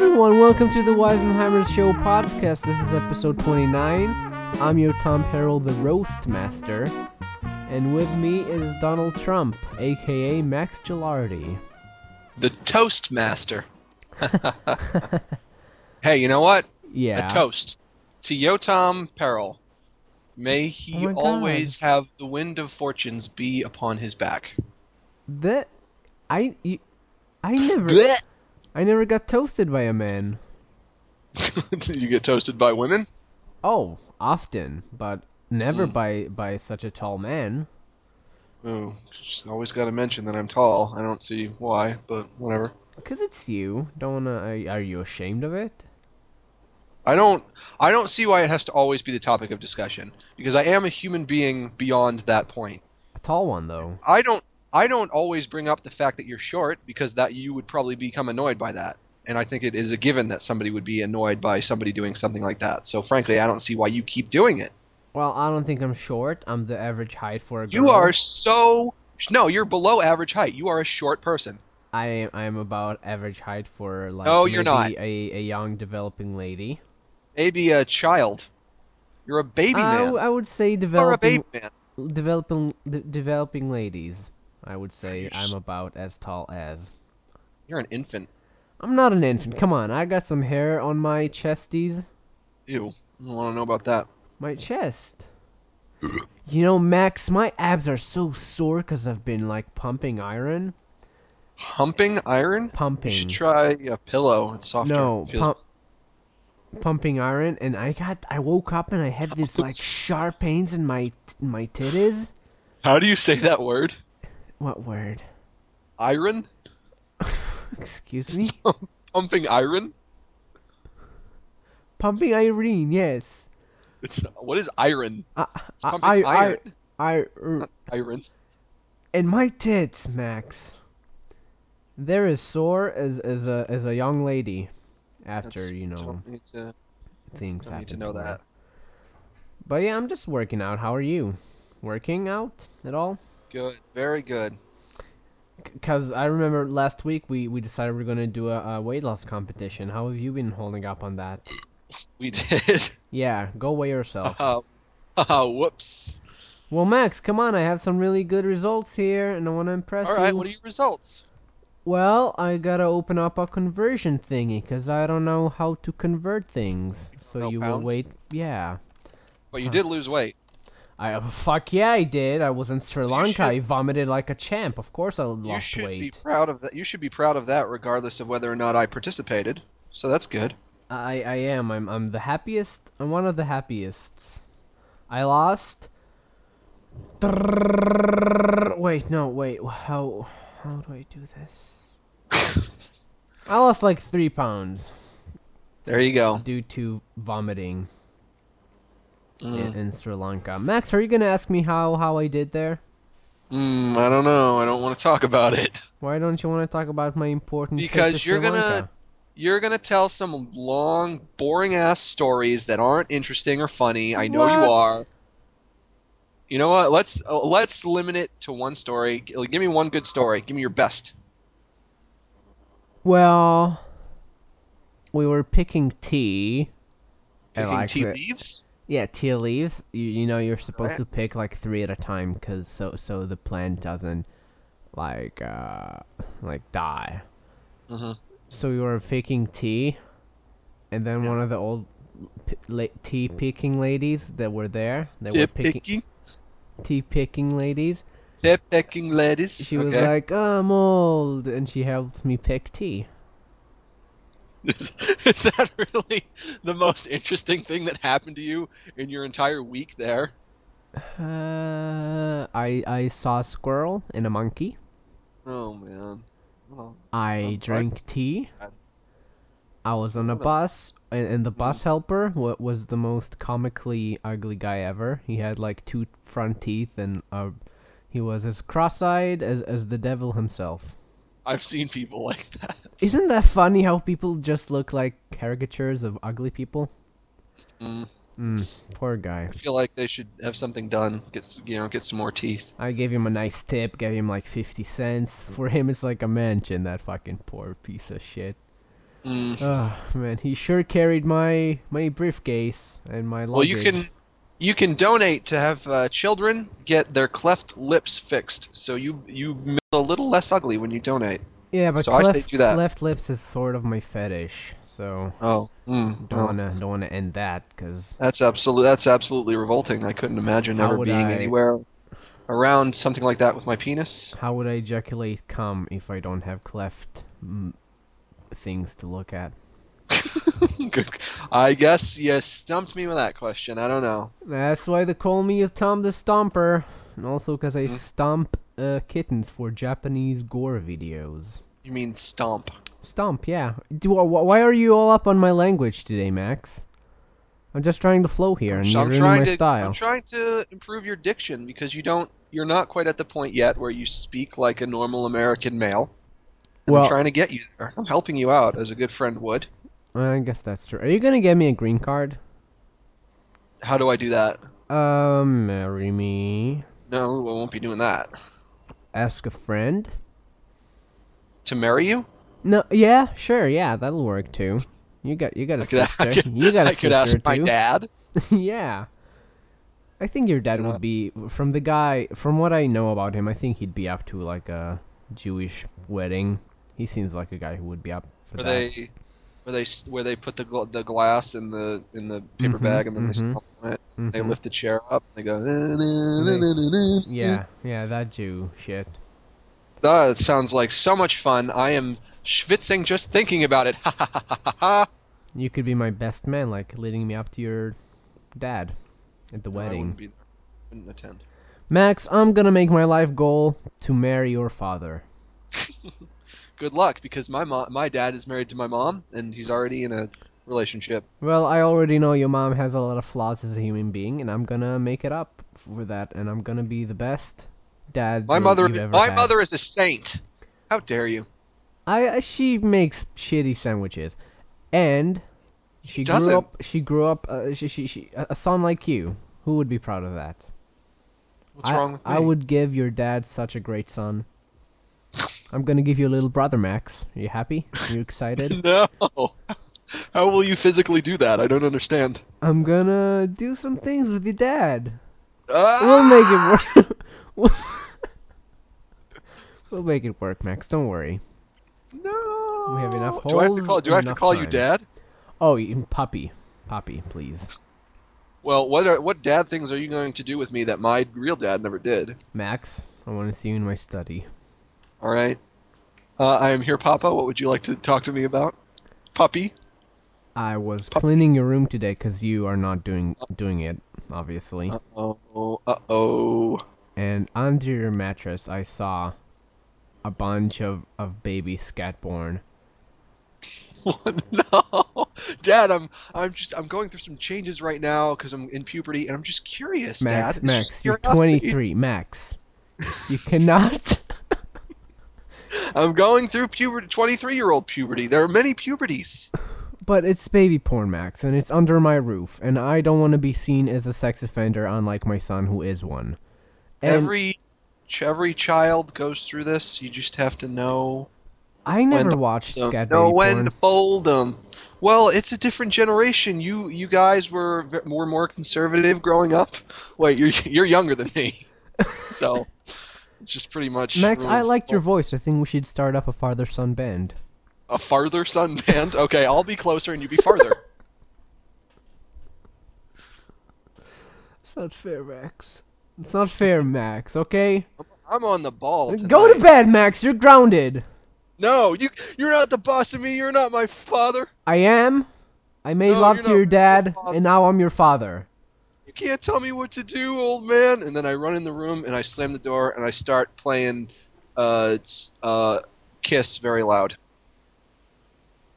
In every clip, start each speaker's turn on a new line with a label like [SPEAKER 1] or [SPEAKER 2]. [SPEAKER 1] welcome to the Weisenheimer Show podcast. This is episode 29. I'm your Tom Harrell, the roast master. And with me is Donald Trump, aka Max Gilardi.
[SPEAKER 2] The toast master. hey, you know what?
[SPEAKER 1] Yeah.
[SPEAKER 2] A toast to Yotam Peril. May he
[SPEAKER 1] Oh my God.
[SPEAKER 2] always have the wind of fortunes be upon his back.
[SPEAKER 1] That I you- I never
[SPEAKER 2] Blech.
[SPEAKER 1] I never got toasted by a man.
[SPEAKER 2] you get toasted by women?
[SPEAKER 1] Oh, often, but never
[SPEAKER 2] Mm.
[SPEAKER 1] by by such a tall man.
[SPEAKER 2] Oh, just always got to mention that I'm tall. I don't see why, but whatever.
[SPEAKER 1] Cuz it's you. Don't wanna, are, are you ashamed of it?
[SPEAKER 2] I don't I don't see why it has to always be the topic of discussion because I am a human being beyond that point.
[SPEAKER 1] A tall one though.
[SPEAKER 2] I don't I don't always bring up the fact that you're short because that you would probably become annoyed by that. And I think it is a given that somebody would be annoyed by somebody doing something like that. So frankly, I don't see why you keep doing it.
[SPEAKER 1] Well, I don't think I'm short. I'm the average height for a girl.
[SPEAKER 2] You are so no, you're below average height. You are a short person.
[SPEAKER 1] I I am about average height for like
[SPEAKER 2] No, you're
[SPEAKER 1] maybe
[SPEAKER 2] not.
[SPEAKER 1] A, a young developing lady.
[SPEAKER 2] Maybe a child. You're a baby
[SPEAKER 1] I,
[SPEAKER 2] man.
[SPEAKER 1] w- I would say
[SPEAKER 2] You're a baby
[SPEAKER 1] developing
[SPEAKER 2] man.
[SPEAKER 1] developing de- developing ladies. I would say
[SPEAKER 2] You're
[SPEAKER 1] I'm
[SPEAKER 2] s-
[SPEAKER 1] about as tall as.
[SPEAKER 2] You're an infant.
[SPEAKER 1] I'm not an infant. Come on, I got some hair on my chesties,
[SPEAKER 2] Ew. I don't want to know about that.
[SPEAKER 1] my chest. you know, Max, my abs are so sore because I've been like pumping iron,
[SPEAKER 2] Humping iron? You
[SPEAKER 1] pumping.
[SPEAKER 2] should try a pillow. It's softer.
[SPEAKER 1] No,
[SPEAKER 2] It feels-
[SPEAKER 1] pump, pumping iron, and I got. I woke up and I had this like sharp pains in my in my titties.
[SPEAKER 2] How do you say that word?
[SPEAKER 1] What word?
[SPEAKER 2] Iron?
[SPEAKER 1] Excuse me.
[SPEAKER 2] Pumping iron?
[SPEAKER 1] Pumping Irene. Yes.
[SPEAKER 2] It's what is iron?
[SPEAKER 1] I,
[SPEAKER 2] It's
[SPEAKER 1] I,
[SPEAKER 2] pumping
[SPEAKER 1] I, I,
[SPEAKER 2] iron.
[SPEAKER 1] I, er,
[SPEAKER 2] Iron.
[SPEAKER 1] and my tits, Max. They're as sore as as a as a young lady. After
[SPEAKER 2] That's-
[SPEAKER 1] you know
[SPEAKER 2] Don't need to,
[SPEAKER 1] things
[SPEAKER 2] don't
[SPEAKER 1] happen.
[SPEAKER 2] need to know
[SPEAKER 1] me.
[SPEAKER 2] that.
[SPEAKER 1] But yeah, I'm just working out. How are you? Working out at all?
[SPEAKER 2] Good. Very good.
[SPEAKER 1] Because I remember last week we, we decided we are going to do a, a weight loss competition. How have you been holding up on that?
[SPEAKER 2] We did.
[SPEAKER 1] Yeah, go weigh yourself.
[SPEAKER 2] Uh, uh, whoops.
[SPEAKER 1] well, Max, come on. I have some really good results here, and I want to impress
[SPEAKER 2] All right.
[SPEAKER 1] you.
[SPEAKER 2] What are your results?
[SPEAKER 1] well, I got to open up a conversion thingy because I don't know how to convert things. So
[SPEAKER 2] No
[SPEAKER 1] you
[SPEAKER 2] pounds?
[SPEAKER 1] will wait. Yeah.
[SPEAKER 2] But you did lose weight.
[SPEAKER 1] I Fuck yeah, I did. I was in Sri Lanka. I vomited like a champ. Of course I
[SPEAKER 2] You
[SPEAKER 1] lost
[SPEAKER 2] should
[SPEAKER 1] weight.
[SPEAKER 2] be proud of that. You should be proud of that, regardless of whether or not I participated. So that's good.
[SPEAKER 1] I I am. I'm I'm the happiest. I'm one of the happiest. I lost. Wait, no, wait. How how do I do this? I lost like three pounds
[SPEAKER 2] There you go.
[SPEAKER 1] due to vomiting i-
[SPEAKER 2] Mm,
[SPEAKER 1] in, Sri Lanka. Max, are you gonna ask me how how I did there?
[SPEAKER 2] Mm, I don't know. I don't want to talk about it.
[SPEAKER 1] Why don't you want to talk about my important trip to
[SPEAKER 2] Because you're
[SPEAKER 1] Sri
[SPEAKER 2] gonna-
[SPEAKER 1] Lanka?
[SPEAKER 2] You're gonna tell some long, boring ass stories that aren't interesting or funny. I know you
[SPEAKER 1] What?
[SPEAKER 2] are. You know what? Let's uh, let's limit it to one story. G- Give me one good story. Give me your best.
[SPEAKER 1] Well, we were picking tea. I
[SPEAKER 2] Picking
[SPEAKER 1] like
[SPEAKER 2] tea
[SPEAKER 1] it.
[SPEAKER 2] leaves.
[SPEAKER 1] Yeah, tea leaves. You, you know you're supposed to pick like three at a time, cause so so the plant doesn't like uh like die.
[SPEAKER 2] Mhm.
[SPEAKER 1] So we were picking tea, and then one of the old p- la- tea picking ladies that were there, they were
[SPEAKER 2] Tip
[SPEAKER 1] picking
[SPEAKER 2] picking.
[SPEAKER 1] tea picking ladies.
[SPEAKER 2] Tip picking ladies.
[SPEAKER 1] She was
[SPEAKER 2] Okay.
[SPEAKER 1] like, "I'm old," and she helped me pick tea.
[SPEAKER 2] Is, is that really the most interesting thing that happened to you in your entire week there?
[SPEAKER 1] Uh, I I saw a squirrel and a monkey.
[SPEAKER 2] Oh man. Well,
[SPEAKER 1] I
[SPEAKER 2] Um,
[SPEAKER 1] drank tea.
[SPEAKER 2] I-
[SPEAKER 1] I was on a
[SPEAKER 2] Hold on.
[SPEAKER 1] bus, and, and the bus helper wa- was the most comically ugly guy ever. He had like two front teeth, and uh, he was as cross-eyed as as the devil himself.
[SPEAKER 2] I've seen people like that.
[SPEAKER 1] Isn't that funny? How people just look like caricatures of ugly people.
[SPEAKER 2] Mm.
[SPEAKER 1] Mm, poor guy.
[SPEAKER 2] I feel like they should have something done. Get s- you know, get some more teeth.
[SPEAKER 1] I gave him a nice tip. Gave him like fifty cents. For him, it's like a mansion. That fucking poor piece of shit.
[SPEAKER 2] Mm.
[SPEAKER 1] Oh man, he sure carried my my briefcase and my luggage.
[SPEAKER 2] Well, you can you can donate to have uh, children get their cleft lips fixed, so you you make a little less ugly when you donate.
[SPEAKER 1] Yeah, but
[SPEAKER 2] so I say
[SPEAKER 1] cleft,
[SPEAKER 2] do that.
[SPEAKER 1] cleft lips is sort of my fetish, so
[SPEAKER 2] Oh, mm,
[SPEAKER 1] don't
[SPEAKER 2] well,
[SPEAKER 1] wanna don't wanna end that because
[SPEAKER 2] that's absolutely that's absolutely revolting. I couldn't imagine
[SPEAKER 1] How
[SPEAKER 2] ever
[SPEAKER 1] would
[SPEAKER 2] being
[SPEAKER 1] I-
[SPEAKER 2] anywhere around something like that with my penis.
[SPEAKER 1] how would I ejaculate cum if I don't have cleft mm, things to look at?
[SPEAKER 2] Good. I guess you stumped me with that question. I don't know.
[SPEAKER 1] That's why they call me Tom the Stomper, and also because
[SPEAKER 2] Mm-hmm.
[SPEAKER 1] I stomp uh, kittens for Japanese gore videos.
[SPEAKER 2] You mean stomp?
[SPEAKER 1] Stomp, yeah. Do wh- why are you all up on my language today, Max? I'm just trying to flow here, and
[SPEAKER 2] So
[SPEAKER 1] you're
[SPEAKER 2] I'm
[SPEAKER 1] ruining my
[SPEAKER 2] trying to
[SPEAKER 1] style.
[SPEAKER 2] I'm trying to improve your diction because you don't you're not quite at the point yet where you speak like a normal American male. And
[SPEAKER 1] well,
[SPEAKER 2] I'm trying to get you there. I'm helping you out as a good friend would.
[SPEAKER 1] I guess that's true. Are you gonna get me a green card?
[SPEAKER 2] How do I do that?
[SPEAKER 1] Um, marry me.
[SPEAKER 2] No, I won't be doing that.
[SPEAKER 1] Ask a friend.
[SPEAKER 2] To marry you?
[SPEAKER 1] No, yeah, sure, yeah, that'll work too. You got, you got a
[SPEAKER 2] I could, I
[SPEAKER 1] sister.
[SPEAKER 2] could-
[SPEAKER 1] you got a
[SPEAKER 2] I
[SPEAKER 1] sister
[SPEAKER 2] could ask my
[SPEAKER 1] too.
[SPEAKER 2] dad.
[SPEAKER 1] yeah. I think your dad
[SPEAKER 2] know?
[SPEAKER 1] would be from the guy from what I know about him, I think he'd be up to like a Jewish wedding. He seems like a guy who would be up for
[SPEAKER 2] Where
[SPEAKER 1] that.
[SPEAKER 2] they, where they, s- where they put the gl- the glass in the in the paper
[SPEAKER 1] Mhm,
[SPEAKER 2] bag and then they
[SPEAKER 1] mhm.
[SPEAKER 2] stomp on it. They
[SPEAKER 1] Mhm.
[SPEAKER 2] lift the chair up. And they go. "Na, na, na, na, na, na."
[SPEAKER 1] Yeah, yeah, that Jew shit.
[SPEAKER 2] Ah, that sounds like so much fun. I am schwitzing just thinking about it. Ha ha ha ha ha, ha.
[SPEAKER 1] You could be my best man, like leading me up to your dad at the
[SPEAKER 2] No, I
[SPEAKER 1] wedding.
[SPEAKER 2] wouldn't be there. Wouldn't attend.
[SPEAKER 1] Max, I'm gonna make my life goal to marry your father.
[SPEAKER 2] Good luck, because my mom, my dad is married to my mom, and he's already in a relationship.
[SPEAKER 1] Well, I already know your mom has a lot of flaws as a human being, and I'm gonna make it up for that, and I'm gonna be the best dad
[SPEAKER 2] My
[SPEAKER 1] you-
[SPEAKER 2] mother,
[SPEAKER 1] you've ever
[SPEAKER 2] my
[SPEAKER 1] had.
[SPEAKER 2] mother is a saint. How dare you?
[SPEAKER 1] I I- she makes shitty sandwiches, and she
[SPEAKER 2] doesn't.
[SPEAKER 1] grew up. She grew up. Uh, she, she she a a son like you. Who would be proud of that?
[SPEAKER 2] What's
[SPEAKER 1] I,
[SPEAKER 2] wrong with me?
[SPEAKER 1] I would give your dad such a great son. I'm gonna give you a little brother, Max. Are you happy? Are you excited?
[SPEAKER 2] No. How will you physically do that? I don't understand.
[SPEAKER 1] I'm gonna do some things with your dad. We'll
[SPEAKER 2] Ah!
[SPEAKER 1] make it work. We'll- we'll make it work, Max. Don't worry.
[SPEAKER 2] No.
[SPEAKER 1] We have enough
[SPEAKER 2] Do I have to
[SPEAKER 1] holes
[SPEAKER 2] call? Do I have
[SPEAKER 1] and
[SPEAKER 2] to
[SPEAKER 1] enough
[SPEAKER 2] call you
[SPEAKER 1] time.
[SPEAKER 2] dad?
[SPEAKER 1] Oh, you, puppy, puppy, please,
[SPEAKER 2] Well, what are, what dad things are you going to do with me that my real dad never did?
[SPEAKER 1] Max. I want to see you in my study.
[SPEAKER 2] All right. Uh, I am here, Papa. What would you like to talk to me about? Puppy.
[SPEAKER 1] I was
[SPEAKER 2] Puppy.
[SPEAKER 1] cleaning your room today because you are not doing doing it, obviously.
[SPEAKER 2] Uh oh. Uh oh.
[SPEAKER 1] and under your mattress, I saw a bunch of of baby scatborn.
[SPEAKER 2] Oh, no, Dad. I'm I'm just I'm going through some changes right now because I'm in puberty and I'm just curious, Dad.
[SPEAKER 1] Max,
[SPEAKER 2] It's
[SPEAKER 1] Max,
[SPEAKER 2] just
[SPEAKER 1] you're
[SPEAKER 2] curiosity.
[SPEAKER 1] 23. Max, you cannot.
[SPEAKER 2] I'm going through puberty. 23 year old puberty. There are many puberties.
[SPEAKER 1] But it's baby porn, Max, and it's under my roof, and I don't want to be seen as a sex offender, unlike my son, who is one. And
[SPEAKER 2] every ch- every child goes through this. You just have to know
[SPEAKER 1] I never
[SPEAKER 2] to
[SPEAKER 1] watched
[SPEAKER 2] them,
[SPEAKER 1] scat
[SPEAKER 2] know
[SPEAKER 1] baby
[SPEAKER 2] when
[SPEAKER 1] porn.
[SPEAKER 2] to fold them. Well, it's a different generation. You you guys were ve- were more conservative growing up. Wait, you're you're younger than me, so it's just pretty much.
[SPEAKER 1] Max, I
[SPEAKER 2] ruins
[SPEAKER 1] liked
[SPEAKER 2] the
[SPEAKER 1] your
[SPEAKER 2] whole-
[SPEAKER 1] voice. I think we should start up a father son band.
[SPEAKER 2] a farther sun band. Okay, I'll be closer and you be farther.
[SPEAKER 1] It's not fair, Max. It's not fair, Max. Okay,
[SPEAKER 2] I'm on the ball. Tonight.
[SPEAKER 1] go to bed, Max. You're grounded.
[SPEAKER 2] No, you you're not the boss of me. You're not my father.
[SPEAKER 1] I am. I made
[SPEAKER 2] No,
[SPEAKER 1] love
[SPEAKER 2] you're
[SPEAKER 1] to
[SPEAKER 2] not
[SPEAKER 1] your
[SPEAKER 2] my
[SPEAKER 1] dad,
[SPEAKER 2] father.
[SPEAKER 1] and now I'm your father.
[SPEAKER 2] you can't tell me what to do, old man. And then I run in the room and I slam the door and I start playing uh, it's, uh, Kiss very loud.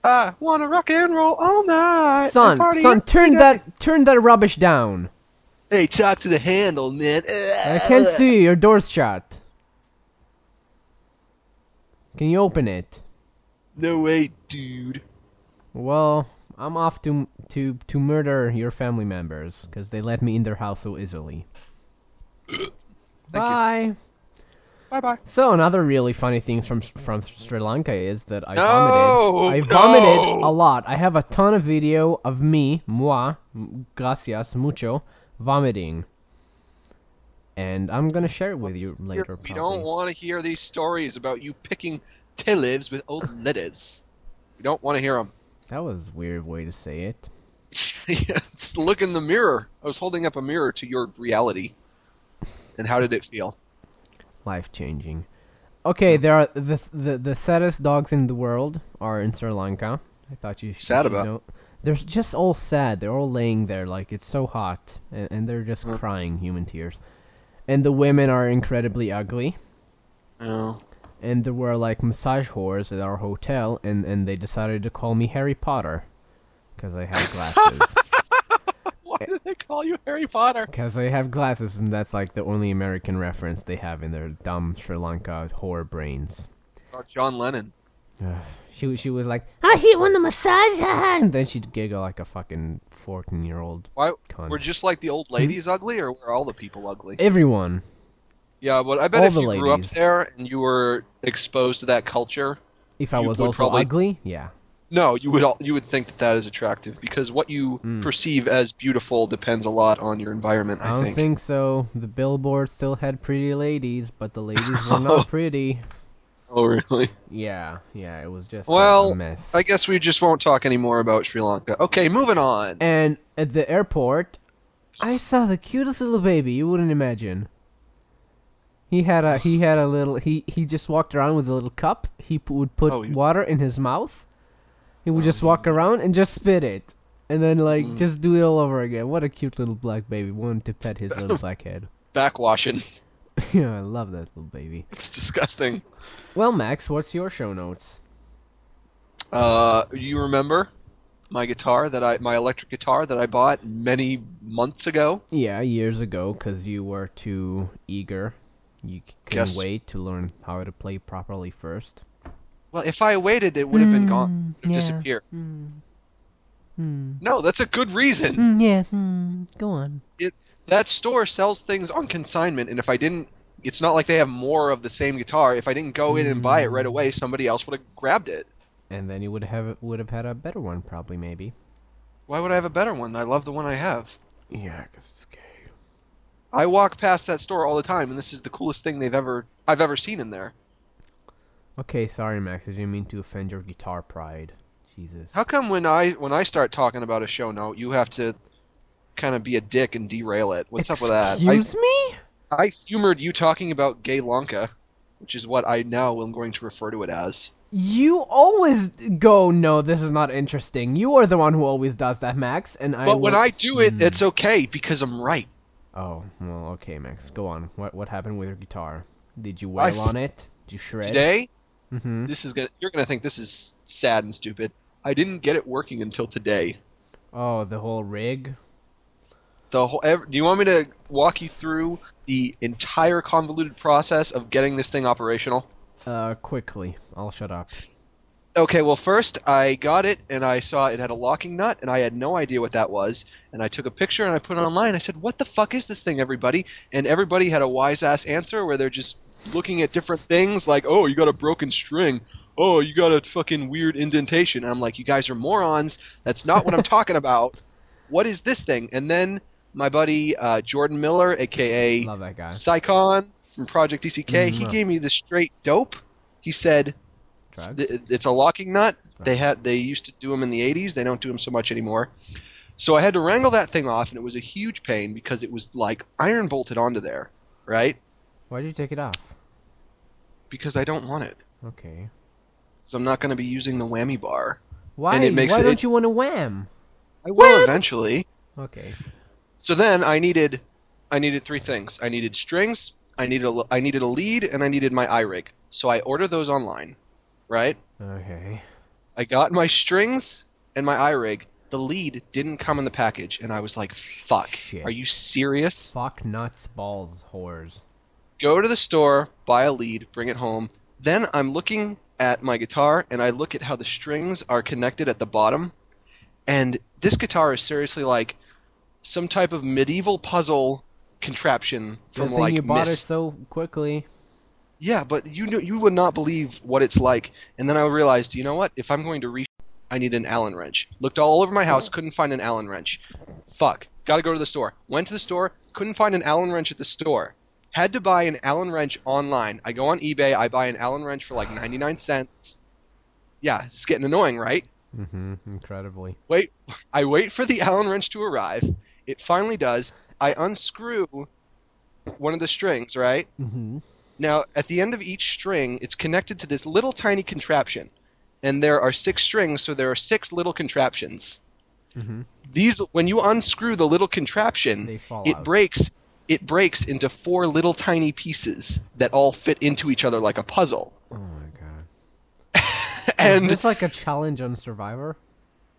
[SPEAKER 2] I want to rock and roll all night. and
[SPEAKER 1] Son,
[SPEAKER 2] party
[SPEAKER 1] son,
[SPEAKER 2] every
[SPEAKER 1] turn
[SPEAKER 2] night.
[SPEAKER 1] that, turn that rubbish down.
[SPEAKER 2] Hey, talk to the hand, old man.
[SPEAKER 1] I
[SPEAKER 2] Uh,
[SPEAKER 1] can't see you. Your door's shut. Can you open it?
[SPEAKER 2] No way, dude.
[SPEAKER 1] Well, I'm off to to to murder your family members because they let me in their house so easily.
[SPEAKER 2] Thank you.
[SPEAKER 1] Bye.
[SPEAKER 2] Bye. Bye bye.
[SPEAKER 1] So another really funny thing from from Sri Lanka is that I
[SPEAKER 2] No,
[SPEAKER 1] vomited. I
[SPEAKER 2] no.
[SPEAKER 1] vomited a lot. I have a ton of video of me, moi, m- gracias mucho, vomiting. And I'm gonna share it with you later. Probably.
[SPEAKER 2] we don't want to hear these stories about you picking tillives with old letters. We don't want to hear them.
[SPEAKER 1] That was a weird way to say it.
[SPEAKER 2] Look in the mirror. I was holding up a mirror to your reality. And how did it feel?
[SPEAKER 1] Life changing. Okay, there are the, the the saddest dogs in the world are in Sri Lanka. I thought you should,
[SPEAKER 2] Sad
[SPEAKER 1] you should
[SPEAKER 2] about?
[SPEAKER 1] know. They're just all sad. They're all laying there like it's so hot, and, and they're just
[SPEAKER 2] Hmm.
[SPEAKER 1] crying human tears. And the women are incredibly ugly.
[SPEAKER 2] Oh.
[SPEAKER 1] And there were like massage whores at our hotel, and and they decided to call me Harry Potter, because I have glasses.
[SPEAKER 2] Why did they call you Harry Potter?
[SPEAKER 1] Because I have glasses, and that's like the only American reference they have in their dumb Sri Lanka whore brains.
[SPEAKER 2] Oh, John Lennon.
[SPEAKER 1] She she was like, "Ah, she won the massage," haha," and then she'd giggle like a fucking fourteen-year-old.
[SPEAKER 2] Why?
[SPEAKER 1] Con.
[SPEAKER 2] Were just like the old
[SPEAKER 1] Hmm?
[SPEAKER 2] ladies ugly, or were all the people ugly?
[SPEAKER 1] Everyone,
[SPEAKER 2] Yeah, but I bet
[SPEAKER 1] All
[SPEAKER 2] if
[SPEAKER 1] the
[SPEAKER 2] you grew up
[SPEAKER 1] ladies.
[SPEAKER 2] there and you were exposed to that culture,
[SPEAKER 1] if I
[SPEAKER 2] You
[SPEAKER 1] was
[SPEAKER 2] would
[SPEAKER 1] also
[SPEAKER 2] probably-
[SPEAKER 1] ugly, yeah,
[SPEAKER 2] no, you would all, you would think that that is attractive because what you perceive as beautiful depends a lot on your environment.
[SPEAKER 1] Hmm. I
[SPEAKER 2] I,
[SPEAKER 1] don't
[SPEAKER 2] think.
[SPEAKER 1] think. so. The billboard still had pretty ladies, but the ladies were not pretty.
[SPEAKER 2] Oh, really?
[SPEAKER 1] Yeah, yeah, it was just
[SPEAKER 2] Well,
[SPEAKER 1] a mess.
[SPEAKER 2] I guess we just won't talk anymore about Sri Lanka. Okay, moving on.
[SPEAKER 1] and at the airport, I saw the cutest little baby you wouldn't imagine. He had a he had a little he he just walked around with a little cup. He p- would put
[SPEAKER 2] Oh, he was-
[SPEAKER 1] water in his mouth. He would just walk around and just spit it, and then like just do it all over again. What a cute little black baby! Wanted to pet his little black head.
[SPEAKER 2] Backwashing.
[SPEAKER 1] yeah, I love that little baby.
[SPEAKER 2] It's disgusting.
[SPEAKER 1] Well, Max, what's your show notes?
[SPEAKER 2] Uh, you remember my guitar that I my electric guitar that I bought many months ago?
[SPEAKER 1] Yeah, years ago, because you were too eager. You c- couldn't
[SPEAKER 2] Guess-
[SPEAKER 1] wait to learn how to play properly first.
[SPEAKER 2] Well, if I waited, it would have been gone. It would
[SPEAKER 1] yeah.
[SPEAKER 2] have disappeared. No, that's a good reason.
[SPEAKER 3] Hmm.
[SPEAKER 1] Mm, yeah, Hmm, go on.
[SPEAKER 2] it that store sells things on consignment and if i didn't it's not like they have more of the same guitar if i didn't go in and buy it right away somebody else would have grabbed it
[SPEAKER 1] And then you would have would have had a better one, probably maybe.
[SPEAKER 2] why would i have a better one i love the one i have
[SPEAKER 1] Yeah, because it's gay.
[SPEAKER 2] i walk past that store all the time and this is the coolest thing they've ever i've ever seen in there
[SPEAKER 1] Okay, sorry, Max. I didn't mean to offend your guitar pride. Jesus.
[SPEAKER 2] how come when i when i start talking about a show note you have to kind of be a dick and derail it what's up with that I,
[SPEAKER 1] Excuse me.
[SPEAKER 2] I humored you talking about gay lanka which is what i now am going to refer to it as
[SPEAKER 1] You always go. No, this is not interesting. You are the one who always does that, Max. And I.
[SPEAKER 2] but when
[SPEAKER 1] will- Hmm.
[SPEAKER 2] i do it it's okay because i'm right
[SPEAKER 1] Oh well, okay, Max. Go on. What what happened with your guitar? Did you wail
[SPEAKER 2] f-
[SPEAKER 1] on it? Did you shred?
[SPEAKER 2] today
[SPEAKER 1] Mm-hmm.
[SPEAKER 2] this is gonna you're gonna think this is sad and stupid i didn't get it working until today
[SPEAKER 1] Oh, the whole rig.
[SPEAKER 2] the whole ev- do you want me to walk you through the entire convoluted process of getting this thing operational
[SPEAKER 1] Uh, quickly. I'll shut up.
[SPEAKER 2] okay well first i got it and i saw it had a locking nut and i had no idea what that was and i took a picture and i put it online i said what the fuck is this thing everybody and everybody had a wise ass answer where they're just looking at different things like oh you got a broken string oh you got a fucking weird indentation and i'm like you guys are morons that's not what i'm talking about what is this thing and then my buddy uh, jordan miller aka
[SPEAKER 1] Love that guy.
[SPEAKER 2] Psycon from Project DCK, he
[SPEAKER 1] Mhm.
[SPEAKER 2] gave me the straight dope. He said
[SPEAKER 1] Drugs?
[SPEAKER 2] th- it's a locking nut. They had they used to do them in the 80s. They don't do them so much anymore. So I had to wrangle that thing off, and it was a huge pain because it was like iron bolted onto there, right?
[SPEAKER 1] Why did you take it off?
[SPEAKER 2] Because I don't want it.
[SPEAKER 1] Okay.
[SPEAKER 2] So I'm not going to be using the whammy bar.
[SPEAKER 1] Why?
[SPEAKER 2] it makes
[SPEAKER 1] Why
[SPEAKER 2] it-
[SPEAKER 1] don't you want to wham?
[SPEAKER 2] I will eventually.
[SPEAKER 1] Okay.
[SPEAKER 2] So then I needed I needed three things. I needed strings. I needed a, I needed a lead, and I needed my iRig. So I ordered those online, right?
[SPEAKER 1] Okay.
[SPEAKER 2] I got my strings and my iRig. The lead didn't come in the package, and I was like, fuck.
[SPEAKER 1] Shit.
[SPEAKER 2] Are you serious?
[SPEAKER 1] Fuck nuts, balls, whores.
[SPEAKER 2] Go to the store, buy a lead, bring it home. Then I'm looking at my guitar, and I look at how the strings are connected at the bottom. And this guitar is seriously like some type of medieval puzzle contraption
[SPEAKER 1] Good
[SPEAKER 2] from
[SPEAKER 1] thing
[SPEAKER 2] like
[SPEAKER 1] you bought
[SPEAKER 2] Myst.
[SPEAKER 1] it so quickly.
[SPEAKER 2] yeah, but you knew, you would not believe what it's like. And then I realized, you know what? If I'm going to re, I need an Allen wrench. Looked all over my house, couldn't find an Allen wrench. Fuck. Got to go to the store. Went to the store, couldn't find an Allen wrench at the store. Had to buy an Allen wrench online. I go on eBay, I buy an Allen wrench for like 99 cents. Yeah, it's getting annoying, right?
[SPEAKER 1] Mm-hmm. Incredibly.
[SPEAKER 2] Wait, I wait for the Allen wrench to arrive. It finally does. I unscrew one of the strings, right?
[SPEAKER 1] Mm-hmm.
[SPEAKER 2] Now, at the end of each string, it's connected to this little tiny contraption. And there are six strings, so there are six little contraptions.
[SPEAKER 1] Mm-hmm.
[SPEAKER 2] These when you unscrew the little contraption,
[SPEAKER 1] They fall
[SPEAKER 2] it
[SPEAKER 1] out.
[SPEAKER 2] breaks it breaks into four little tiny pieces that all fit into each other like a puzzle.
[SPEAKER 1] Oh my god. Is
[SPEAKER 2] And
[SPEAKER 1] this like a challenge on Survivor?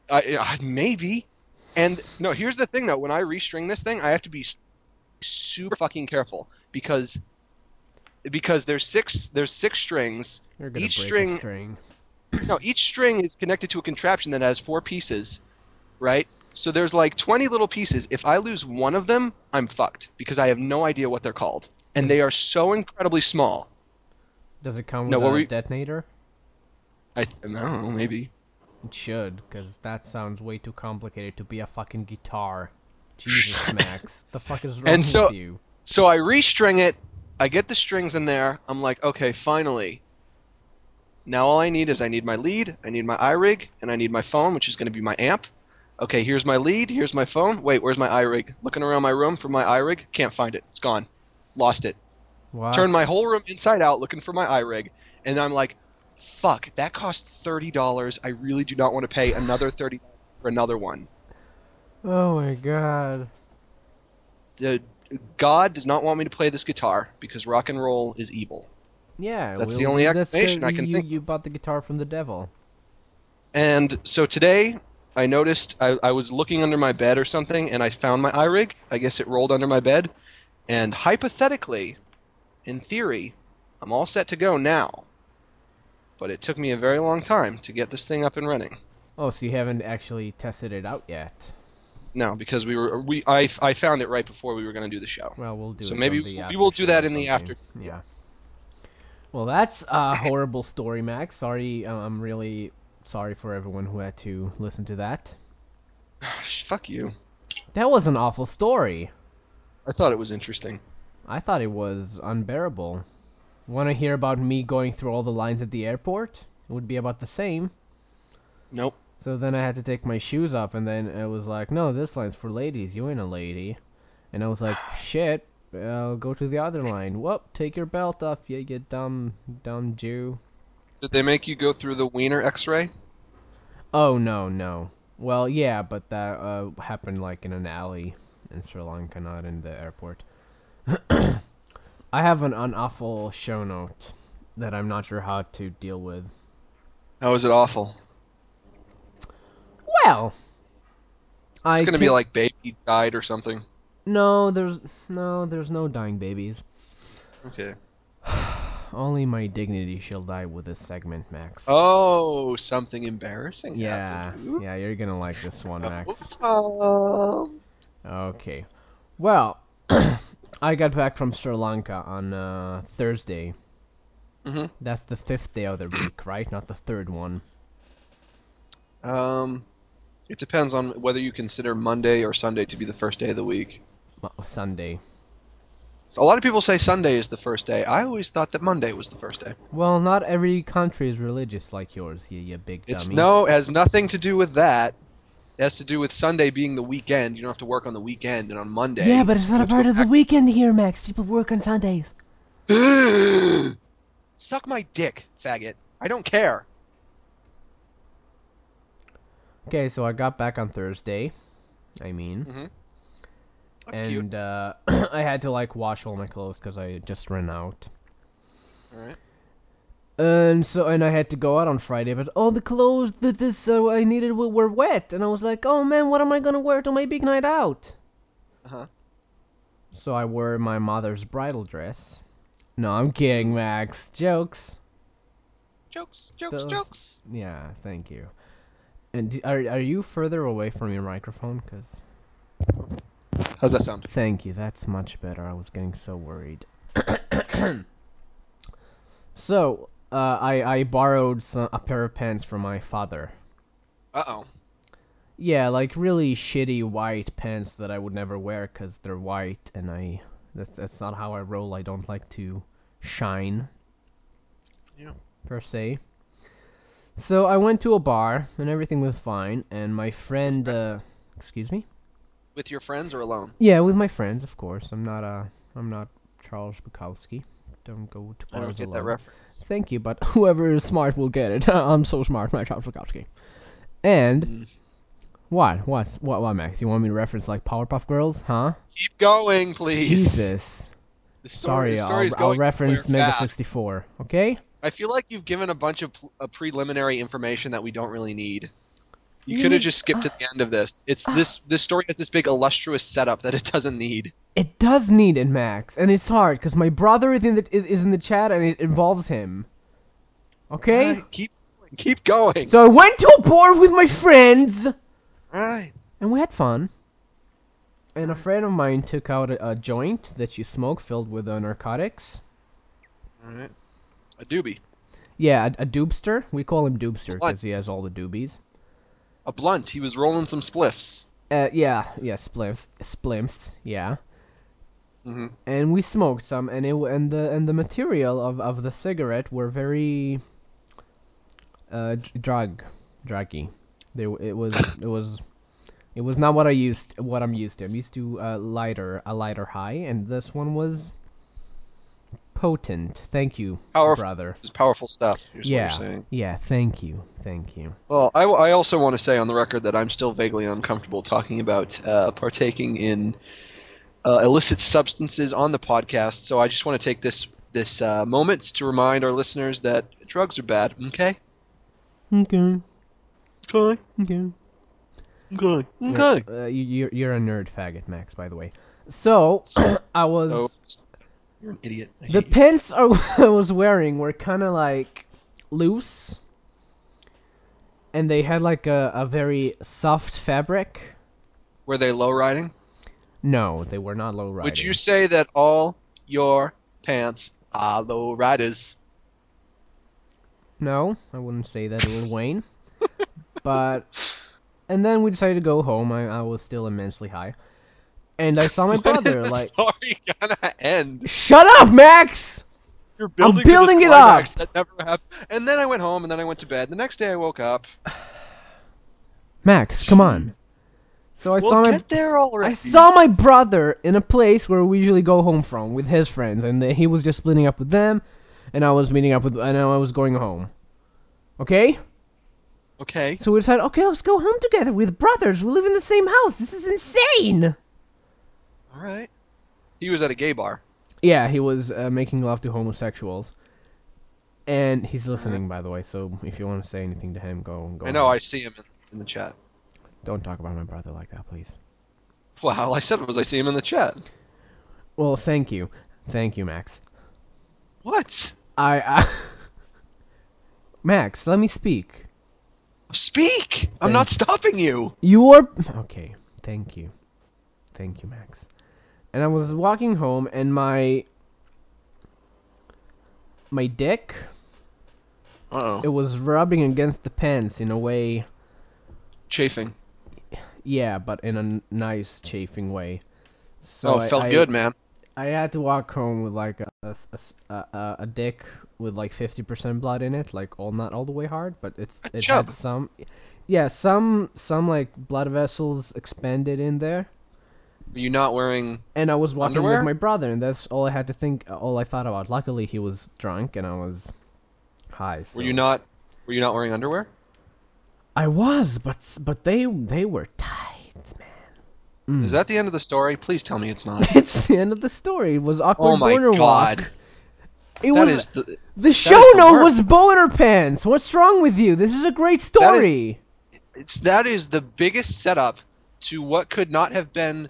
[SPEAKER 2] I, uh, maybe. And no, here's the thing though. When I restring this thing, I have to be s- super fucking careful because because there's six there's six strings.
[SPEAKER 1] You're gonna
[SPEAKER 2] Each
[SPEAKER 1] break
[SPEAKER 2] string
[SPEAKER 1] a string.
[SPEAKER 2] no each string is connected to a contraption that has four pieces, right? So there's like 20 little pieces. If I lose one of them, I'm fucked because I have no idea what they're called, and they are so incredibly small.
[SPEAKER 1] Does it come
[SPEAKER 2] No,
[SPEAKER 1] with
[SPEAKER 2] what
[SPEAKER 1] a
[SPEAKER 2] were you-
[SPEAKER 1] detonator?
[SPEAKER 2] I, th- I don't know, maybe.
[SPEAKER 1] It should, because that sounds way too complicated to be a fucking guitar. Jesus, Max, the fuck is wrong
[SPEAKER 2] And so-
[SPEAKER 1] with you?
[SPEAKER 2] So I restring it. I get the strings in there. I'm like, okay, finally. Now all I need is I need my lead, I need my iRig, and I need my phone, which is going to be my amp. Okay, here's my lead, here's my phone. Wait, where's my iRig? Looking around my room for my iRig, can't find it. It's gone. Lost it.
[SPEAKER 1] What?
[SPEAKER 2] Turned my whole room inside out looking for my iRig, and I'm like, fuck, that cost $30. I really do not want to pay another 30 for another one.
[SPEAKER 1] Oh my god.
[SPEAKER 2] The God does not want me to play this guitar because rock and roll is evil.
[SPEAKER 1] Yeah,
[SPEAKER 2] That's
[SPEAKER 1] well,
[SPEAKER 2] the only
[SPEAKER 1] that's good-
[SPEAKER 2] explanation I can
[SPEAKER 1] you,
[SPEAKER 2] think
[SPEAKER 1] You bought the guitar from the devil.
[SPEAKER 2] And so today, I noticed I, I was looking under my bed or something, and I found my iRig. I guess it rolled under my bed. And hypothetically, in theory, I'm all set to go now. But it took me a very long time to get this thing up and running.
[SPEAKER 1] Oh, so you haven't actually tested it out yet.
[SPEAKER 2] No, because we were we I, I found it right before we were going to do the show.
[SPEAKER 1] Well, we'll do
[SPEAKER 2] So
[SPEAKER 1] it.
[SPEAKER 2] maybe
[SPEAKER 1] on the
[SPEAKER 2] we will
[SPEAKER 1] after
[SPEAKER 2] do
[SPEAKER 1] show
[SPEAKER 2] that
[SPEAKER 1] or
[SPEAKER 2] in the
[SPEAKER 1] something. Yeah. Well, that's a horrible story, Max. Sorry, uh, I'm really sorry for everyone who had to listen to that.
[SPEAKER 2] Fuck you.
[SPEAKER 1] That was an awful story.
[SPEAKER 2] I thought it was interesting.
[SPEAKER 1] I thought it was unbearable. Want to hear about me going through all the lines at the airport? It would be about the same.
[SPEAKER 2] Nope.
[SPEAKER 1] So then I had to take my shoes off, and then it was like, no, this line's for ladies. You ain't a lady. And I was like, shit, I'll go to the other line. Whoop, take your belt off, you, you dumb, dumb Jew.
[SPEAKER 2] Did they make you go through the wiener X-ray?
[SPEAKER 1] Oh, no, no. Well, yeah, but that uh, happened like in an alley in Sri Lanka, not in the airport. I have an unawful show note that I'm not sure how to deal with.
[SPEAKER 2] How was it awful?
[SPEAKER 1] Well,
[SPEAKER 2] It's
[SPEAKER 1] I
[SPEAKER 2] going to be
[SPEAKER 1] can-
[SPEAKER 2] like baby died or something.
[SPEAKER 1] no. There's no. There's no dying babies.
[SPEAKER 2] Okay.
[SPEAKER 1] Only my dignity shall die with this segment, Max.
[SPEAKER 2] Oh, something embarrassing.
[SPEAKER 1] yeah,
[SPEAKER 2] happened. Ooh.
[SPEAKER 1] yeah. You're gonna like this one, Max.
[SPEAKER 2] Oh, Tom.
[SPEAKER 1] Okay. Well, I got back from Sri Lanka on uh, Thursday.
[SPEAKER 2] Mhm.
[SPEAKER 1] That's the fifth day of the week, right? Not the third one.
[SPEAKER 2] Um, it depends on whether you consider Monday or Sunday to be the first day of the week.
[SPEAKER 1] Mo- uh, Sunday.
[SPEAKER 2] So a lot of people say Sunday is the first day. I always thought that Monday was the first day.
[SPEAKER 1] Well, not every country is religious like yours, you, you big
[SPEAKER 2] It's
[SPEAKER 1] dummy.
[SPEAKER 2] no, it has nothing to do with that. It has to do with Sunday being the weekend. You don't have to work on the weekend and on Monday.
[SPEAKER 1] Yeah, but it's not a
[SPEAKER 2] Let's go
[SPEAKER 1] part of the
[SPEAKER 2] back-
[SPEAKER 1] weekend here, Max. People work on Sundays.
[SPEAKER 2] Suck my dick, faggot. I don't care.
[SPEAKER 1] Okay, so I got back on Thursday. I mean,
[SPEAKER 2] Mm, That's
[SPEAKER 1] and
[SPEAKER 2] cute.
[SPEAKER 1] uh, I had to like wash all my clothes because I just ran out.
[SPEAKER 2] All right.
[SPEAKER 1] And so, and I had to go out on Friday, but all the clothes that this uh, I needed were, were wet, and I was like, "Oh man, what am I gonna wear to my big night out?"
[SPEAKER 2] Uh-huh.
[SPEAKER 1] So I wore my mother's bridal dress. No, I'm kidding, Max. Jokes.
[SPEAKER 2] Jokes, jokes,
[SPEAKER 1] Those-
[SPEAKER 2] jokes.
[SPEAKER 1] Yeah, thank you. And d- are are you further away from your microphone? Cause
[SPEAKER 2] How's that sound?
[SPEAKER 1] thank you, that's much better. I was getting so worried. So uh, I I borrowed some, a pair of pants from my father.
[SPEAKER 2] Uh oh.
[SPEAKER 1] Yeah, like really shitty white pants that I would never wear because they're white, and I that's that's not how I roll. I don't like to shine.
[SPEAKER 2] Yeah.
[SPEAKER 1] Per se. So I went to a bar and everything was fine, and my friend. Uh,
[SPEAKER 2] friends?
[SPEAKER 1] excuse me.
[SPEAKER 2] With your friends or alone?
[SPEAKER 1] Yeah, with my friends, of course. I'm not uh I'm not Charles Bukowski. Don't go to
[SPEAKER 2] I
[SPEAKER 1] bars
[SPEAKER 2] don't get that
[SPEAKER 1] alone.
[SPEAKER 2] reference.
[SPEAKER 1] Thank you, but whoever is smart will get it. I'm so smart, my Charles Bukowski. And
[SPEAKER 2] Mm.
[SPEAKER 1] what? What's what? What, Max? You want me to reference like Powerpuff Girls, huh?
[SPEAKER 2] Keep going, please.
[SPEAKER 1] Jesus.
[SPEAKER 2] The story,
[SPEAKER 1] Sorry,
[SPEAKER 2] the
[SPEAKER 1] I'll,
[SPEAKER 2] story's
[SPEAKER 1] I'll
[SPEAKER 2] going
[SPEAKER 1] reference
[SPEAKER 2] somewhere
[SPEAKER 1] Mega
[SPEAKER 2] fast.
[SPEAKER 1] 64. Okay.
[SPEAKER 2] I feel like you've given a bunch of pl- uh, preliminary information that we don't really need. You
[SPEAKER 1] You
[SPEAKER 2] could have
[SPEAKER 1] need- Ah.
[SPEAKER 2] just skipped to the end of this. It's this this story has this big illustrious setup that it doesn't need.
[SPEAKER 1] It does need it, Max, and it's hard because my brother is in the is is in the chat and it involves him. Okay.
[SPEAKER 2] Alright, keep keep going.
[SPEAKER 1] So I went to a bar with my friends.
[SPEAKER 2] All right.
[SPEAKER 1] and we had fun. And a friend of mine took out a, a joint that you smoke filled with uh, narcotics.
[SPEAKER 2] All right. A doobie.
[SPEAKER 1] Yeah, a, a doobster. We call him doobster because
[SPEAKER 2] What?
[SPEAKER 1] he has all the doobies.
[SPEAKER 2] A blunt. He was rolling some spliffs.
[SPEAKER 1] Uh, yeah, yeah, spliff, splimps, yeah.
[SPEAKER 2] Mhm.
[SPEAKER 1] And we smoked some, and it w- and the and the material of, of the cigarette were very uh dr- drug, druggy. They w- it was it was it was not what I used what I'm used to. I'm used to uh, lighter a lighter high, and this one was potent. Thank you,
[SPEAKER 2] Powerful.
[SPEAKER 1] brother.
[SPEAKER 2] It was powerful stuff. Here's
[SPEAKER 1] Yeah,
[SPEAKER 2] what you're saying.
[SPEAKER 1] yeah. Thank you, thank you.
[SPEAKER 2] Well, I, I also want to say on the record that I'm still vaguely uncomfortable talking about uh, partaking in uh, illicit substances on the podcast. So I just want to take this this uh, moment to remind our listeners that drugs are bad. Okay.
[SPEAKER 1] Okay,
[SPEAKER 2] Okay.
[SPEAKER 1] okay.
[SPEAKER 2] Okay.
[SPEAKER 1] Yeah,
[SPEAKER 2] Okay.
[SPEAKER 1] Uh, you, you're, you're a nerd faggot, Max, by the way. So, I was.
[SPEAKER 2] So, you're an idiot. I
[SPEAKER 1] the
[SPEAKER 2] hate you.
[SPEAKER 1] pants I was wearing were kind of like loose. And they had like a, a very soft fabric.
[SPEAKER 2] Were they low riding?
[SPEAKER 1] No, they were not low riding.
[SPEAKER 2] Would you say that all your pants are low riders?
[SPEAKER 1] No, I wouldn't say that it would Wayne. but. And then we decided to go home. I, I was still immensely high. And I saw my
[SPEAKER 2] When
[SPEAKER 1] brother,
[SPEAKER 2] is the
[SPEAKER 1] like.
[SPEAKER 2] story gonna end?
[SPEAKER 1] Shut up, Max!
[SPEAKER 2] You're building,
[SPEAKER 1] I'm building
[SPEAKER 2] to this
[SPEAKER 1] it up.
[SPEAKER 2] climax That never happened. And then I went home, and then I went to bed. The next day I woke up.
[SPEAKER 1] Max, come on. So I
[SPEAKER 2] Well,
[SPEAKER 1] saw my.
[SPEAKER 2] get there already.
[SPEAKER 1] I saw my brother in a place where we usually go home from with his friends, and he was just splitting up with them, and I was meeting up with, and I was going home. Okay,
[SPEAKER 2] Okay.
[SPEAKER 1] so we decided, okay, let's go home together with brothers. We live in the same house. This is insane.
[SPEAKER 2] All right. He was at a gay bar.
[SPEAKER 1] Yeah, he was uh, making love to homosexuals, and he's listening, by the way. So if you want to say anything to him, go go.
[SPEAKER 2] I know.
[SPEAKER 1] ahead.
[SPEAKER 2] I see him in, in the chat.
[SPEAKER 1] don't talk about my brother like that, please.
[SPEAKER 2] Wow. all I said was I see him in the chat.
[SPEAKER 1] Well, thank you, thank you, Max.
[SPEAKER 2] What?
[SPEAKER 1] I, I... Max, let me speak.
[SPEAKER 2] Speak. I'm not stopping you.
[SPEAKER 1] You are okay. Thank you, thank you, Max. And I was walking home, and my my dick
[SPEAKER 2] Uh
[SPEAKER 1] it
[SPEAKER 2] oh.
[SPEAKER 1] was rubbing against the pants in a way,
[SPEAKER 2] Chafing.
[SPEAKER 1] yeah, but in a n- nice chafing way. So
[SPEAKER 2] oh,
[SPEAKER 1] I,
[SPEAKER 2] felt
[SPEAKER 1] I-
[SPEAKER 2] good, man.
[SPEAKER 1] I had to walk home with like a a, s- a s- a- a- a dick with like fifty percent blood in it, like all not all the way hard, but it's
[SPEAKER 2] A
[SPEAKER 1] it
[SPEAKER 2] chub.
[SPEAKER 1] had some, yeah, some some like blood vessels expanded in there.
[SPEAKER 2] Were you not wearing?
[SPEAKER 1] and I was walking
[SPEAKER 2] Underwear?
[SPEAKER 1] with my brother, and that's all I had to think, all I thought about. Luckily, he was drunk, and I was high. So.
[SPEAKER 2] Were you not? Were you not wearing underwear?
[SPEAKER 1] I was, but s- but they they were tight, man. Hmm.
[SPEAKER 2] Is that the end of the story? Please tell me it's not.
[SPEAKER 1] It's the end of the story. It was awkward
[SPEAKER 2] oh my
[SPEAKER 1] boner
[SPEAKER 2] god.
[SPEAKER 1] walk. It
[SPEAKER 2] That
[SPEAKER 1] was
[SPEAKER 2] is the.
[SPEAKER 1] the show
[SPEAKER 2] the
[SPEAKER 1] note
[SPEAKER 2] worst.
[SPEAKER 1] was boner pants. What's wrong with you? This is a great story.
[SPEAKER 2] it's that is the biggest setup to what could not have been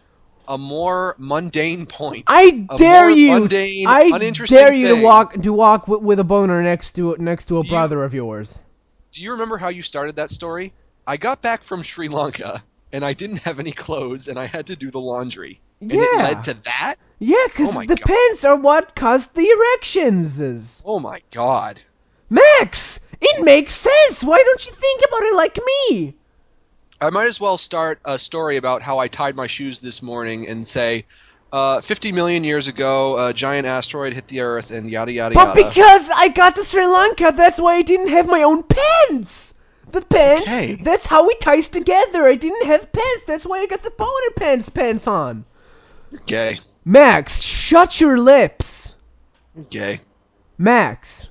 [SPEAKER 2] a more mundane point.
[SPEAKER 1] I
[SPEAKER 2] a
[SPEAKER 1] dare
[SPEAKER 2] more
[SPEAKER 1] you.
[SPEAKER 2] mundane,
[SPEAKER 1] I
[SPEAKER 2] uninteresting
[SPEAKER 1] dare you to
[SPEAKER 2] thing.
[SPEAKER 1] walk to walk wi- with a boner next to next to a
[SPEAKER 2] You-
[SPEAKER 1] brother of yours.
[SPEAKER 2] Do you remember how you started that story? I got back from Sri Lanka and I didn't have any clothes, and I had to do the laundry. And it
[SPEAKER 1] Yeah.
[SPEAKER 2] led to that?
[SPEAKER 1] Yeah, because
[SPEAKER 2] Oh my
[SPEAKER 1] the
[SPEAKER 2] God.
[SPEAKER 1] pants are what caused the erections.
[SPEAKER 2] Oh my god.
[SPEAKER 1] Max, it makes sense. Why don't you think about it like me?
[SPEAKER 2] I might as well start a story about how I tied my shoes this morning and say, uh, 50 million years ago, a giant asteroid hit the Earth, and yada yada
[SPEAKER 1] But
[SPEAKER 2] yada.
[SPEAKER 1] because I got to Sri Lanka, that's why I didn't have my own pants. The pants.
[SPEAKER 2] Okay.
[SPEAKER 1] That's how it ties together. I didn't have pants. That's why I got the boner pants pants on.
[SPEAKER 2] Gay.
[SPEAKER 1] Max, shut your lips.
[SPEAKER 2] Gay.
[SPEAKER 1] Max.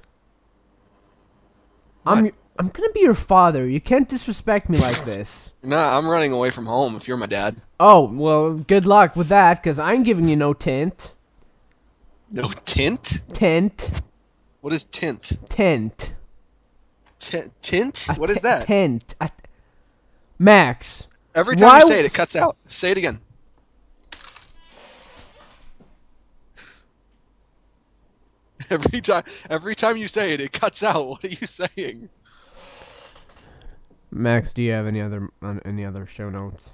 [SPEAKER 1] I'm
[SPEAKER 2] What?
[SPEAKER 1] I'm gonna be your father. You can't disrespect me like this.
[SPEAKER 2] Nah, I'm running away from home if you're my dad.
[SPEAKER 1] Oh, well, good luck with that, because I ain't giving you no tent.
[SPEAKER 2] No tint?
[SPEAKER 1] Tent.
[SPEAKER 2] What is tint?
[SPEAKER 1] Tent.
[SPEAKER 2] T- tint?
[SPEAKER 1] A
[SPEAKER 2] What is
[SPEAKER 1] te-
[SPEAKER 2] that?
[SPEAKER 1] Tent. A t- Max.
[SPEAKER 2] Every time
[SPEAKER 1] Why- Oh.
[SPEAKER 2] you say it, it cuts out. Say it again. Every time, every time you say it, it cuts out. What are you saying?
[SPEAKER 1] Max, do you have any other on any other show notes?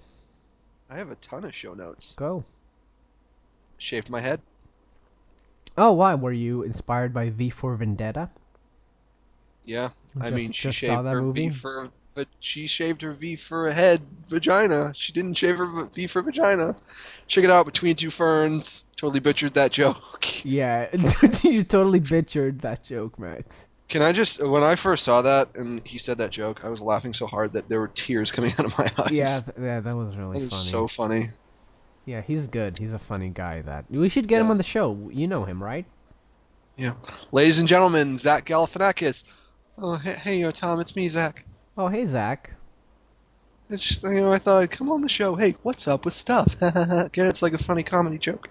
[SPEAKER 2] I have a ton of show notes.
[SPEAKER 1] Go.
[SPEAKER 2] Shaved my head.
[SPEAKER 1] Oh, why were you inspired by V for Vendetta?
[SPEAKER 2] Yeah, I
[SPEAKER 1] Just-
[SPEAKER 2] mean, she
[SPEAKER 1] just saw
[SPEAKER 2] shaved
[SPEAKER 1] that
[SPEAKER 2] her
[SPEAKER 1] movie?
[SPEAKER 2] V for, but she shaved her V for a head vagina. She didn't shave her v- V for vagina. Check it out, between two ferns. Totally butchered that joke.
[SPEAKER 1] Yeah, you totally butchered that joke, Max.
[SPEAKER 2] Can I just? When I first saw that and he said that joke, I was laughing so hard that there were tears coming out of my eyes.
[SPEAKER 1] Yeah, th- yeah, that was really
[SPEAKER 2] that
[SPEAKER 1] funny.
[SPEAKER 2] is so funny.
[SPEAKER 1] Yeah, he's good. He's a funny guy. That we should get him
[SPEAKER 2] Yeah.
[SPEAKER 1] on the show. You know him, right?
[SPEAKER 2] Yeah, ladies and gentlemen, Zach Galifianakis. Oh, hey, hey, yo, Tom, it's me, Zach.
[SPEAKER 1] Oh, hey Zach.
[SPEAKER 2] It's just you know, I thought I'd come on the show. Hey, what's up with stuff? Again, it's like a funny comedy joke.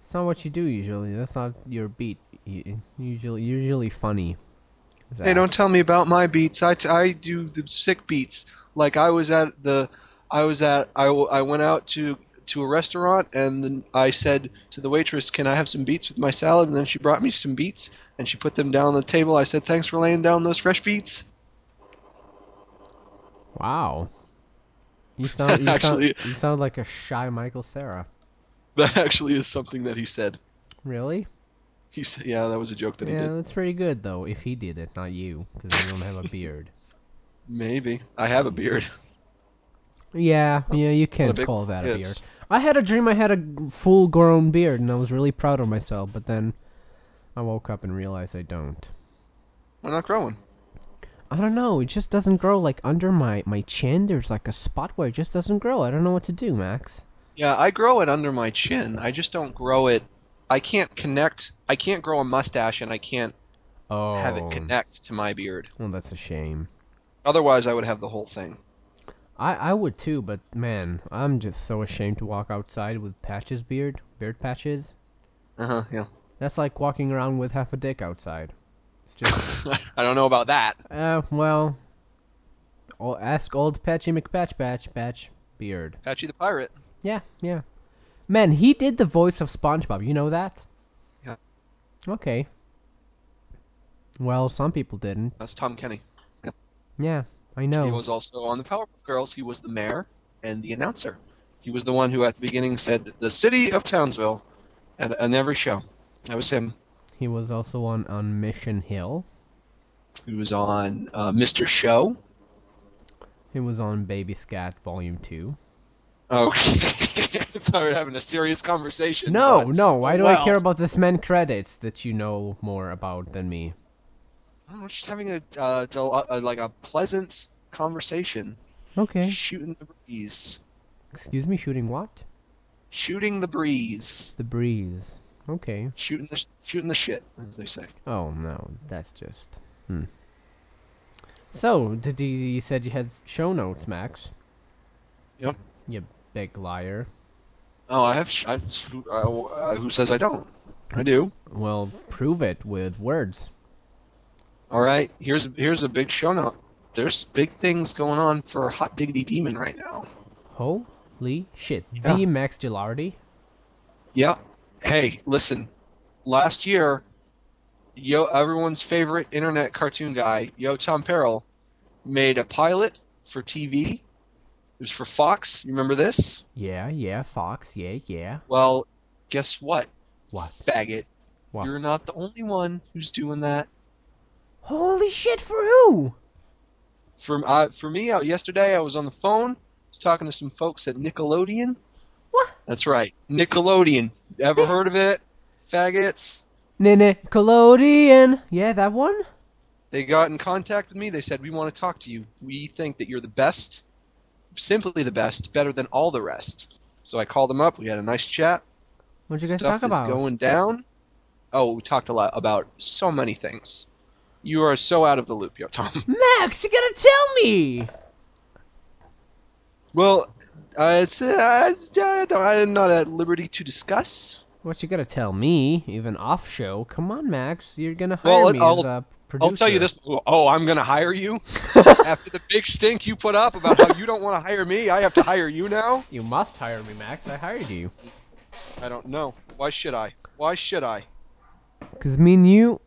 [SPEAKER 1] It's not what you do usually. That's not your beat. You, usually, usually funny. Zach.
[SPEAKER 2] Hey, don't tell me about my beats. I, t- I do the sick beats. Like I was at the, I was at I, w- I went out to to a restaurant and then I said to the waitress, "Can I have some beets with my salad?" And then she brought me some beets and she put them down on the table. I said, "Thanks for laying down those fresh beets."
[SPEAKER 1] Wow. You sound you
[SPEAKER 2] Actually-
[SPEAKER 1] sound you sound like a shy Michael Sarah.
[SPEAKER 2] That actually is something that he said.
[SPEAKER 1] Really?
[SPEAKER 2] He said, "Yeah, that was a joke that he
[SPEAKER 1] yeah,
[SPEAKER 2] did."
[SPEAKER 1] that's pretty good though. If he did it, not you, because you don't have a beard.
[SPEAKER 2] Maybe I have a beard.
[SPEAKER 1] Yeah, yeah, you can
[SPEAKER 2] big
[SPEAKER 1] call that a beard.
[SPEAKER 2] tits.
[SPEAKER 1] I had a dream I had a g- full grown beard, and I was really proud of myself. But then I woke up and realized I don't.
[SPEAKER 2] Why not growing?
[SPEAKER 1] I don't know. It just doesn't grow like under my my chin. There's like a spot where it just doesn't grow. I don't know what to do, Max.
[SPEAKER 2] Yeah, I grow it under my chin. I just don't grow it. I can't connect. I can't grow a mustache, and I can't
[SPEAKER 1] Oh,
[SPEAKER 2] have it connect to my beard.
[SPEAKER 1] well, that's a shame.
[SPEAKER 2] Otherwise, I would have the whole thing.
[SPEAKER 1] I I would too, but man, I'm just so ashamed to walk outside with patches beard, beard patches.
[SPEAKER 2] Uh huh. Yeah.
[SPEAKER 1] That's like walking around with half a dick outside. It's just
[SPEAKER 2] I don't know about that.
[SPEAKER 1] Uh, well, I'll ask old Patchy McPatch Patch Patch Beard.
[SPEAKER 2] Patchy the pirate.
[SPEAKER 1] Yeah, yeah. Man, he did the voice of SpongeBob. You know that?
[SPEAKER 2] Yeah.
[SPEAKER 1] Okay. Well, some people didn't.
[SPEAKER 2] That's Tom Kenny.
[SPEAKER 1] Yeah, I
[SPEAKER 2] He
[SPEAKER 1] know.
[SPEAKER 2] was also on the Powerpuff Girls. He was the mayor and the announcer. He was the one who, at the beginning, said the city of Townsville, and on every show. That was him.
[SPEAKER 1] He was also on on Mission Hill.
[SPEAKER 2] He was on uh, Mr. Show.
[SPEAKER 1] He was on Baby Scat Volume Two.
[SPEAKER 2] Okay. I thought we were having a serious conversation.
[SPEAKER 1] No,
[SPEAKER 2] but-
[SPEAKER 1] no. Why do I
[SPEAKER 2] Well,
[SPEAKER 1] care about this man credits that you know more about than me?
[SPEAKER 2] I'm just having a, uh, del- uh, like a pleasant conversation,
[SPEAKER 1] Okay.
[SPEAKER 2] shooting the breeze,
[SPEAKER 1] Excuse me, shooting what?
[SPEAKER 2] shooting the breeze.
[SPEAKER 1] The breeze. Okay.
[SPEAKER 2] shooting the shooting the shit, as they say.
[SPEAKER 1] Oh no, that's just. Hmm. So, did you, you said you had show notes, Max?
[SPEAKER 2] Yep.
[SPEAKER 1] You big liar.
[SPEAKER 2] Oh, I have. Sh- I, who- uh, who says I don't? I do.
[SPEAKER 1] Well, prove it with words.
[SPEAKER 2] All right. Here's here's a big show note. There's big things going on for Hot Diggity Demon right now.
[SPEAKER 1] Holy shit! The
[SPEAKER 2] Yeah.
[SPEAKER 1] Max Gilardi.
[SPEAKER 2] Yeah. Hey, listen. Last year, yo, everyone's favorite internet cartoon guy, Yo Tom Peril, made a pilot for TV It was for Fox. You remember this?
[SPEAKER 1] Yeah, yeah, Fox, yeah, yeah.
[SPEAKER 2] Well, guess what?
[SPEAKER 1] What?
[SPEAKER 2] Faggot.
[SPEAKER 1] What?
[SPEAKER 2] You're not the only one who's doing that.
[SPEAKER 1] Holy shit, for who?
[SPEAKER 2] For, uh, for me, out yesterday, I was on the phone. I was talking to some folks at Nickelodeon.
[SPEAKER 1] What?
[SPEAKER 2] That's right. Nickelodeon. Ever heard of it? Faggots.
[SPEAKER 1] Nene Nickelodeon. Yeah, that one?
[SPEAKER 2] They got in contact with me. They said, We want to talk to you. We think that you're the best, simply the best, better than all the rest. So I called them up. We had a nice chat.
[SPEAKER 1] What'd you guys
[SPEAKER 2] Stuff
[SPEAKER 1] talk about?
[SPEAKER 2] is going down. Oh, we talked a lot about so many things. You are so out of the loop, yo, Tom.
[SPEAKER 1] Max, you gotta tell me!
[SPEAKER 2] Well, uh, it's, uh, it's, I don't, I'm not at liberty to discuss.
[SPEAKER 1] What you gotta tell me, even off show? Come on, Max, you're gonna hire
[SPEAKER 2] Well,
[SPEAKER 1] me
[SPEAKER 2] I'll-
[SPEAKER 1] as a producer.
[SPEAKER 2] I'll tell you this. Oh, I'm going to hire you? After the big stink you put up about how you don't want to hire me, I have to hire you now?
[SPEAKER 1] You must hire me, Max. I hired you.
[SPEAKER 2] I don't know. Why should I? Why should I?
[SPEAKER 1] Cause me and you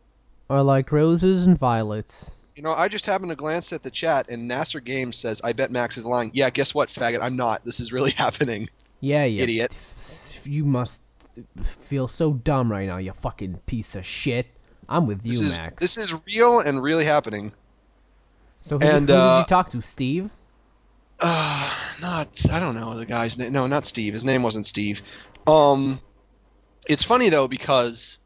[SPEAKER 1] are like roses and violets.
[SPEAKER 2] You know, I just happened to glance at the chat, and Nasser Games says, I bet Max is lying. Yeah, guess what, faggot? I'm not. This is really happening.
[SPEAKER 1] Yeah, yeah.
[SPEAKER 2] Idiot.
[SPEAKER 1] You must feel so dumb right now, you fucking piece of shit. I'm with you,
[SPEAKER 2] This is,
[SPEAKER 1] Max.
[SPEAKER 2] this is real and really happening.
[SPEAKER 1] so who,
[SPEAKER 2] and,
[SPEAKER 1] who did
[SPEAKER 2] uh,
[SPEAKER 1] you talk to, Steve?
[SPEAKER 2] Uh, not, I don't know the guy's name. No, not Steve. His name wasn't Steve. Um, it's funny, though, because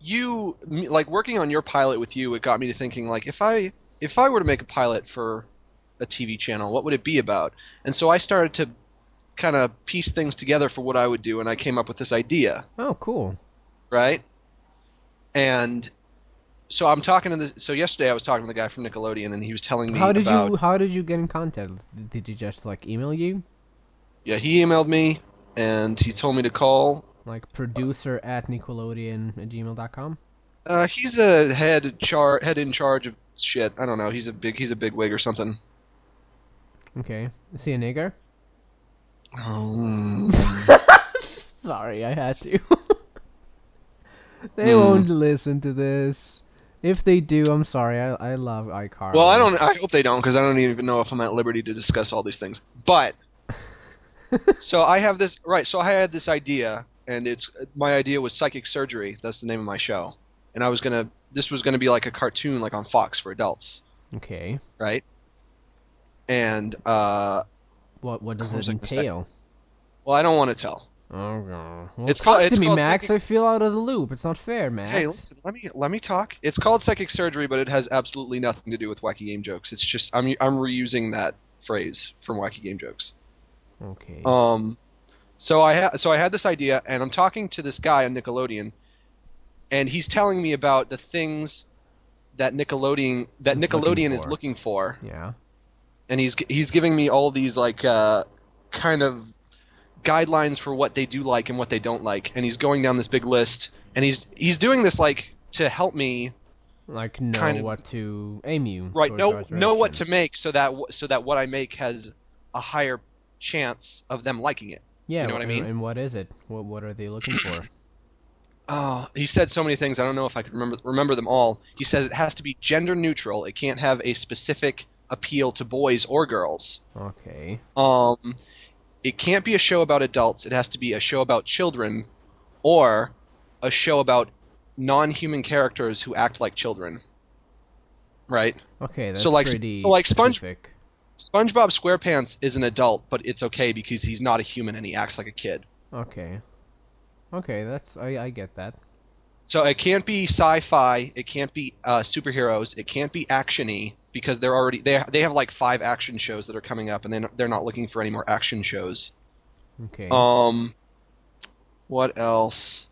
[SPEAKER 2] you, me- like, working on your pilot with you, it got me to thinking, like, if I, if I were to make a pilot for a TV channel, what would it be about? And so I started to kind of piece things together for what I would do, and I came up with this idea.
[SPEAKER 1] Oh, cool.
[SPEAKER 2] right? And so I'm talking to the so yesterday I was talking to the guy from Nickelodeon and he was telling me
[SPEAKER 1] How did
[SPEAKER 2] about
[SPEAKER 1] you How did you get in contact? Did you just like email you,
[SPEAKER 2] yeah he emailed me and he told me to call.
[SPEAKER 1] like producer at Nickelodeon at gmail.com?
[SPEAKER 2] Uh, he's a head char head in charge of shit. I don't know. He's a big he's a big wig or something.
[SPEAKER 1] Okay. See a nigger.
[SPEAKER 2] Oh.
[SPEAKER 1] Sorry, I had to. Hmm. they won't listen to this. If they do, I'm sorry. I, I love iCarly.
[SPEAKER 2] Well, I don't. I hope they don't because I don't even know if I'm at liberty to discuss all these things. But so I have this right. So I had this idea, and it's my idea was psychic surgery. That's the name of my show, and I was gonna. This was gonna be like a cartoon, like on Fox for adults,
[SPEAKER 1] Okay.
[SPEAKER 2] right? And uh,
[SPEAKER 1] What What does
[SPEAKER 2] What was
[SPEAKER 1] it
[SPEAKER 2] I gonna say?
[SPEAKER 1] entail?
[SPEAKER 2] well, I don't want to tell.
[SPEAKER 1] Oh god. Well,
[SPEAKER 2] It's
[SPEAKER 1] talk
[SPEAKER 2] called- it's
[SPEAKER 1] to me,
[SPEAKER 2] called
[SPEAKER 1] Max.
[SPEAKER 2] psychic-
[SPEAKER 1] I feel out of the loop. It's not fair, Max.
[SPEAKER 2] Hey, listen. Let me let me talk. It's called psychic surgery, but it has absolutely nothing to do with wacky game jokes. It's just I'm I'm reusing that phrase from wacky game jokes.
[SPEAKER 1] okay.
[SPEAKER 2] Um, so I ha- so I had this idea, and I'm talking to this guy on Nickelodeon, and he's telling me about the things that Nickelodeon that
[SPEAKER 1] Is looking
[SPEAKER 2] Nickelodeon is
[SPEAKER 1] for.
[SPEAKER 2] looking for,
[SPEAKER 1] yeah.
[SPEAKER 2] and he's g- he's giving me all these like uh, kind of guidelines for what they do like and what they don't like, and he's going down this big list, and he's he's doing this like to help me
[SPEAKER 1] Like know
[SPEAKER 2] kind of-
[SPEAKER 1] what to aim you.
[SPEAKER 2] right
[SPEAKER 1] towards
[SPEAKER 2] know
[SPEAKER 1] that
[SPEAKER 2] know what to
[SPEAKER 1] direction.
[SPEAKER 2] make so that w- so that what I make has a higher chance of them liking it.
[SPEAKER 1] Yeah.
[SPEAKER 2] know what I
[SPEAKER 1] and-
[SPEAKER 2] mean?
[SPEAKER 1] And what is it? What What are they looking for?
[SPEAKER 2] Oh, he said so many things. I don't know if I could remember remember them all. He says it has to be gender neutral. It can't have a specific appeal to boys or girls.
[SPEAKER 1] okay.
[SPEAKER 2] Um, it can't be a show about adults. It has to be a show about children, or a show about non-human characters who act like children. Right?
[SPEAKER 1] Okay. That's
[SPEAKER 2] So, like,
[SPEAKER 1] pretty
[SPEAKER 2] so, like, Sponge-
[SPEAKER 1] specific.
[SPEAKER 2] SpongeBob SquarePants is an adult, but it's okay because he's not a human and he acts like a kid.
[SPEAKER 1] Okay. Okay. That's I I get that.
[SPEAKER 2] So it can't be sci-fi. It can't be uh, superheroes. It can't be actiony because they're already they they have like five action shows that are coming up, and then they're not looking for any more action shows.
[SPEAKER 1] Okay.
[SPEAKER 2] Um, what else?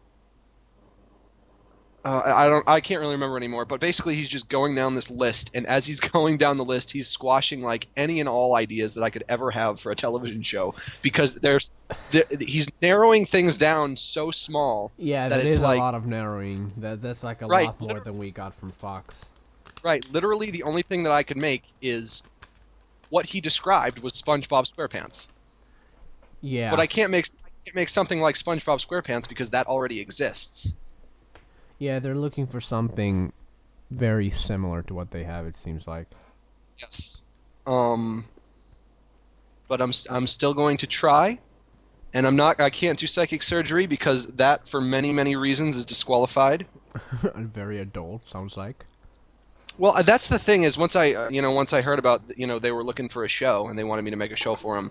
[SPEAKER 2] Uh, I I don't. I can't really remember anymore. But basically, he's just going down this list, and as he's going down the list, he's squashing like any and all ideas that I could ever have for a television show because there's there, he's narrowing things down so small
[SPEAKER 1] Yeah,
[SPEAKER 2] that
[SPEAKER 1] that
[SPEAKER 2] it's
[SPEAKER 1] is
[SPEAKER 2] like-
[SPEAKER 1] a lot of narrowing. That that's like a
[SPEAKER 2] Right,
[SPEAKER 1] lot more than we got from Fox.
[SPEAKER 2] Right. Literally, the only thing that I could make is what he described was SpongeBob SquarePants.
[SPEAKER 1] Yeah,
[SPEAKER 2] But I can't make I can't make something like SpongeBob SquarePants because that already exists.
[SPEAKER 1] yeah, they're looking for something very similar to what they have. It seems like.
[SPEAKER 2] Yes. Um. but I'm s- I'm still going to try, and I'm not I can't do psychic surgery because that for many many reasons is disqualified.
[SPEAKER 1] Very adult, sounds like.
[SPEAKER 2] Well, uh, that's the thing is once I uh, you know once I heard about you know they were looking for a show and they wanted me to make a show for them.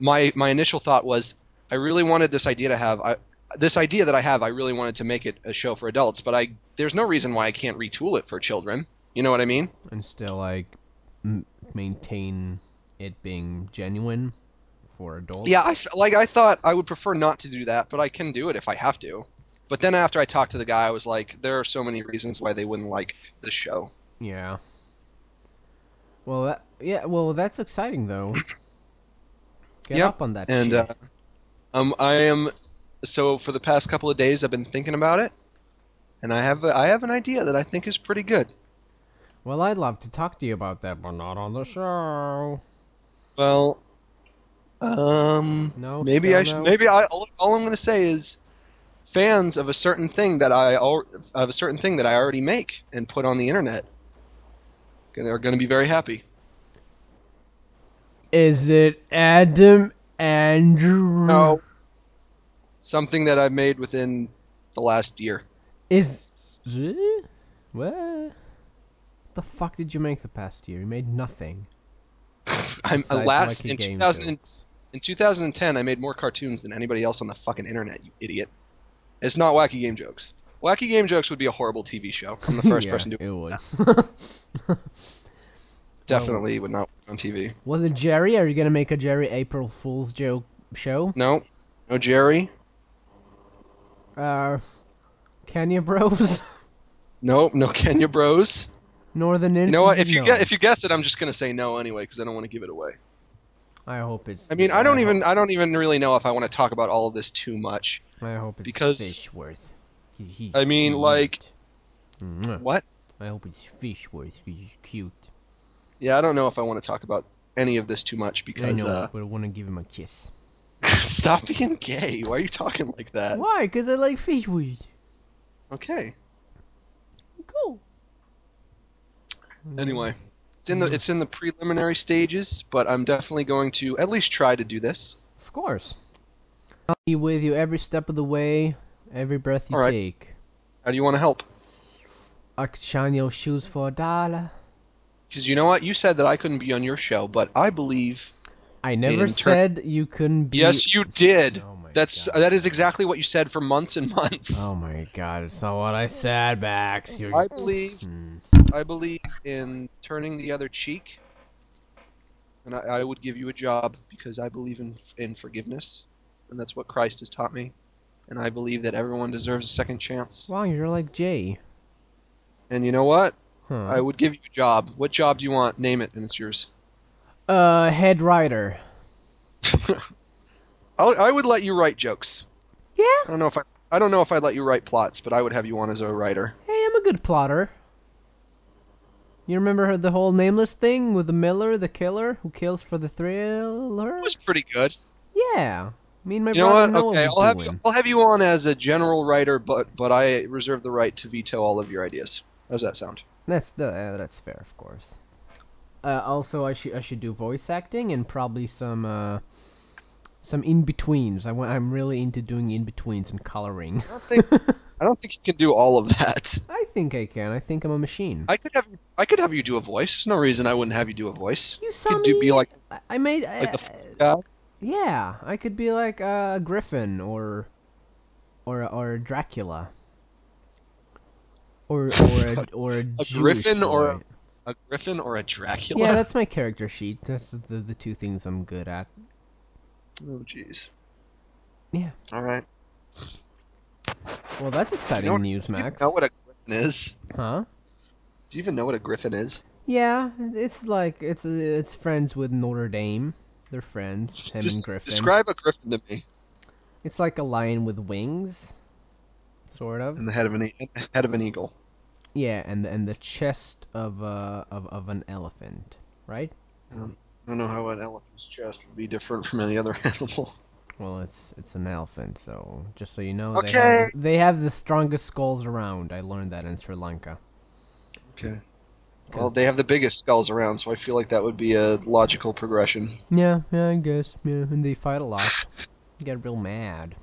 [SPEAKER 2] My my initial thought was I really wanted this idea to have I, this idea that I have I really wanted to make it a show for adults, but I there's no reason why I can't retool it for children. You know what I mean?
[SPEAKER 1] And still, like, m- maintain it being genuine for adults.
[SPEAKER 2] Yeah, I f- like I thought I would prefer not to do that, but I can do it if I have to. But then after I talked to the guy, I was like, there are so many reasons why they wouldn't like the show.
[SPEAKER 1] Yeah. Well, that, yeah. Well, that's exciting though. Get
[SPEAKER 2] Yeah,
[SPEAKER 1] up on that.
[SPEAKER 2] and,
[SPEAKER 1] shit.
[SPEAKER 2] uh, Um, I am so for the past couple of days, I've been thinking about it, and I have a, I have an idea that I think is pretty good.
[SPEAKER 1] well, I'd love to talk to you about that, but not on the show.
[SPEAKER 2] Well, um,
[SPEAKER 1] No,
[SPEAKER 2] maybe
[SPEAKER 1] still
[SPEAKER 2] I should,
[SPEAKER 1] no?
[SPEAKER 2] maybe I all, all I'm going to say is fans of a certain thing that I al- of a certain thing that I already make and put on the internet gonna- are going to be very happy.
[SPEAKER 1] Is it Adam Andrew?
[SPEAKER 2] No. Something that I've made within the last year.
[SPEAKER 1] Is what? The fuck did you make the past year? You made nothing.
[SPEAKER 2] I'm
[SPEAKER 1] besides
[SPEAKER 2] last
[SPEAKER 1] Lucky
[SPEAKER 2] in,
[SPEAKER 1] Game
[SPEAKER 2] 2000 and-
[SPEAKER 1] jokes.
[SPEAKER 2] in 2010. I made more cartoons than anybody else on the fucking internet. You idiot. It's not wacky game jokes. Wacky game jokes would be a horrible TV show. I'm the first
[SPEAKER 1] Yeah,
[SPEAKER 2] person to
[SPEAKER 1] It was.
[SPEAKER 2] definitely would not work on TV.
[SPEAKER 1] was it Jerry? Are you gonna make a Jerry April Fool's joke show?
[SPEAKER 2] No, no Jerry.
[SPEAKER 1] Uh, Kenya Bros.
[SPEAKER 2] No, no Kenya Bros.
[SPEAKER 1] Northern
[SPEAKER 2] You
[SPEAKER 1] Innocence.
[SPEAKER 2] know what? If you
[SPEAKER 1] no.
[SPEAKER 2] get if you guess it, I'm just gonna say no anyway because I don't want to give it away.
[SPEAKER 1] I hope it's.
[SPEAKER 2] I mean, I don't
[SPEAKER 1] hope-
[SPEAKER 2] even I don't even really know if I want to talk about all of this too much.
[SPEAKER 1] I hope it's
[SPEAKER 2] because-
[SPEAKER 1] Fishworth. He- he-
[SPEAKER 2] I mean,
[SPEAKER 1] cute.
[SPEAKER 2] like-
[SPEAKER 1] Mwah.
[SPEAKER 2] What?
[SPEAKER 1] I hope it's Fishworth because he's cute.
[SPEAKER 2] Yeah, I don't know if I want to talk about any of this too much
[SPEAKER 1] I
[SPEAKER 2] because
[SPEAKER 1] know,
[SPEAKER 2] uh,
[SPEAKER 1] but I want to give him a kiss.
[SPEAKER 2] Stop being gay. Why are you talking like that?
[SPEAKER 1] Why? Because I like Fishworth.
[SPEAKER 2] Okay.
[SPEAKER 1] Cool.
[SPEAKER 2] Anyway, it's in the it's in the preliminary stages, but I'm definitely going to at least try to do this.
[SPEAKER 1] Of course. I'll be with you every step of the way, every breath you
[SPEAKER 2] All right.
[SPEAKER 1] take.
[SPEAKER 2] How do you want to help?
[SPEAKER 1] I could shine your shoes for a dollar.
[SPEAKER 2] Because you know what? You said that I couldn't be on your show, but I believe
[SPEAKER 1] I never
[SPEAKER 2] turn-
[SPEAKER 1] said you couldn't be.
[SPEAKER 2] yes, you did.
[SPEAKER 1] Oh my
[SPEAKER 2] That's
[SPEAKER 1] God.
[SPEAKER 2] that is exactly what you said for months and months.
[SPEAKER 1] Oh my god, it's not what I said, Max. You're...
[SPEAKER 2] I believe
[SPEAKER 1] Hmm.
[SPEAKER 2] I believe in turning the other cheek, and I, I would give you a job because I believe in in forgiveness, and that's what Christ has taught me, and I believe that everyone deserves a second chance.
[SPEAKER 1] Wow, you're like Jay.
[SPEAKER 2] And you know what?
[SPEAKER 1] Huh.
[SPEAKER 2] I would give you a job. What job do you want? Name it, and it's yours.
[SPEAKER 1] Uh, head writer.
[SPEAKER 2] I'll, I would let you write jokes.
[SPEAKER 1] Yeah.
[SPEAKER 2] I don't know if I. I don't know if I'd let you write plots, but I would have you on as a writer.
[SPEAKER 1] Hey, I'm a good plotter. You remember the whole nameless thing with the Miller, the killer who kills for the thriller?
[SPEAKER 2] That was pretty good.
[SPEAKER 1] Yeah. Me and my
[SPEAKER 2] You know
[SPEAKER 1] brother
[SPEAKER 2] what?
[SPEAKER 1] Noah
[SPEAKER 2] Okay,
[SPEAKER 1] was
[SPEAKER 2] I'll have
[SPEAKER 1] doing.
[SPEAKER 2] you, I'll have you on as a general writer, but but I reserve the right to veto all of your ideas. How does that sound?
[SPEAKER 1] That's the uh, that's fair, of course. Uh, also, I should I should do voice acting and probably some uh, some in betweens. I want I'm really into doing in betweens and coloring.
[SPEAKER 2] I don't think I don't think you can do all of that.
[SPEAKER 1] I think I can. I think I'm a machine.
[SPEAKER 2] I could have I could have you do a voice. There's no reason I wouldn't have you do a voice.
[SPEAKER 1] you saw
[SPEAKER 2] could do-
[SPEAKER 1] me.
[SPEAKER 2] be like-
[SPEAKER 1] I, I made. uh,
[SPEAKER 2] Like the f- guy.
[SPEAKER 1] Yeah, I could be like uh, a griffin or or or Dracula. Or or a, or a, Jewish
[SPEAKER 2] griffin or a-
[SPEAKER 1] boy.
[SPEAKER 2] a griffin or a Dracula.
[SPEAKER 1] Yeah, that's my character sheet. That's the the two things I'm good at.
[SPEAKER 2] oh jeez.
[SPEAKER 1] Yeah.
[SPEAKER 2] All right.
[SPEAKER 1] Well, that's exciting
[SPEAKER 2] what-
[SPEAKER 1] news,
[SPEAKER 2] Do you
[SPEAKER 1] Max.
[SPEAKER 2] know what a griffin is?
[SPEAKER 1] Huh?
[SPEAKER 2] Do you even know what a griffin is?
[SPEAKER 1] Yeah, it's like it's uh, it's friends with Notre Dame. They're friends, him and
[SPEAKER 2] Just
[SPEAKER 1] Griffin.
[SPEAKER 2] describe a griffin to me.
[SPEAKER 1] it's like a lion with wings, sort of.
[SPEAKER 2] And the head of an e- head of an eagle.
[SPEAKER 1] Yeah, and and the chest of uh of of an elephant, right?
[SPEAKER 2] I don't know how an elephant's chest would be different from any other animal.
[SPEAKER 1] Well, it's it's an elephant, so just so you know, they
[SPEAKER 2] Okay.
[SPEAKER 1] have, they have the strongest skulls around. I learned that in Sri Lanka.
[SPEAKER 2] Okay. Well, they have the biggest skulls around, so I feel like that would be a logical progression.
[SPEAKER 1] Yeah, yeah, I guess. Yeah, and they fight a lot. Get real mad.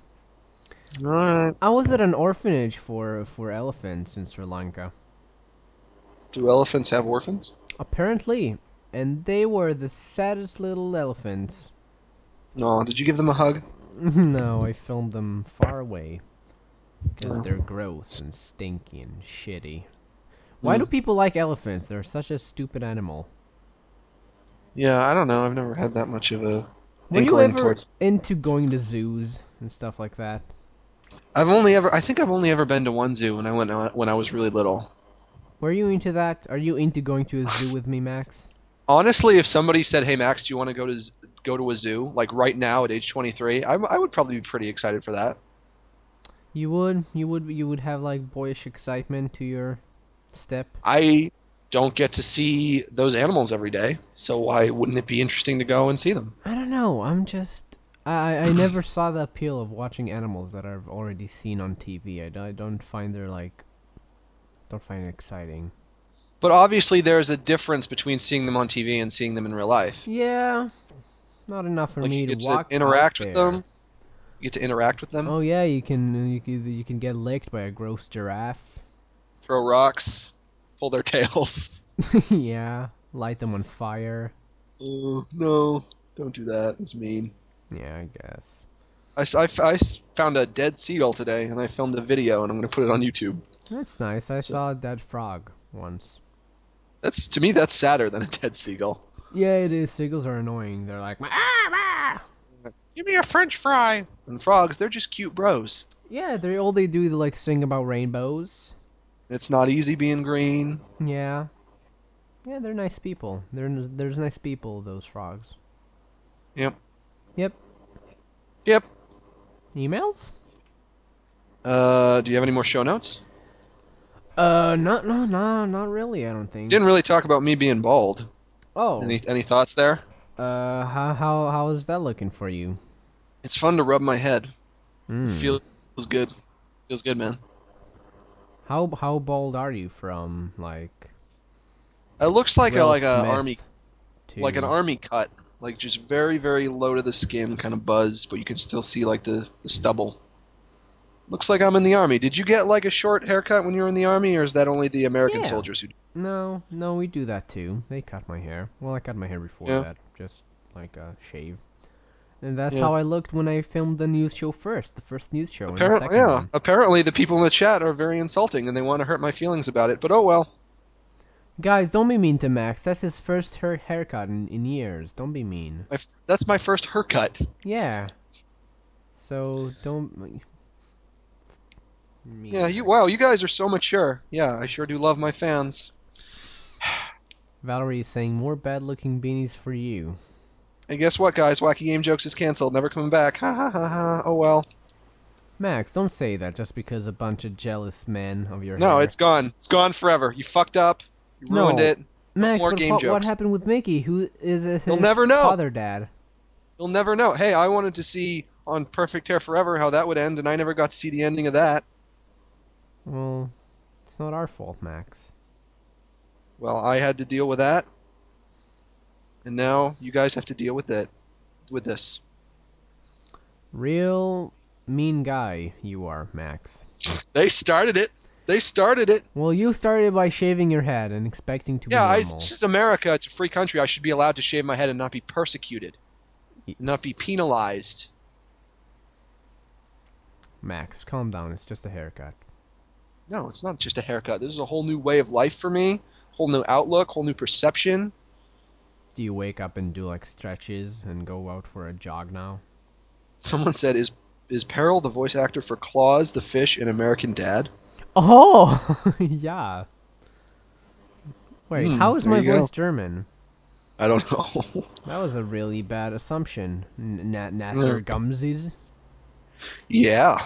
[SPEAKER 2] All right.
[SPEAKER 1] I was at an orphanage for for elephants in Sri Lanka.
[SPEAKER 2] Do elephants have orphans?
[SPEAKER 1] Apparently, and they were the saddest little elephants.
[SPEAKER 2] No. Did you give them a hug?
[SPEAKER 1] no, I filmed them far away because they're gross and stinky and shitty. Why do people like elephants? They're such a stupid animal.
[SPEAKER 2] Yeah, I don't know. I've never had that much of a
[SPEAKER 1] Were you ever into going to zoos and stuff like that?
[SPEAKER 2] I've only ever. I think I've only ever been to one zoo when I went out- when I was really little.
[SPEAKER 1] Were you into that? Are you into going to a zoo with me, Max?
[SPEAKER 2] Honestly, if somebody said, "Hey, Max, do you want to go to z- go to a zoo?" Like right now at age 23, I, I would probably be pretty excited for that.
[SPEAKER 1] You would, you would, you would have like boyish excitement to your step.
[SPEAKER 2] I don't get to see those animals every day, so why wouldn't it be interesting to go and see them?
[SPEAKER 1] I don't know. I'm just, I, I I never saw the appeal of watching animals that I've already seen on TV. I don't, I don't find they're like, don't find it exciting.
[SPEAKER 2] But obviously, there's a difference between seeing them on TV and seeing them in real life.
[SPEAKER 1] Yeah, not enough for
[SPEAKER 2] Like
[SPEAKER 1] me
[SPEAKER 2] you get
[SPEAKER 1] to
[SPEAKER 2] to
[SPEAKER 1] walk. out
[SPEAKER 2] interact with
[SPEAKER 1] there.
[SPEAKER 2] them. You get to interact with them,
[SPEAKER 1] Oh yeah, you can, you can, you can get licked by a gross giraffe.
[SPEAKER 2] throw rocks, pull their tails.
[SPEAKER 1] yeah, light them on fire.
[SPEAKER 2] Oh, no, don't do that. It's mean.
[SPEAKER 1] Yeah, I guess.
[SPEAKER 2] I, s- I f- I s- found a dead seagull today, and I filmed a video, and I'm going to put it on YouTube.
[SPEAKER 1] That's nice. I
[SPEAKER 2] So-
[SPEAKER 1] saw a dead frog once.
[SPEAKER 2] That's to me, that's sadder than a dead seagull.
[SPEAKER 1] Yeah, it is. Seagulls are annoying. They're like, "Wah, wah."
[SPEAKER 2] Give me a French fry. And frogs, they're just cute bros.
[SPEAKER 1] yeah, they all they do is like sing about rainbows.
[SPEAKER 2] It's not easy being green.
[SPEAKER 1] Yeah, yeah, they're nice people. They're n- there's nice people. Those frogs.
[SPEAKER 2] Yep.
[SPEAKER 1] Yep.
[SPEAKER 2] Yep.
[SPEAKER 1] Emails?
[SPEAKER 2] Uh, do you have any more show notes?
[SPEAKER 1] Uh, not no no not really. I don't think.
[SPEAKER 2] You didn't really talk about me being bald.
[SPEAKER 1] oh,
[SPEAKER 2] Any any thoughts there?
[SPEAKER 1] uh, how how how is that looking for you?
[SPEAKER 2] It's fun to rub my head.
[SPEAKER 1] Mm.
[SPEAKER 2] Feels good. Feels good, man.
[SPEAKER 1] how how bald are you from like
[SPEAKER 2] It looks like a
[SPEAKER 1] Will
[SPEAKER 2] like a
[SPEAKER 1] Smith
[SPEAKER 2] army
[SPEAKER 1] to...
[SPEAKER 2] like an army cut, like just very very low to the skin, kind of buzz, but you can still see like the, the stubble. Looks like I'm in the army. Did you get like a short haircut when you were in the army, or is that only the American
[SPEAKER 1] Yeah.
[SPEAKER 2] soldiers who? do?
[SPEAKER 1] No, no, we do that too. They cut my hair. Well, I cut my hair before
[SPEAKER 2] Yeah.
[SPEAKER 1] that, just like a shave. And that's
[SPEAKER 2] Yeah.
[SPEAKER 1] how I looked when I filmed the news show first, the first news show. and the
[SPEAKER 2] Apparently,
[SPEAKER 1] second
[SPEAKER 2] yeah.
[SPEAKER 1] one.
[SPEAKER 2] Apparently, the people in the chat are very insulting and they want to hurt my feelings about it. But oh well.
[SPEAKER 1] Guys, don't be mean to Max. That's his first hair haircut in, in years. Don't be mean.
[SPEAKER 2] My f- that's my first haircut.
[SPEAKER 1] Yeah. So don't. Mean.
[SPEAKER 2] Yeah. You. Wow. You guys are so mature. Yeah. I sure do love my fans.
[SPEAKER 1] Valerie is saying more bad-looking beanies for you.
[SPEAKER 2] And guess what, guys? Wacky Game Jokes is canceled. Never coming back. Ha ha ha ha. Oh well.
[SPEAKER 1] Max, don't say that just because a bunch of jealous men of your
[SPEAKER 2] No,
[SPEAKER 1] hair-
[SPEAKER 2] it's gone. It's gone forever. You fucked up. You
[SPEAKER 1] No.
[SPEAKER 2] ruined it.
[SPEAKER 1] Max.
[SPEAKER 2] more
[SPEAKER 1] but
[SPEAKER 2] game
[SPEAKER 1] what, what
[SPEAKER 2] jokes.
[SPEAKER 1] happened with Mickey? Who is his
[SPEAKER 2] You'll never know.
[SPEAKER 1] father, dad?
[SPEAKER 2] You'll never know. Hey, I wanted to see on Perfect Hair Forever how that would end, and I never got to see the ending of that.
[SPEAKER 1] Well, it's not our fault, Max.
[SPEAKER 2] Well, I had to deal with that, and now you guys have to deal with it, with this.
[SPEAKER 1] Real mean guy you are, Max.
[SPEAKER 2] They started it. They started it.
[SPEAKER 1] Well, you started by shaving your head and expecting to
[SPEAKER 2] Yeah, I,
[SPEAKER 1] be normal.
[SPEAKER 2] this is America. It's a free country. I should be allowed to shave my head and not be persecuted, not be penalized.
[SPEAKER 1] Max, calm down. It's just a haircut.
[SPEAKER 2] No, it's not just a haircut. This is a whole new way of life for me. Whole new outlook. Whole new perception.
[SPEAKER 1] Do you wake up and do like stretches and go out for a jog now?
[SPEAKER 2] Someone said, "Is is Peril the voice actor for Claus the fish in American Dad?"
[SPEAKER 1] Oh, yeah. Wait,
[SPEAKER 2] Hmm,
[SPEAKER 1] how is
[SPEAKER 2] there
[SPEAKER 1] my
[SPEAKER 2] you go.
[SPEAKER 1] voice German?
[SPEAKER 2] I don't know.
[SPEAKER 1] That was a really bad assumption. N- na-
[SPEAKER 2] Mm.
[SPEAKER 1] Nasser Gumsies.
[SPEAKER 2] yeah.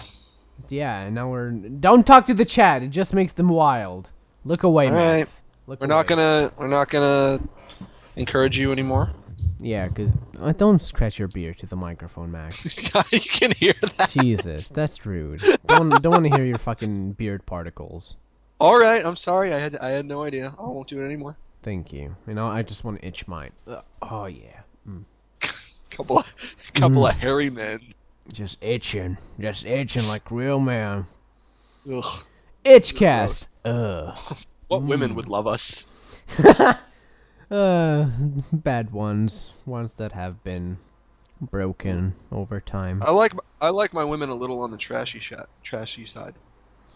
[SPEAKER 1] Yeah, and now we're don't talk to the chat. It just makes them wild. Look away,
[SPEAKER 2] All right.
[SPEAKER 1] Max. Look
[SPEAKER 2] We're not
[SPEAKER 1] away.
[SPEAKER 2] gonna we're not gonna encourage you anymore.
[SPEAKER 1] Yeah, cause uh, don't scratch your beard to the microphone, Max.
[SPEAKER 2] you can hear that.
[SPEAKER 1] Jesus, that's rude. Don't don't want to hear your fucking beard particles.
[SPEAKER 2] All right. I'm sorry. I had I had no idea. I won't do it anymore.
[SPEAKER 1] Thank you. You know, I just want to itch mine. Ugh, oh yeah,
[SPEAKER 2] Couple of, couple
[SPEAKER 1] Mm.
[SPEAKER 2] of hairy men.
[SPEAKER 1] just itching, just itching like real man.
[SPEAKER 2] Ugh.
[SPEAKER 1] Itchcast. Ugh.
[SPEAKER 2] What
[SPEAKER 1] Mm.
[SPEAKER 2] women would love us?
[SPEAKER 1] Uh, bad ones, ones that have been broken over time.
[SPEAKER 2] I like I like my women a little on the trashy shot, trashy side.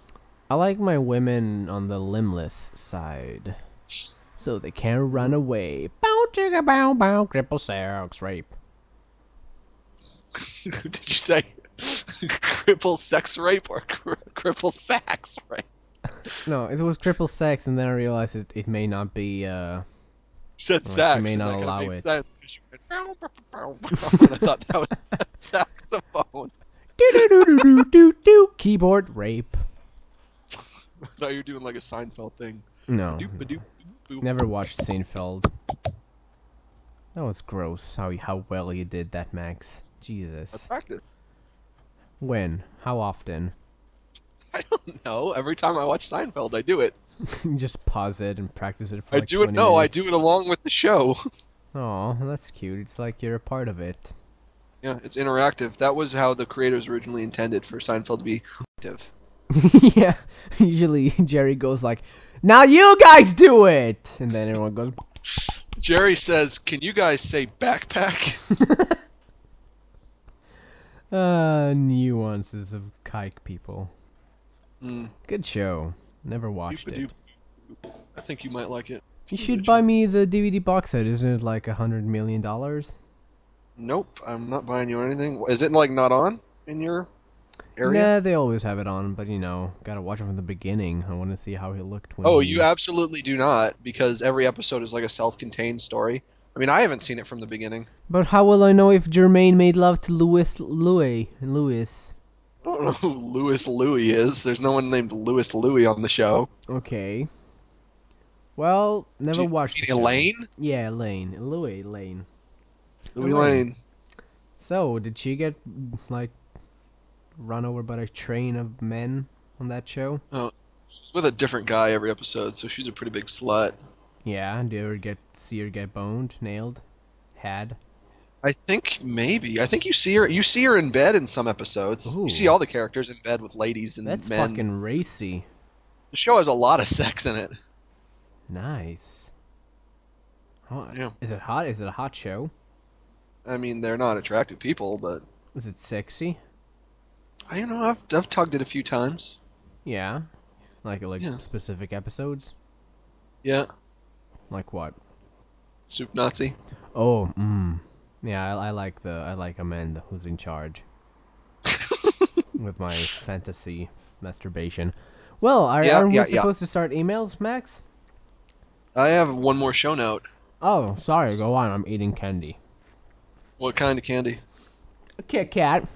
[SPEAKER 1] I like my women on the limbless side, so they can't run away. Bow chicka bow bow, cripple sex rape.
[SPEAKER 2] Did you say cripple sex rape or cri- cripple sax rape?
[SPEAKER 1] No, it was cripple sex, and then I realized it, it may not be. Uh,
[SPEAKER 2] You said
[SPEAKER 1] Well, she
[SPEAKER 2] sax.
[SPEAKER 1] may
[SPEAKER 2] and
[SPEAKER 1] not
[SPEAKER 2] that kinda
[SPEAKER 1] allow
[SPEAKER 2] made
[SPEAKER 1] it.
[SPEAKER 2] sense 'cause she went, "Bow, bow, bow, bow," and I thought that was a saxophone.
[SPEAKER 1] doo-doo-doo-doo-doo-doo, keyboard rape.
[SPEAKER 2] I thought you were doing like a Seinfeld thing.
[SPEAKER 1] No,
[SPEAKER 2] Doop, doop, doop,
[SPEAKER 1] never watched Seinfeld. That was gross. How how well you did that, Max.
[SPEAKER 2] Let's
[SPEAKER 1] Jesus.
[SPEAKER 2] practice.
[SPEAKER 1] When? How often?
[SPEAKER 2] I don't know. Every time I watch Seinfeld, I do it.
[SPEAKER 1] You just pause it and practice it for.
[SPEAKER 2] I
[SPEAKER 1] like
[SPEAKER 2] do it.
[SPEAKER 1] 20
[SPEAKER 2] No, I
[SPEAKER 1] minutes.
[SPEAKER 2] do it along with the show.
[SPEAKER 1] Oh, that's cute. It's like you're a part of it.
[SPEAKER 2] yeah, it's interactive. That was how the creators originally intended for Seinfeld to be active.
[SPEAKER 1] yeah. Usually Jerry goes like, "Now you guys do it," and then everyone goes,
[SPEAKER 2] Jerry says, "Can you guys say backpack?"
[SPEAKER 1] "Uh, nuances of kike people."
[SPEAKER 2] Mm.
[SPEAKER 1] Good show. Never watched
[SPEAKER 2] Doop,
[SPEAKER 1] it.
[SPEAKER 2] doop, doop. I think you might like it.
[SPEAKER 1] You
[SPEAKER 2] Give it
[SPEAKER 1] should
[SPEAKER 2] a
[SPEAKER 1] buy
[SPEAKER 2] chance.
[SPEAKER 1] me the DVD box set. Isn't it like a hundred million dollars?
[SPEAKER 2] Nope, I'm not buying you anything. Is it like not on in your area?
[SPEAKER 1] Nah, they always have it on, but you know, gotta watch it from the beginning. I want to see how he looked when.
[SPEAKER 2] Oh,
[SPEAKER 1] he...
[SPEAKER 2] you absolutely do not, because every episode is like a self-contained story. I mean, I haven't seen it from the beginning.
[SPEAKER 1] But how will I know if Jermaine made love to Louis Louis Louis?
[SPEAKER 2] I don't know who Louis Louis is. There's no one named Louis Louis on the show.
[SPEAKER 1] Okay. Well, never
[SPEAKER 2] Do you-
[SPEAKER 1] watched. the show.
[SPEAKER 2] Elaine.
[SPEAKER 1] Yeah, Elaine. Louis Elaine.
[SPEAKER 2] Louis
[SPEAKER 1] Elaine.
[SPEAKER 2] Lane.
[SPEAKER 1] So, did she get like run over by a train of men on that show?
[SPEAKER 2] She's with a different guy every episode, so she's a pretty big slut.
[SPEAKER 1] Yeah. and Do you ever get see her get boned, nailed, had?
[SPEAKER 2] I think maybe. I think you see her. You see her in bed in some episodes.
[SPEAKER 1] Ooh.
[SPEAKER 2] You see all the characters in bed with ladies and
[SPEAKER 1] That's
[SPEAKER 2] men.
[SPEAKER 1] fucking racy.
[SPEAKER 2] The show has a lot of sex in it.
[SPEAKER 1] Nice. Hot.
[SPEAKER 2] Yeah.
[SPEAKER 1] Is it hot? Is it a hot show?
[SPEAKER 2] I mean, they're not attractive people, but
[SPEAKER 1] Is it sexy?
[SPEAKER 2] I you know I've I've tugged it a few times.
[SPEAKER 1] Yeah. Like like
[SPEAKER 2] Yeah.
[SPEAKER 1] specific episodes?
[SPEAKER 2] Yeah,
[SPEAKER 1] Like what?
[SPEAKER 2] soup Nazi.
[SPEAKER 1] Oh, mm. Yeah, I, I like the I like Amanda who's in charge with my fantasy masturbation. Well, are,
[SPEAKER 2] Yeah,
[SPEAKER 1] are we
[SPEAKER 2] yeah, yeah.
[SPEAKER 1] supposed to start emails, Max?
[SPEAKER 2] I have one more show note.
[SPEAKER 1] Oh, sorry. Go on. I'm eating candy.
[SPEAKER 2] What kind of candy?
[SPEAKER 1] Kit Kat.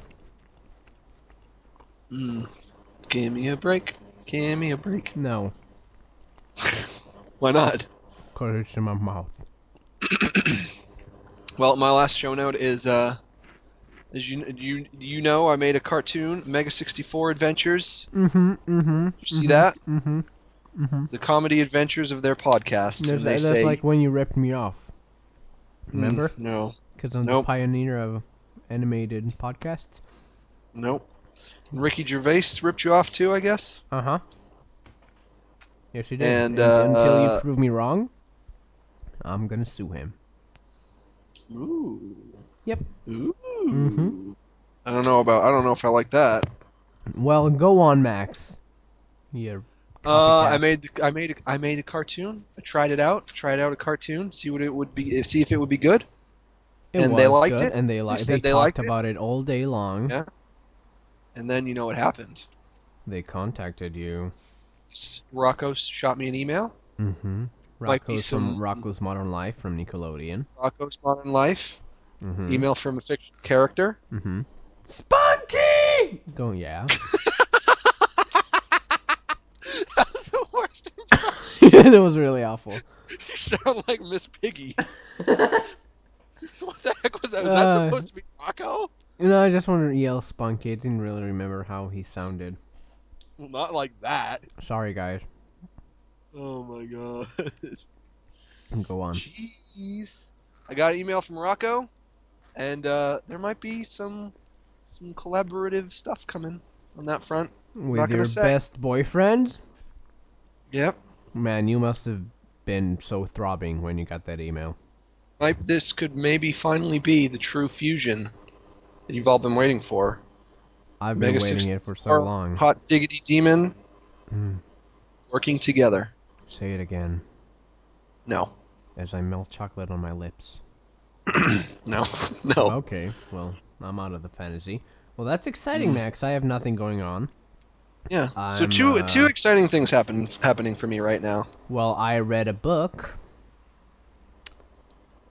[SPEAKER 2] Give me a break. Give me a break.
[SPEAKER 1] No,
[SPEAKER 2] Why not?
[SPEAKER 1] put it in my mouth.
[SPEAKER 2] Well, my last show note is uh, as you you you know, I made a cartoon, Mega sixty four Adventures.
[SPEAKER 1] Mm-hmm. Mm-hmm.
[SPEAKER 2] You see that?
[SPEAKER 1] Mm-hmm.
[SPEAKER 2] It's the comedy adventures of their podcast.
[SPEAKER 1] That's,
[SPEAKER 2] and they
[SPEAKER 1] that's
[SPEAKER 2] say,
[SPEAKER 1] like when you ripped me off.
[SPEAKER 2] Mm,
[SPEAKER 1] Remember?
[SPEAKER 2] no,
[SPEAKER 1] Because I'm
[SPEAKER 2] Nope.
[SPEAKER 1] the pioneer of animated podcasts.
[SPEAKER 2] nope. Ricky Gervais ripped you off too, I guess.
[SPEAKER 1] Uh huh. Yes, you did.
[SPEAKER 2] Uh-huh. And,
[SPEAKER 1] until you
[SPEAKER 2] uh,
[SPEAKER 1] prove me wrong, I'm gonna sue him.
[SPEAKER 2] Ooh.
[SPEAKER 1] Yep.
[SPEAKER 2] Ooh.
[SPEAKER 1] Mhm.
[SPEAKER 2] I don't know about. I don't know if I like that.
[SPEAKER 1] Well, go on, Max. Yeah.
[SPEAKER 2] Uh,
[SPEAKER 1] Copycat.
[SPEAKER 2] I made the, I made a, I made a cartoon. I tried it out. Tried out a cartoon. See what it would be. See if it would be good.
[SPEAKER 1] It
[SPEAKER 2] And
[SPEAKER 1] was
[SPEAKER 2] they liked
[SPEAKER 1] good,
[SPEAKER 2] it?
[SPEAKER 1] and they
[SPEAKER 2] You
[SPEAKER 1] liked.
[SPEAKER 2] said
[SPEAKER 1] They,
[SPEAKER 2] they
[SPEAKER 1] talked
[SPEAKER 2] liked it?
[SPEAKER 1] about it? all day long.
[SPEAKER 2] Yeah. And then you know what happened.
[SPEAKER 1] They contacted you.
[SPEAKER 2] S- Rocco s- shot me an email.
[SPEAKER 1] Mm-hmm.
[SPEAKER 2] Might be
[SPEAKER 1] Rocco's from
[SPEAKER 2] some-
[SPEAKER 1] Rocco's Modern Life from Nickelodeon.
[SPEAKER 2] Rocco's Modern Life.
[SPEAKER 1] Mm-hmm.
[SPEAKER 2] Email from a fictional character.
[SPEAKER 1] Mm-hmm. Spunky. Go yeah.
[SPEAKER 2] That was the worst.
[SPEAKER 1] that was really awful.
[SPEAKER 2] You sound like Miss Piggy. what the heck was that? Was that
[SPEAKER 1] Uh,
[SPEAKER 2] supposed to be Rocco?
[SPEAKER 1] You know, I just wanted to yell Spunky. I didn't really remember how he sounded.
[SPEAKER 2] Well, not like that.
[SPEAKER 1] Sorry, guys.
[SPEAKER 2] Oh my god.
[SPEAKER 1] Go on.
[SPEAKER 2] Jeez. I got an email from Rocco, and uh, there might be some some collaborative stuff coming on that front.
[SPEAKER 1] With
[SPEAKER 2] not gonna
[SPEAKER 1] your
[SPEAKER 2] say.
[SPEAKER 1] best boyfriend?
[SPEAKER 2] Yep.
[SPEAKER 1] Man, you must have been so throbbing when you got that email.
[SPEAKER 2] Might, this could maybe finally be the true fusion that you've all been waiting for.
[SPEAKER 1] I've been
[SPEAKER 2] Mega
[SPEAKER 1] waiting
[SPEAKER 2] 64,
[SPEAKER 1] it for so long.
[SPEAKER 2] Hot Diggity Demon
[SPEAKER 1] Mm.
[SPEAKER 2] working together.
[SPEAKER 1] Say it again
[SPEAKER 2] No,
[SPEAKER 1] as I melt chocolate on my lips.
[SPEAKER 2] no, no.
[SPEAKER 1] Okay, well, I'm out of the fantasy. Well, that's exciting,
[SPEAKER 2] Mm.
[SPEAKER 1] Max. I have nothing going on.
[SPEAKER 2] yeah. so
[SPEAKER 1] I'm,
[SPEAKER 2] two
[SPEAKER 1] uh,
[SPEAKER 2] two exciting things happen happening for me right now.
[SPEAKER 1] Well, I read a book.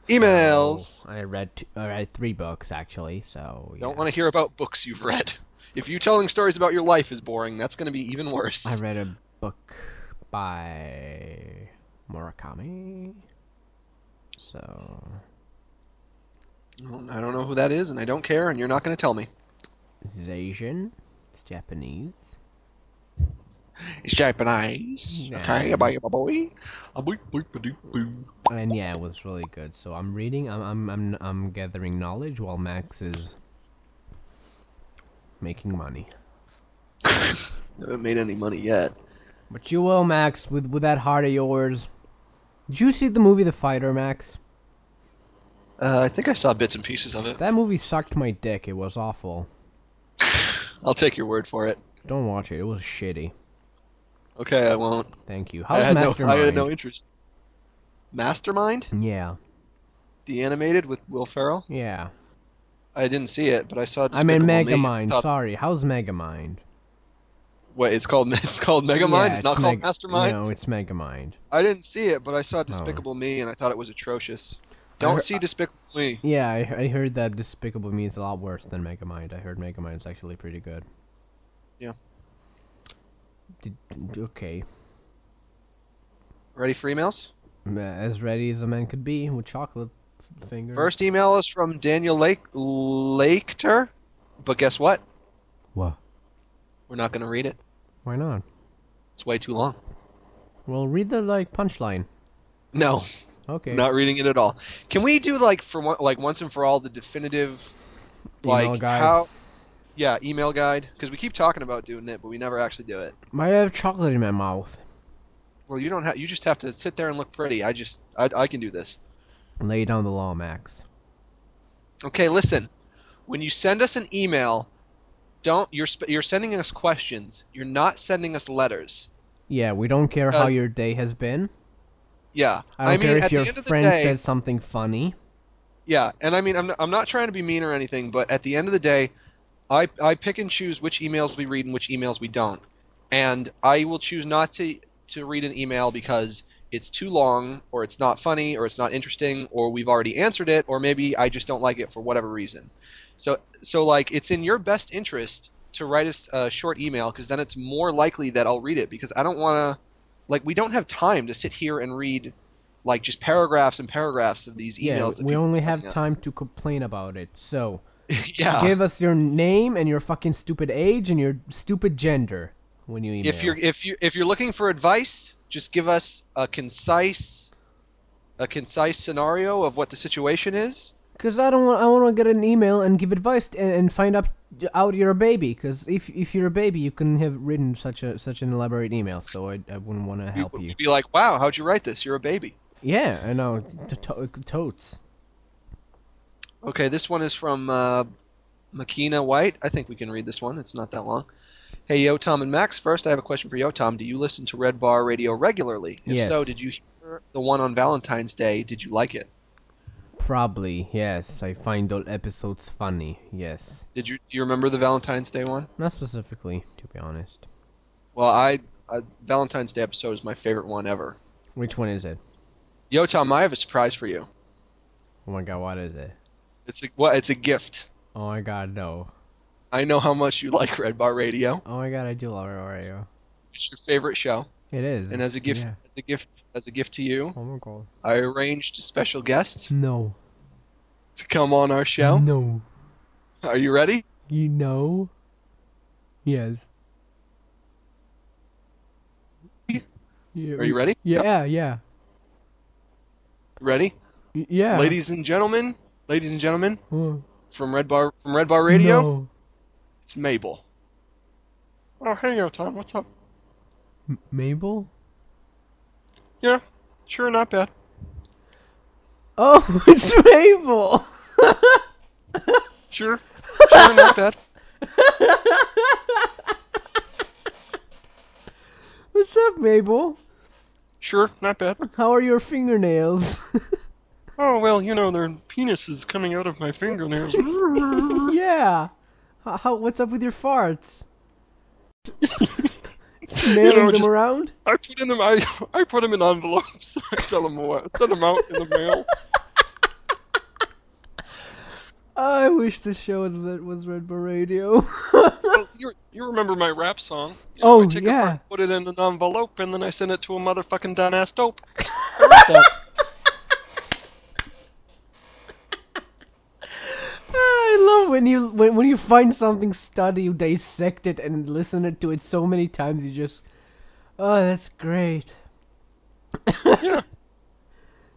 [SPEAKER 2] Emails.
[SPEAKER 1] So I read t- I read three books actually. So yeah.
[SPEAKER 2] Don't want to hear about books you've read. If you telling stories about your life is boring, that's going to be even worse.
[SPEAKER 1] I read a book by Murakami. So
[SPEAKER 2] I don't know who that is, and I don't care, and you're not going to tell me.
[SPEAKER 1] it's Asian. It's Japanese.
[SPEAKER 2] It's Japanese.
[SPEAKER 1] Nah.
[SPEAKER 2] Okay, a boy, a boy. A boy, boy, ba doo boo.
[SPEAKER 1] And yeah, it was really good. So I'm reading. I'm I'm I'm, I'm gathering knowledge while Max is making money.
[SPEAKER 2] Haven't made any money yet.
[SPEAKER 1] But you will, Max, with with that heart of yours. Did you see the movie The Fighter, Max?
[SPEAKER 2] Uh, I think I saw bits and pieces of it.
[SPEAKER 1] That movie sucked my dick. It was awful.
[SPEAKER 2] I'll take your word for it.
[SPEAKER 1] Don't watch it. It was shitty.
[SPEAKER 2] Okay, I won't.
[SPEAKER 1] Thank you.
[SPEAKER 2] I
[SPEAKER 1] How's
[SPEAKER 2] had, no, I
[SPEAKER 1] Mastermind?
[SPEAKER 2] had no interest. Mastermind?
[SPEAKER 1] Yeah,
[SPEAKER 2] The animated with Will Ferrell?
[SPEAKER 1] yeah.
[SPEAKER 2] I didn't see it, but I saw.
[SPEAKER 1] I mean
[SPEAKER 2] Despicable Me.
[SPEAKER 1] Megamind.
[SPEAKER 2] Thought-
[SPEAKER 1] Sorry. How's Megamind?
[SPEAKER 2] Wait, it's called it's called Megamind.
[SPEAKER 1] Yeah,
[SPEAKER 2] it's, not called
[SPEAKER 1] Meg-
[SPEAKER 2] Mastermind.
[SPEAKER 1] No, it's Megamind.
[SPEAKER 2] I didn't see it, but I saw Despicable Me, and I thought it was atrocious.
[SPEAKER 1] Oh. I
[SPEAKER 2] Don't
[SPEAKER 1] heard-
[SPEAKER 2] see Despicable Me.
[SPEAKER 1] Yeah, I, I heard that Despicable Me is a lot worse than Megamind. I heard Megamind's actually pretty good.
[SPEAKER 2] Yeah.
[SPEAKER 1] Did, okay.
[SPEAKER 2] Ready for emails?
[SPEAKER 1] Uh, As ready as a man could be with chocolate f- fingers.
[SPEAKER 2] First email is from Daniel Lake Laketer, but guess what?
[SPEAKER 1] What?
[SPEAKER 2] We're not going to read it.
[SPEAKER 1] Why not?
[SPEAKER 2] It's way too long.
[SPEAKER 1] Well, read the like punchline.
[SPEAKER 2] No,
[SPEAKER 1] Okay.
[SPEAKER 2] I'm not reading it at all. Can we do like for one, like once and for all the definitive like
[SPEAKER 1] Email guide.
[SPEAKER 2] how? Yeah, email guide because we keep talking about doing it, but we never actually do it.
[SPEAKER 1] Might have chocolate in my mouth.
[SPEAKER 2] Well, you don't have. You just have to sit there and look pretty. I just I, I can do this.
[SPEAKER 1] Lay down the law, Max.
[SPEAKER 2] Okay, listen. When you send us an email, don't you're sp- you're sending us questions. You're not sending us letters.
[SPEAKER 1] Yeah, we don't care how
[SPEAKER 2] Does-
[SPEAKER 1] your day has been.
[SPEAKER 2] Yeah,
[SPEAKER 1] I don't
[SPEAKER 2] mean
[SPEAKER 1] care
[SPEAKER 2] at
[SPEAKER 1] if your
[SPEAKER 2] the end of the
[SPEAKER 1] friend
[SPEAKER 2] day,
[SPEAKER 1] said something funny.
[SPEAKER 2] Yeah, and I mean, I'm not, I'm not trying to be mean or anything, but at the end of the day, I, I pick and choose which emails we read and which emails we don't. And I will choose not to, to read an email because it's too long, or it's not funny, or it's not interesting, or we've already answered it, or maybe I just don't like it for whatever reason. So, so like, it's in your best interest to write us a short email because then it's more likely that I'll read it because I don't want to, like, we don't have time to sit here and read. Like just paragraphs and paragraphs of these emails.
[SPEAKER 1] Yeah,
[SPEAKER 2] that
[SPEAKER 1] we
[SPEAKER 2] people
[SPEAKER 1] only
[SPEAKER 2] are
[SPEAKER 1] have
[SPEAKER 2] sending us.
[SPEAKER 1] time to complain about it. So,
[SPEAKER 2] yeah.
[SPEAKER 1] give us your name and your fucking stupid age and your stupid gender when you email.
[SPEAKER 2] if you're if you if you're looking for advice, just give us a concise a concise scenario of what the situation is.
[SPEAKER 1] Cuz I don't want I want to get an email and give advice and, and find up out you're a baby cuz if if you're a baby you couldn't have written such a such an elaborate email so I, I wouldn't want to help you.
[SPEAKER 2] You'd be like, "Wow, how'd you write this? You're a baby."
[SPEAKER 1] Yeah, I know. T- to- totes.
[SPEAKER 2] Okay, this one is from uh, Makina White. I think we can read this one. It's not that long. Hey, yo, Tom and Max. First, I have a question for yo, Tom. Do you listen to Red Bar Radio regularly? If
[SPEAKER 1] Yes.
[SPEAKER 2] so, did you hear the one on Valentine's Day? Did you like it?
[SPEAKER 1] Probably, yes. I find all episodes funny, yes.
[SPEAKER 2] Did you do you remember the Valentine's Day one?
[SPEAKER 1] Not specifically, to be honest.
[SPEAKER 2] Well, I, I Valentine's Day episode is my favorite one ever.
[SPEAKER 1] Which one is it?
[SPEAKER 2] Yo, Tom, I have a surprise for you.
[SPEAKER 1] Oh my god, what is it?
[SPEAKER 2] It's a what? It's a gift.
[SPEAKER 1] Oh my god, no.
[SPEAKER 2] I know how much you like Red Bar Radio.
[SPEAKER 1] Oh my god, I do love Oreo.
[SPEAKER 2] It's your favorite show,
[SPEAKER 1] It is.
[SPEAKER 2] and as a gift,
[SPEAKER 1] yeah.
[SPEAKER 2] as a gift, as a gift to you,
[SPEAKER 1] Oh my god.
[SPEAKER 2] I arranged special guests
[SPEAKER 1] No.
[SPEAKER 2] to come on our show.
[SPEAKER 1] No. Mm-hmm.
[SPEAKER 2] Are you ready?
[SPEAKER 1] You know? Yes.
[SPEAKER 2] Are you ready?
[SPEAKER 1] Yeah, yeah.
[SPEAKER 2] Ready?
[SPEAKER 1] Y- yeah. Uh,
[SPEAKER 2] Ladies and gentlemen, ladies and gentlemen,
[SPEAKER 1] Huh.
[SPEAKER 2] from Red Bar from Red Bar Radio,
[SPEAKER 1] No.
[SPEAKER 2] it's Mabel. Oh, hey, yo, Tom, what's up?
[SPEAKER 1] M- Mabel?
[SPEAKER 2] Yeah, sure, not bad.
[SPEAKER 1] Oh, it's Mabel!
[SPEAKER 2] Sure, sure, not bad.
[SPEAKER 1] What's up, Mabel?
[SPEAKER 2] Sure, not bad.
[SPEAKER 1] How are your fingernails?
[SPEAKER 2] Oh well, you know, their penis is coming out of my fingernails.
[SPEAKER 1] yeah. How, how? What's up with your farts? Smailing
[SPEAKER 2] You know,
[SPEAKER 1] them
[SPEAKER 2] just-
[SPEAKER 1] around?
[SPEAKER 2] I put in them. I I put them in envelopes. I sell them away. Send them out in the mail.
[SPEAKER 1] I wish the show that was Red Bull Radio.
[SPEAKER 2] Well, you you remember my rap song? You
[SPEAKER 1] Oh,
[SPEAKER 2] I take a
[SPEAKER 1] yeah.
[SPEAKER 2] front, put it in an envelope and then I send it to a motherfucking dumbass dope. I wrote that.
[SPEAKER 1] I love when you when, when you find something study, you dissect it and listen it to it so many times. You just, oh, that's great.
[SPEAKER 2] Yeah.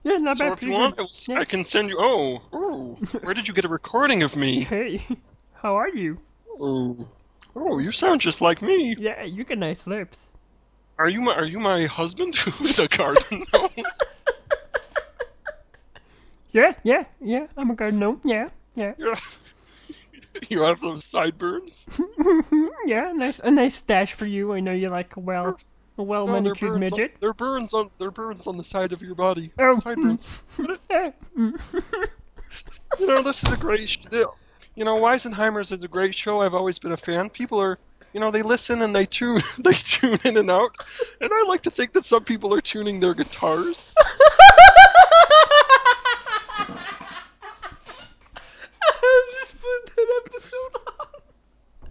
[SPEAKER 1] Yeah, not
[SPEAKER 2] So
[SPEAKER 1] bad.
[SPEAKER 2] if you want, I, will, s- I can send you. Oh, ooh, where did you get a recording of me?
[SPEAKER 3] Hey, how are you?
[SPEAKER 2] Oh, oh, you sound just like me.
[SPEAKER 3] Yeah, you got nice lips.
[SPEAKER 2] Are you my Are you my husband? Who's a cardinal?
[SPEAKER 3] Yeah, yeah, yeah. I'm a gardener. Yeah, yeah,
[SPEAKER 2] Yeah. you have those sideburns.
[SPEAKER 3] yeah. Nice, a nice stash for you. I know you like a well, a well
[SPEAKER 2] No, they're
[SPEAKER 3] manicured
[SPEAKER 2] burns. On,
[SPEAKER 3] midget.
[SPEAKER 2] they're burns on. They're burns on the side of your body.
[SPEAKER 3] Oh.
[SPEAKER 2] Sideburns.
[SPEAKER 3] Eh,
[SPEAKER 2] you know, this is a great. Sh- the- you know, Weisenheimer's is a great show. I've always been a fan. People are, you know, they listen and they tune, they tune in and out, and I like to think that some people are tuning their guitars.
[SPEAKER 1] I just put that episode on.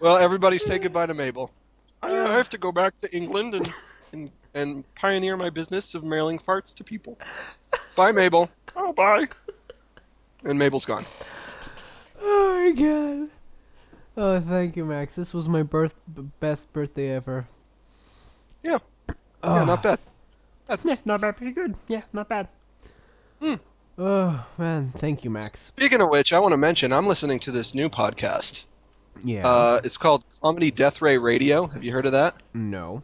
[SPEAKER 2] well, everybody say goodbye to Mabel. I, I have to go back to England and, and and pioneer my business of mailing farts to people. Bye, Mabel. Oh, bye. And Mabel's gone.
[SPEAKER 1] Oh my god. Oh, thank you, Max. This was my birth b- best birthday ever.
[SPEAKER 2] Yeah. Yeah, not bad.
[SPEAKER 3] yeah, not bad. Pretty good. Yeah, not bad.
[SPEAKER 1] Oh man, thank you, Max.
[SPEAKER 2] Speaking of which, I want to mention I'm listening to this new podcast.
[SPEAKER 1] Yeah.
[SPEAKER 2] Uh, it's called Comedy Death Ray Radio. Have you heard of that?
[SPEAKER 1] no.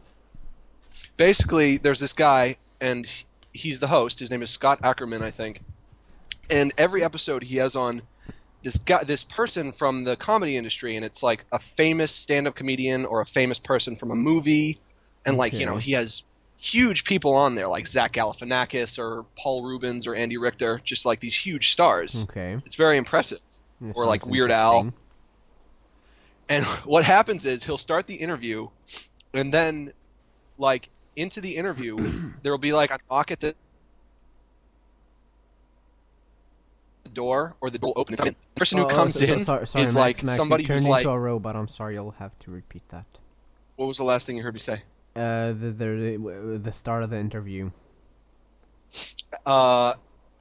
[SPEAKER 2] Basically, there's this guy, and he- he's the host. His name is Scott Ackerman, I think. And every episode, he has on this guy, this person from the comedy industry, and it's like a famous stand-up comedian or a famous person from a movie, and like you know,
[SPEAKER 1] Okay.
[SPEAKER 2] he has huge people on there, like Zach Galifianakis or Paul Rubens or Andy Richter, just like these huge stars.
[SPEAKER 1] Okay.
[SPEAKER 2] It's very impressive.
[SPEAKER 1] That
[SPEAKER 2] Or like
[SPEAKER 1] sounds
[SPEAKER 2] Weird Al.
[SPEAKER 1] interesting.
[SPEAKER 2] And what happens is he'll start the interview, and then, like, into the interview, there'll be like a knock at the door, or the door opens. The person who
[SPEAKER 1] Oh, oh,
[SPEAKER 2] comes
[SPEAKER 1] so- so-
[SPEAKER 2] in
[SPEAKER 1] sorry, sorry,
[SPEAKER 2] is
[SPEAKER 1] Max,
[SPEAKER 2] like
[SPEAKER 1] Max, you
[SPEAKER 2] somebody who's
[SPEAKER 1] turned
[SPEAKER 2] like.
[SPEAKER 1] into a robot. I'm sorry, you'll have to repeat that.
[SPEAKER 2] What was the last thing you heard me say?
[SPEAKER 1] Uh, the, the the start of the interview.
[SPEAKER 2] Uh,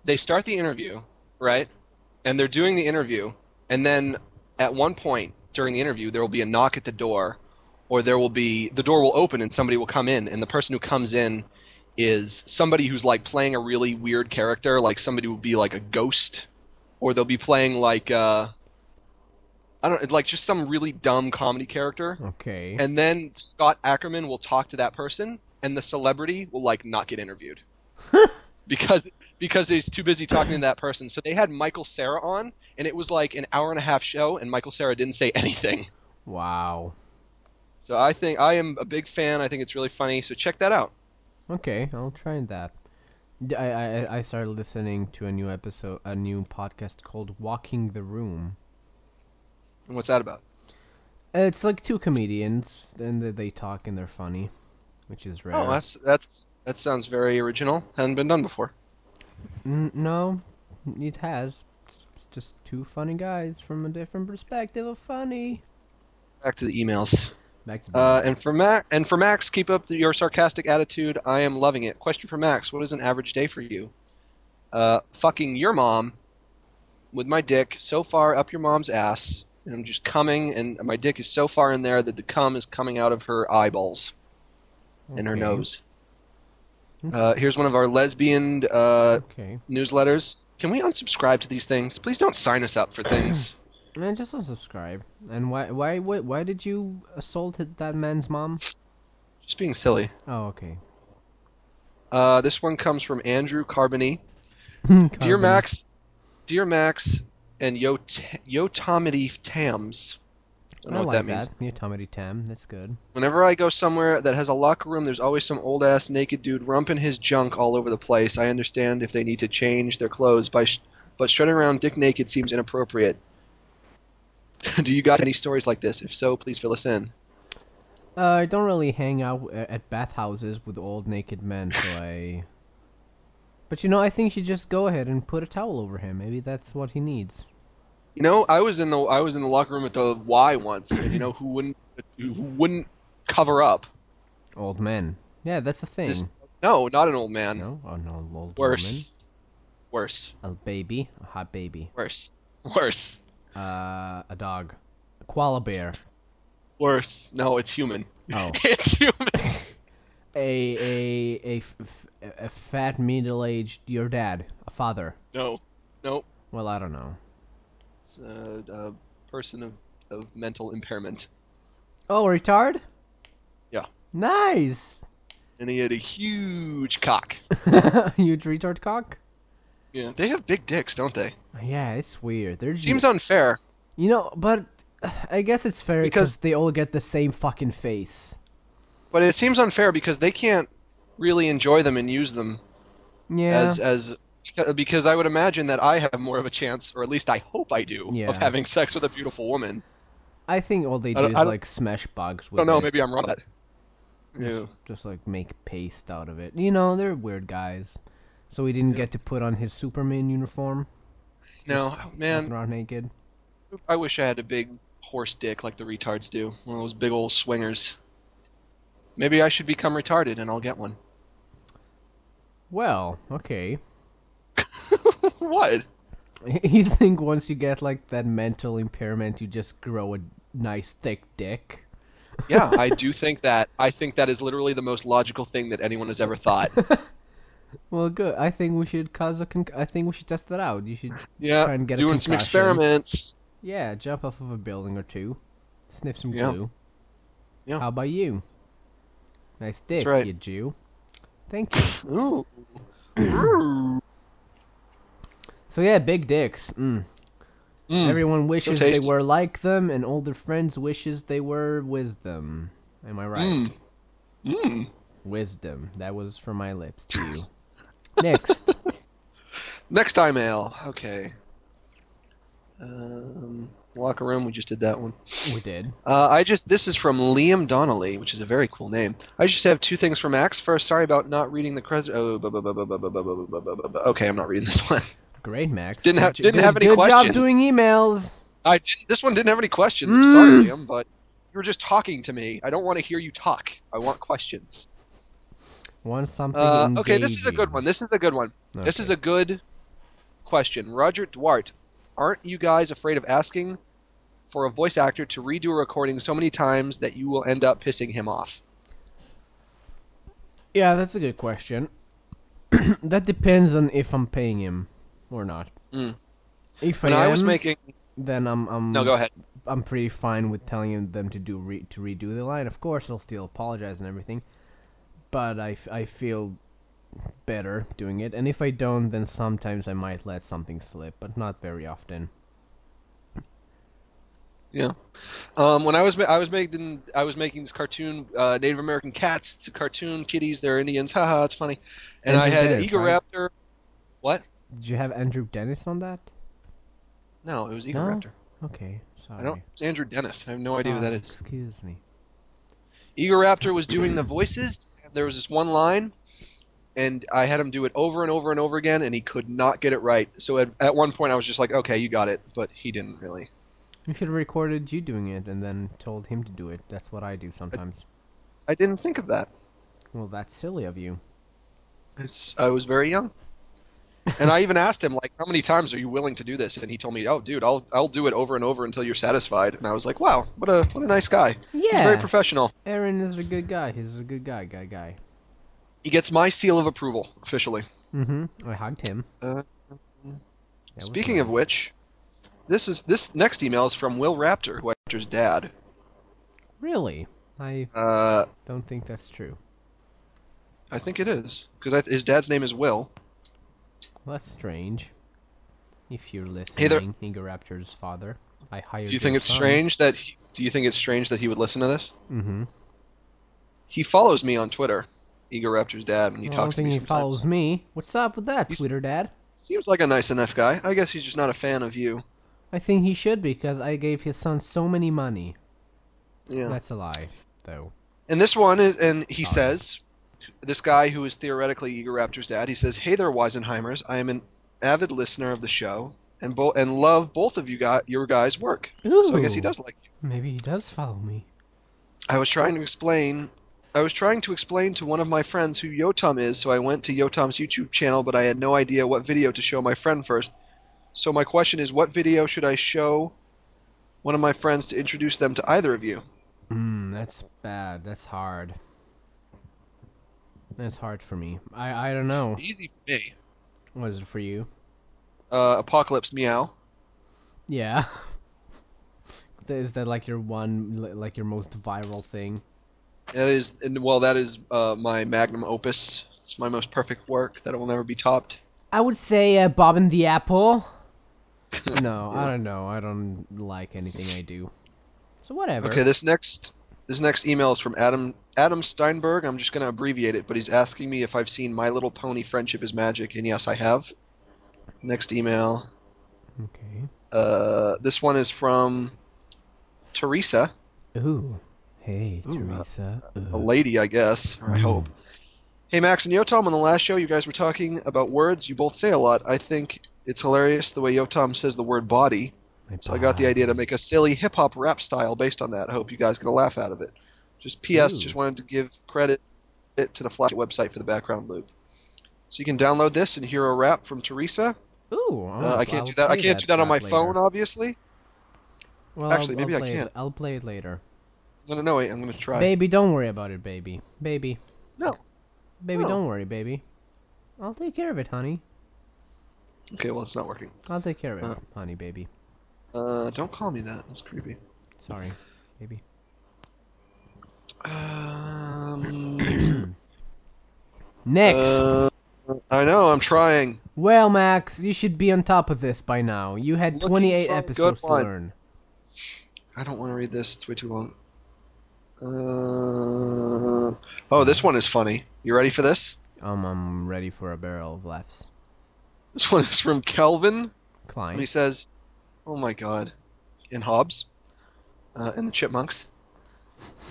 [SPEAKER 2] they start the interview, right? And they're doing the interview, and then at one point during the interview, there will be a knock at the door, or there will be the door will open and somebody will come in, and the person who comes in is somebody who's like playing a really weird character, like somebody will be like a ghost, or they'll be playing like uh, I don't like just some really dumb comedy character,
[SPEAKER 1] Okay.
[SPEAKER 2] and then Scott Ackerman will talk to that person, and the celebrity will like not get interviewed because because he's too busy talking to that person. So they had Michael Sarah on, and it was like an hour and a half show, and Michael Sarah didn't say anything.
[SPEAKER 1] wow.
[SPEAKER 2] So I think I am a big fan. I think it's really funny. So check that out.
[SPEAKER 1] Okay, I'll try that. D- I, I I- I started listening to a new episode, a new podcast called Walking the Room.
[SPEAKER 2] And what's that about?
[SPEAKER 1] Uh, It's like two comedians, and they- they talk and they're funny, which is rare.
[SPEAKER 2] Oh, that's that's that sounds very original. Hadn't been done before.
[SPEAKER 1] N- no, it has. It's it's just two funny guys from a different perspective of funny.
[SPEAKER 2] Back to the emails.
[SPEAKER 1] Back to the
[SPEAKER 2] Uh, and for Max, and for Max, keep up the, your sarcastic attitude. I am loving it. Question for Max: What is an average day for you? Uh, fucking your mom with my dick so far up your mom's ass, and I'm just coming, and my dick is so far in there that the cum is coming out of her eyeballs and her
[SPEAKER 1] Okay.
[SPEAKER 2] nose. Uh, here's one of our lesbian uh,
[SPEAKER 1] Okay.
[SPEAKER 2] newsletters. Can we unsubscribe to these things? Please don't sign us up for things.
[SPEAKER 1] Man, just unsubscribe. And why, why, why, why did you assault that man's mom?
[SPEAKER 2] Just being silly.
[SPEAKER 1] Oh, okay.
[SPEAKER 2] Uh, this one comes from Andrew Carbony. Dear
[SPEAKER 1] Carbon.
[SPEAKER 2] Max, dear Max, and yo, t- yo, Tomity Tams. I don't know
[SPEAKER 1] I
[SPEAKER 2] what
[SPEAKER 1] like
[SPEAKER 2] that means.
[SPEAKER 1] New Tomity Tam. That's good.
[SPEAKER 2] Whenever I go somewhere that has a locker room, there's always some old ass naked dude rumping his junk all over the place. I understand if they need to change their clothes, by sh- but strutting around dick naked seems inappropriate. Do you guys have any stories like this? If so, please fill us in.
[SPEAKER 1] Uh, I don't really hang out w- at bathhouses with old naked men, so I. But you know, I think you just go ahead and put a towel over him. Maybe that's what he needs.
[SPEAKER 2] You know, I was in the I was in the locker room at the Y once, and you know who wouldn't who wouldn't cover up?
[SPEAKER 1] Old men. Yeah, that's a thing.
[SPEAKER 2] Just- No, not an old man.
[SPEAKER 1] No, oh no, an old
[SPEAKER 2] Worse. Worse.
[SPEAKER 1] woman, a baby, a hot baby,
[SPEAKER 2] Worse. Worse.
[SPEAKER 1] uh, a dog, a koala bear,
[SPEAKER 2] Worse. No, it's human.
[SPEAKER 1] Oh.
[SPEAKER 2] it's human.
[SPEAKER 1] a a a, f- f- a fat middle-aged your dad, a father.
[SPEAKER 2] No. No.
[SPEAKER 1] Well, I don't know.
[SPEAKER 2] It's a, a person of, of mental impairment.
[SPEAKER 1] Oh, retard.
[SPEAKER 2] Yeah.
[SPEAKER 1] Nice.
[SPEAKER 2] And he had a huge cock.
[SPEAKER 1] Huge retard cock.
[SPEAKER 2] Yeah. They have big dicks, don't they?
[SPEAKER 1] Yeah, it's weird. They're
[SPEAKER 2] Seems unfair.
[SPEAKER 1] You know, but I guess it's fair because
[SPEAKER 2] Because-
[SPEAKER 1] they all get the same fucking face.
[SPEAKER 2] But it seems unfair because they can't really enjoy them and use them
[SPEAKER 1] Yeah.
[SPEAKER 2] as as because I would imagine that I have more of a chance, or at least I hope I do,
[SPEAKER 1] Yeah.
[SPEAKER 2] of having sex with a beautiful woman.
[SPEAKER 1] I think all they do
[SPEAKER 2] don't-
[SPEAKER 1] is
[SPEAKER 2] I don't-
[SPEAKER 1] like smash bugs
[SPEAKER 2] I
[SPEAKER 1] with
[SPEAKER 2] don't know,
[SPEAKER 1] it.
[SPEAKER 2] maybe I'm wrong. about that. Yeah.
[SPEAKER 1] Just, just like make paste out of it. You know, they're weird guys. So he didn't get to put on his Superman uniform,
[SPEAKER 2] No, man,
[SPEAKER 1] walking around naked.
[SPEAKER 2] I wish I had a big horse dick like the retards do. One of those big old swingers. Maybe I should become retarded and I'll get one.
[SPEAKER 1] Well, okay.
[SPEAKER 2] what?
[SPEAKER 1] You think once you get like that mental impairment, you just grow a nice thick dick?
[SPEAKER 2] Yeah, I do think that. I think that is literally the most logical thing that anyone has ever thought.
[SPEAKER 1] Well, good. I think we should cause a. Con- I think we should test that out. You should
[SPEAKER 2] Yeah,
[SPEAKER 1] Try and get a
[SPEAKER 2] doing some
[SPEAKER 1] concussion.
[SPEAKER 2] experiments.
[SPEAKER 1] Yeah, jump off of a building or two, sniff some
[SPEAKER 2] Yeah.
[SPEAKER 1] glue.
[SPEAKER 2] Yeah.
[SPEAKER 1] How about you? Nice dick,
[SPEAKER 2] right.
[SPEAKER 1] you Jew. Thank you.
[SPEAKER 2] Ooh. Ooh.
[SPEAKER 1] So yeah, big dicks. Mm.
[SPEAKER 2] Mm.
[SPEAKER 1] Everyone wishes they
[SPEAKER 2] tasty.
[SPEAKER 1] were like them, and all their friends wishes they were with them. Am I right?
[SPEAKER 2] Mm. Mm.
[SPEAKER 1] Wisdom. That was from my lips to you. Next.
[SPEAKER 2] Next time, Ale. Okay. Um, locker room. We just did that one.
[SPEAKER 1] We did.
[SPEAKER 2] Uh, I just this is from Liam Donnelly, which is a very cool name. I just have two things for Max. First, sorry about not reading the cres. Oh, bu- bu- bu- bu- bu- bu- bu- bu- bu- bu- bu- bu- okay, I'm not reading this one.
[SPEAKER 1] Great, Max.
[SPEAKER 2] Didn't have-
[SPEAKER 1] Good jo-
[SPEAKER 2] didn't
[SPEAKER 1] good-
[SPEAKER 2] have any
[SPEAKER 1] good job
[SPEAKER 2] questions.
[SPEAKER 1] doing emails.
[SPEAKER 2] I didn't, this one didn't have any questions. I'm sorry, Liam, but you were just talking to me. I don't want to hear you talk. I want questions.
[SPEAKER 1] Want something
[SPEAKER 2] Uh, okay, this is a good
[SPEAKER 1] engaging.
[SPEAKER 2] one. This is a good one. This is a good question. Roger Duarte, aren't you guys afraid of asking for a voice actor to redo a recording so many times that you will end up pissing him off?
[SPEAKER 1] Yeah, that's a good question. that depends on if I'm paying him or not.
[SPEAKER 2] Mm.
[SPEAKER 1] If
[SPEAKER 2] When
[SPEAKER 1] I,
[SPEAKER 2] I
[SPEAKER 1] am,
[SPEAKER 2] was making
[SPEAKER 1] then I'm I'm
[SPEAKER 2] no, go ahead.
[SPEAKER 1] I'm pretty fine with telling them to do re- to redo the line. Of course, I'll still apologize and everything, but I, f- I feel better doing it. And if I don't, then sometimes I might let something slip, but not very often.
[SPEAKER 2] Yeah. Um, when I was ma- I was making I was making this cartoon uh, Native American cats. It's a cartoon. Kitties. They're Indians. Haha, it's funny. And I
[SPEAKER 1] Andrew
[SPEAKER 2] had
[SPEAKER 1] Dennis, right?
[SPEAKER 2] Egoraptor. What?
[SPEAKER 1] Did you have Andrew Dennis on that?
[SPEAKER 2] No, it was Egoraptor.
[SPEAKER 1] Okay, sorry.
[SPEAKER 2] I don't. It's Andrew Dennis. I have no idea who that
[SPEAKER 1] Sorry,
[SPEAKER 2] is.
[SPEAKER 1] Excuse me.
[SPEAKER 2] Egoraptor was doing the voices. And there was this one line, and I had him do it over and over and over again, and he could not get it right. So at, at one point, I was just like, "Okay, you got it," but he didn't really.
[SPEAKER 1] You should have recorded you doing it and then told him to do it. That's what I do sometimes.
[SPEAKER 2] I didn't think of that.
[SPEAKER 1] Well, that's silly of you.
[SPEAKER 2] It's, I was very young. And I even asked him, like, how many times are you willing to do this? And he told me, oh, dude, I'll, I'll do it over and over until you're satisfied. And I was like, wow, what a, what a nice guy. He's
[SPEAKER 1] Yeah.
[SPEAKER 2] very professional.
[SPEAKER 1] Aaron is a good guy. He's a good guy, guy, guy.
[SPEAKER 2] He gets my seal of approval officially.
[SPEAKER 1] Mm-hmm. I hugged him.
[SPEAKER 2] Uh,
[SPEAKER 1] That was
[SPEAKER 2] Speaking of
[SPEAKER 1] nice.
[SPEAKER 2] which, this is this next email is from Will Raptor, who I Raptor's dad.
[SPEAKER 1] really, I
[SPEAKER 2] Uh,
[SPEAKER 1] don't think that's true.
[SPEAKER 2] I think it is because his dad's name is Will.
[SPEAKER 1] Well, that's strange. If you're listening,
[SPEAKER 2] Hey there-
[SPEAKER 1] Indoraptor's father, I hired.
[SPEAKER 2] Do you think it's strange that he, do you think it's strange that he would listen to this?
[SPEAKER 1] Mm-hmm.
[SPEAKER 2] He follows me on Twitter, Igor Raptor's dad, and he
[SPEAKER 1] I don't
[SPEAKER 2] talks to
[SPEAKER 1] think
[SPEAKER 2] me
[SPEAKER 1] he
[SPEAKER 2] sometimes.
[SPEAKER 1] follows me. What's up with that,
[SPEAKER 2] He's-
[SPEAKER 1] Twitter dad?
[SPEAKER 2] Seems like a nice enough guy. I guess he's just not a fan of you.
[SPEAKER 1] I think he should because I gave his son so many money.
[SPEAKER 2] Yeah.
[SPEAKER 1] That's a lie, though.
[SPEAKER 2] And this one is, and he
[SPEAKER 1] Sorry.
[SPEAKER 2] says, this guy who is theoretically Igor Raptor's dad, he says, "Hey there, Weisenheimers. I am an avid listener of the show and bo- and love both of you guys your guys' work. So I guess he
[SPEAKER 1] Ooh.
[SPEAKER 2] does like you.
[SPEAKER 1] Maybe he does follow me.
[SPEAKER 2] I was trying to explain." I was trying to explain to one of my friends who Yotam is, so I went to Yotam's YouTube channel, but I had no idea what video to show my friend first. So my question is, what video should I show one of my friends to introduce them to either of you?
[SPEAKER 1] Mm, that's bad. That's hard. That's hard for me. I I don't know.
[SPEAKER 2] Easy for me.
[SPEAKER 1] What is it for you?
[SPEAKER 2] Uh, Apocalypse Meow.
[SPEAKER 1] Yeah. is that like your one, li- like your most viral thing?
[SPEAKER 2] That is, and well, that is uh, my magnum opus. It's my most perfect work that will never be topped.
[SPEAKER 1] I would say uh, Bob and the Apple. no, I don't know. I don't like anything I do. So whatever.
[SPEAKER 2] Okay, this next this next email is from Adam Adam Steinberg. I'm just going to abbreviate it, but he's asking me if I've seen My Little Pony: Friendship Is Magic, and yes, I have. Next email.
[SPEAKER 1] Okay.
[SPEAKER 2] Uh, this one is from Teresa,
[SPEAKER 1] Ooh. Hey,
[SPEAKER 2] Ooh, uh,
[SPEAKER 1] Teresa.
[SPEAKER 2] a
[SPEAKER 1] Ugh.
[SPEAKER 2] lady, I guess, or I
[SPEAKER 1] Mm.
[SPEAKER 2] hope. Hey, Max and Yotam, on the last show, you guys were talking about words. You both say a lot. I think it's hilarious the way Yotam says the word body.
[SPEAKER 1] My
[SPEAKER 2] So I got the
[SPEAKER 1] body.
[SPEAKER 2] idea to make a silly hip hop rap style based on that. I hope you guys get a laugh out of it. Just P.S.
[SPEAKER 1] Ooh.
[SPEAKER 2] Just wanted to give credit to the Flash website for the background loop. So you can download this and hear a rap from Teresa.
[SPEAKER 1] Ooh. oh,
[SPEAKER 2] Uh, I can't do that. I can't do that on my phone, obviously.
[SPEAKER 1] Well,
[SPEAKER 2] Actually,
[SPEAKER 1] I'll,
[SPEAKER 2] maybe
[SPEAKER 1] I'll
[SPEAKER 2] I
[SPEAKER 1] play it-
[SPEAKER 2] can't.
[SPEAKER 1] I'll play it later.
[SPEAKER 2] No, no, no. Wait, I'm gonna try.
[SPEAKER 1] Baby, don't worry about it, baby. Baby.
[SPEAKER 2] No.
[SPEAKER 1] Baby,
[SPEAKER 2] No.
[SPEAKER 1] don't worry, baby. I'll take care of it, honey.
[SPEAKER 2] Okay, well, it's not working.
[SPEAKER 1] I'll take care of it,
[SPEAKER 2] Uh.
[SPEAKER 1] honey, baby.
[SPEAKER 2] Uh, don't call me that. That's creepy.
[SPEAKER 1] Sorry, baby.
[SPEAKER 2] Um,
[SPEAKER 1] Next.
[SPEAKER 2] uh, I know. I'm trying.
[SPEAKER 1] well, Max, you should be on top of this by now. You had
[SPEAKER 2] Looking
[SPEAKER 1] 28
[SPEAKER 2] for a
[SPEAKER 1] episodes
[SPEAKER 2] good
[SPEAKER 1] to
[SPEAKER 2] one.
[SPEAKER 1] learn.
[SPEAKER 2] I don't want to read this. It's way too long. Uh, oh, this one is funny. You ready for this?
[SPEAKER 1] Um, I'm ready for a barrel of laughs.
[SPEAKER 2] This one is from Kelvin, and he
[SPEAKER 1] Klein.
[SPEAKER 2] says, "Oh my God," in Hobbes, uh, in the Chipmunks.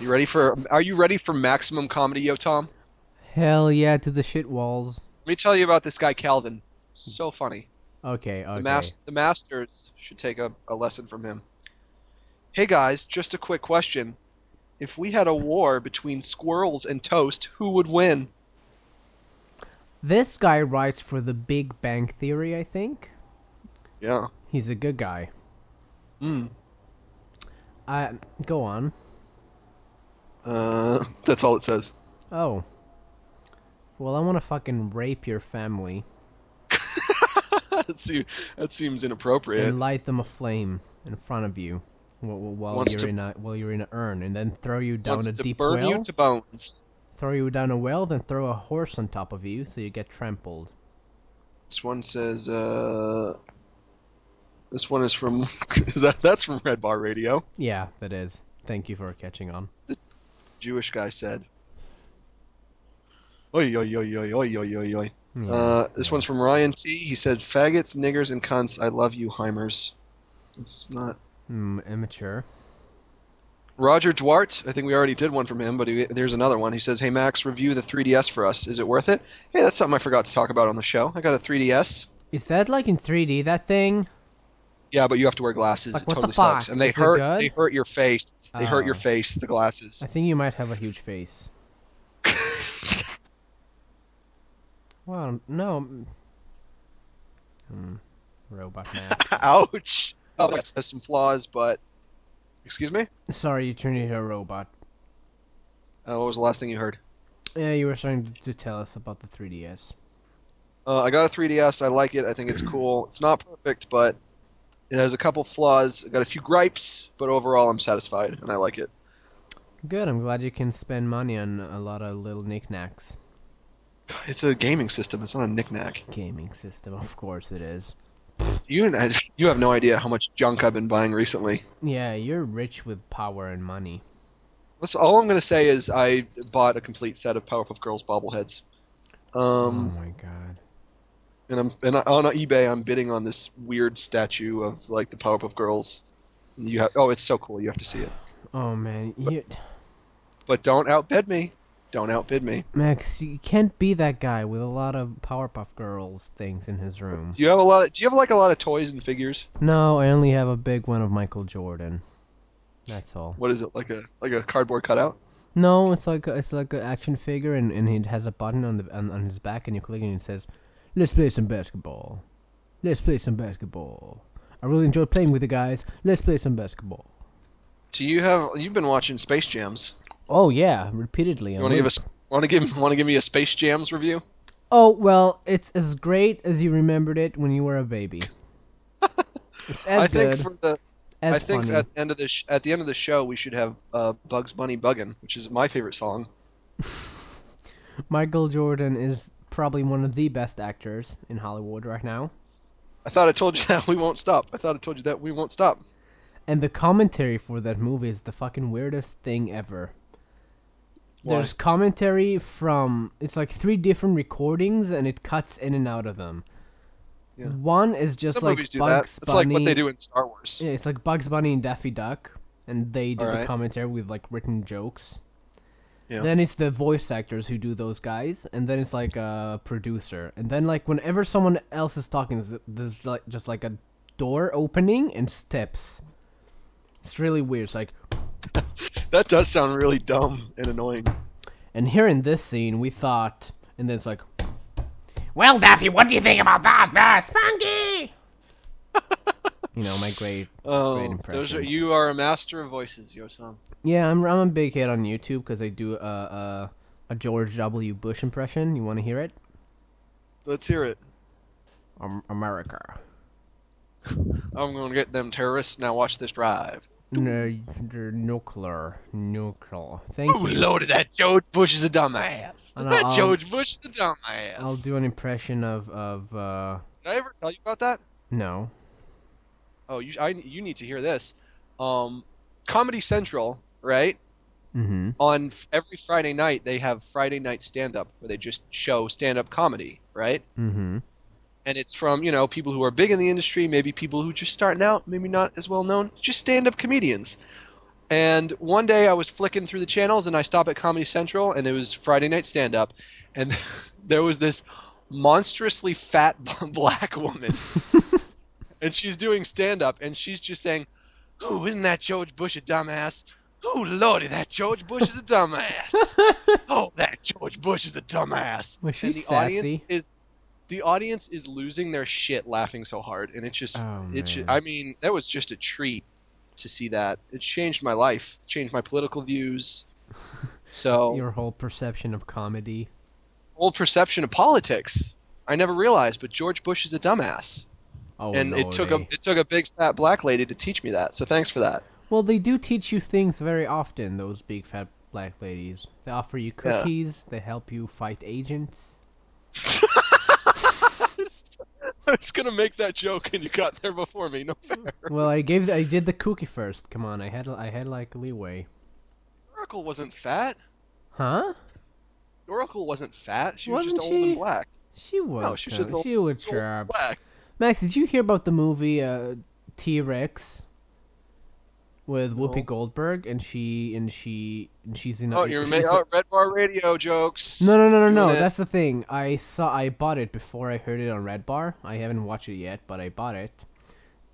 [SPEAKER 2] You ready for? Are you ready for maximum comedy, yo, Tom?
[SPEAKER 1] Hell yeah to the shit walls.
[SPEAKER 2] Let me tell you about this guy Calvin. So funny.
[SPEAKER 1] Okay, okay.
[SPEAKER 2] The, mas- the masters should take a, a lesson from him. Hey guys, just a quick question: If we had a war between squirrels and toast, who would win?
[SPEAKER 1] This guy writes for the Big Bang Theory, I think.
[SPEAKER 2] Yeah.
[SPEAKER 1] He's a good guy.
[SPEAKER 2] Mm.
[SPEAKER 1] Uh, go on.
[SPEAKER 2] Uh, that's all it says.
[SPEAKER 1] Oh. Well, I want to fucking rape your family
[SPEAKER 2] that, seems, that seems inappropriate.
[SPEAKER 1] and light them aflame in front of you while, while
[SPEAKER 2] Wants
[SPEAKER 1] you're
[SPEAKER 2] to-
[SPEAKER 1] in a while you're in an urn, and then throw you down
[SPEAKER 2] Wants
[SPEAKER 1] a
[SPEAKER 2] to
[SPEAKER 1] deep
[SPEAKER 2] burn
[SPEAKER 1] well.
[SPEAKER 2] you to bones.
[SPEAKER 1] throw you down a well, then throw a horse on top of you so you get trampled.
[SPEAKER 2] This one says, uh, this one is from, is that, that's from Red Bar Radio.
[SPEAKER 1] Yeah, that is. Thank you for catching on.
[SPEAKER 2] Jewish guy said. Oi, oi, oi, oi, oi, oi, oi, oi.
[SPEAKER 1] Yeah.
[SPEAKER 2] Uh, this one's from Ryan T. He said, faggots, niggers, and cunts, I love you, Heimers. It's not.
[SPEAKER 1] Mm, immature.
[SPEAKER 2] Roger Dwart, I think we already did one from him, but he, there's another one. He says, Hey, Max, review the 3DS for us. Is it worth it? Hey, that's something I forgot to talk about on the show. I got a 3DS.
[SPEAKER 1] Is that like in 3D? That thing?
[SPEAKER 2] Yeah, but you have to wear glasses.
[SPEAKER 1] Like,
[SPEAKER 2] it
[SPEAKER 1] what the
[SPEAKER 2] totally sucks.
[SPEAKER 1] fuck?
[SPEAKER 2] And they
[SPEAKER 1] Is it
[SPEAKER 2] hurt
[SPEAKER 1] good?
[SPEAKER 2] they hurt your face. They hurt your
[SPEAKER 1] Oh.
[SPEAKER 2] face, the glasses.
[SPEAKER 1] I think you might have a huge face. Well, no. mm. Hmm. Robot Max.
[SPEAKER 2] Ouch. Oh, that has some flaws, but excuse me?
[SPEAKER 1] Sorry, you turned into a robot.
[SPEAKER 2] Uh, what was the last thing you heard?
[SPEAKER 1] Yeah, you were starting to tell us about the 3DS.
[SPEAKER 2] Uh, I got a 3DS. I like it. I think it's cool. It's not perfect, but it has a couple flaws. I got a few gripes, but overall, I'm satisfied and I like it.
[SPEAKER 1] Good. I'm glad you can spend money on a lot of little knickknacks.
[SPEAKER 2] It's a gaming system. It's not a knickknack.
[SPEAKER 1] Gaming system, of course it is.
[SPEAKER 2] You and- you have no idea how much junk I've been buying recently.
[SPEAKER 1] Yeah, you're rich with power and money.
[SPEAKER 2] That's all I'm gonna say is I bought a complete set of Powerpuff Girls bobbleheads. Um,
[SPEAKER 1] oh my god.
[SPEAKER 2] and I'm and I- on eBay I'm bidding on this weird statue of like the Powerpuff Girls. You have oh, it's so cool. You have to see it.
[SPEAKER 1] Oh man, you,
[SPEAKER 2] But don't outbid me. Don't outbid me.
[SPEAKER 1] Max, you can't be that guy with a lot of Powerpuff Girls things in his room.
[SPEAKER 2] Do you have a lot? do you have like a lot of toys and figures?
[SPEAKER 1] No, I only have a big one of Michael Jordan. That's all.
[SPEAKER 2] What is it like a like a cardboard cutout?
[SPEAKER 1] No, it's like a, it's like an action figure, and, and it has a button on the on, on his back, and you click it and it says, "Let's play some basketball. Let's play some basketball. I really enjoyed playing with the guys. Let's play some basketball."
[SPEAKER 2] Do you have? You've been watching Space Jams.
[SPEAKER 1] Oh yeah, repeatedly.
[SPEAKER 2] You want to give us? Want to give? Want to give me a Space Jams review?
[SPEAKER 1] Oh well, it's as great as you remembered it when you were a baby. it's as
[SPEAKER 2] I
[SPEAKER 1] good
[SPEAKER 2] think for the.
[SPEAKER 1] as
[SPEAKER 2] I think
[SPEAKER 1] funny.
[SPEAKER 2] at the end of the sh- at the end of the show we should have uh, Bugs Bunny Buggin', which is my favorite song.
[SPEAKER 1] Michael Jordan is probably one of the best actors in Hollywood right now.
[SPEAKER 2] I thought I told you that we won't stop. I thought I told you that we won't stop.
[SPEAKER 1] And the commentary for that movie is the fucking weirdest thing ever.
[SPEAKER 2] Why?
[SPEAKER 1] There's commentary from it's like three different recordings and it cuts in and out of them.
[SPEAKER 2] Yeah.
[SPEAKER 1] One is just
[SPEAKER 2] Some
[SPEAKER 1] like
[SPEAKER 2] movies do
[SPEAKER 1] Bugs
[SPEAKER 2] that. It's
[SPEAKER 1] Bunny.
[SPEAKER 2] like what they do in Star Wars.
[SPEAKER 1] Yeah, it's like Bugs Bunny and Daffy Duck, and they do the
[SPEAKER 2] Alright.
[SPEAKER 1] commentary with like written jokes.
[SPEAKER 2] Yeah.
[SPEAKER 1] Then it's the voice actors who do those guys, and then it's like a producer, and then like whenever someone else is talking, th- there's like just like a door opening and steps. It's really weird. It's like,
[SPEAKER 2] That does sound really dumb and annoying.
[SPEAKER 1] and here in this scene, we thought, and then it's like, well, Daffy, what do you think about that, uh, Spunky? you know, my great
[SPEAKER 2] Oh,
[SPEAKER 1] Great
[SPEAKER 2] those are
[SPEAKER 1] impressions.
[SPEAKER 2] you are a master of voices, Yosan.
[SPEAKER 1] Yeah, I'm I'm a big hit on YouTube because I do a, a a George W. Bush impression. You want to hear it?
[SPEAKER 2] Let's hear it.
[SPEAKER 1] Um, America.
[SPEAKER 2] I'm gonna get them terrorists. Now watch this drive.
[SPEAKER 1] N- nuclear, nuclear. Thank
[SPEAKER 2] Ooh,
[SPEAKER 1] you.
[SPEAKER 2] Lord, that George Bush is a dumbass.
[SPEAKER 1] I know,
[SPEAKER 2] that
[SPEAKER 1] I'll-
[SPEAKER 2] George Bush is a dumbass.
[SPEAKER 1] I'll do an impression of of uh
[SPEAKER 2] Did I ever tell you about that?
[SPEAKER 1] no.
[SPEAKER 2] Oh, you I, you need to hear this. Um, Comedy Central, right?
[SPEAKER 1] Mm-hmm.
[SPEAKER 2] On f- every Friday night, they have Friday night stand up where they just show stand up comedy, right?
[SPEAKER 1] Mm-hmm.
[SPEAKER 2] And it's from, you know, people who are big in the industry, maybe people who are just starting out, maybe not as well known, just stand up comedians. And one day I was flicking through the channels and I stopped at Comedy Central and it was Friday night stand up. And there was this monstrously fat black woman. and she's doing stand up and she's just saying, Oh, isn't that George Bush a dumbass? Oh, lordy, that George Bush is a dumbass. oh, that George Bush is a dumbass.
[SPEAKER 1] Was she
[SPEAKER 2] and the audience
[SPEAKER 1] sassy?
[SPEAKER 2] is the audience is losing their shit laughing so hard and it just
[SPEAKER 1] Oh,
[SPEAKER 2] it ju-
[SPEAKER 1] man.
[SPEAKER 2] I mean, that was just a treat to see that. It changed my life, changed my political views. So
[SPEAKER 1] Your whole perception of comedy.
[SPEAKER 2] old perception of politics. I never realized, but George Bush is a dumbass,
[SPEAKER 1] Oh,
[SPEAKER 2] and it took a
[SPEAKER 1] lordy.
[SPEAKER 2] it took a big fat black lady to teach me that. So thanks for that.
[SPEAKER 1] Well, they do teach you things very often. Those big fat black ladies. They offer you cookies. They help you fight agents.
[SPEAKER 2] I was gonna make that joke, and you got there before me. No fair.
[SPEAKER 1] Well, I gave I did the cookie first. Come on, I had I had like leeway.
[SPEAKER 2] Oracle wasn't fat.
[SPEAKER 1] Huh?
[SPEAKER 2] Oracle wasn't fat. She was
[SPEAKER 1] Wasn't
[SPEAKER 2] just old
[SPEAKER 1] she?
[SPEAKER 2] and black.
[SPEAKER 1] She was.
[SPEAKER 2] No, she was
[SPEAKER 1] kinda-
[SPEAKER 2] just
[SPEAKER 1] she was
[SPEAKER 2] Old and
[SPEAKER 1] sharp.
[SPEAKER 2] black.
[SPEAKER 1] Max, did you hear about the movie uh, T Rex with Whoopi
[SPEAKER 2] No.
[SPEAKER 1] Goldberg and she and she and she's in. a-
[SPEAKER 2] Oh, you're
[SPEAKER 1] she's
[SPEAKER 2] ma-
[SPEAKER 1] a-
[SPEAKER 2] oh, Red Bar Radio jokes.
[SPEAKER 1] no, no, no, no, no.
[SPEAKER 2] doing it.
[SPEAKER 1] That's the thing. I saw. I bought it before I heard it on Red Bar. I haven't watched it yet, but I bought it.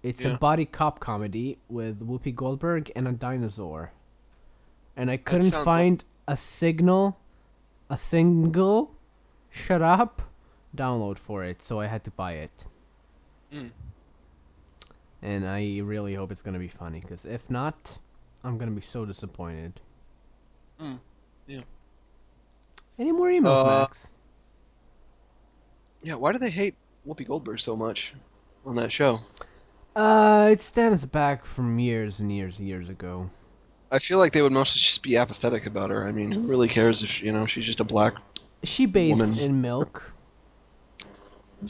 [SPEAKER 1] It's
[SPEAKER 2] Yeah.
[SPEAKER 1] a body cop comedy with Whoopi Goldberg and a dinosaur, and I couldn't
[SPEAKER 2] sounds like-
[SPEAKER 1] find a signal, a single, shut up, download for it. So I had to buy it.
[SPEAKER 2] Mm.
[SPEAKER 1] And I really hope it's gonna be funny, because if not, I'm gonna be so disappointed.
[SPEAKER 2] Mm, yeah.
[SPEAKER 1] Any more emails,
[SPEAKER 2] Uh,
[SPEAKER 1] Max?
[SPEAKER 2] Yeah, why do they hate Whoopi Goldberg so much on that show?
[SPEAKER 1] Uh, it stems back from years and years and years ago.
[SPEAKER 2] I feel like they would mostly just be apathetic about her. I mean, who really cares if you know she's just a black?
[SPEAKER 1] She bathes
[SPEAKER 2] Woman.
[SPEAKER 1] in milk,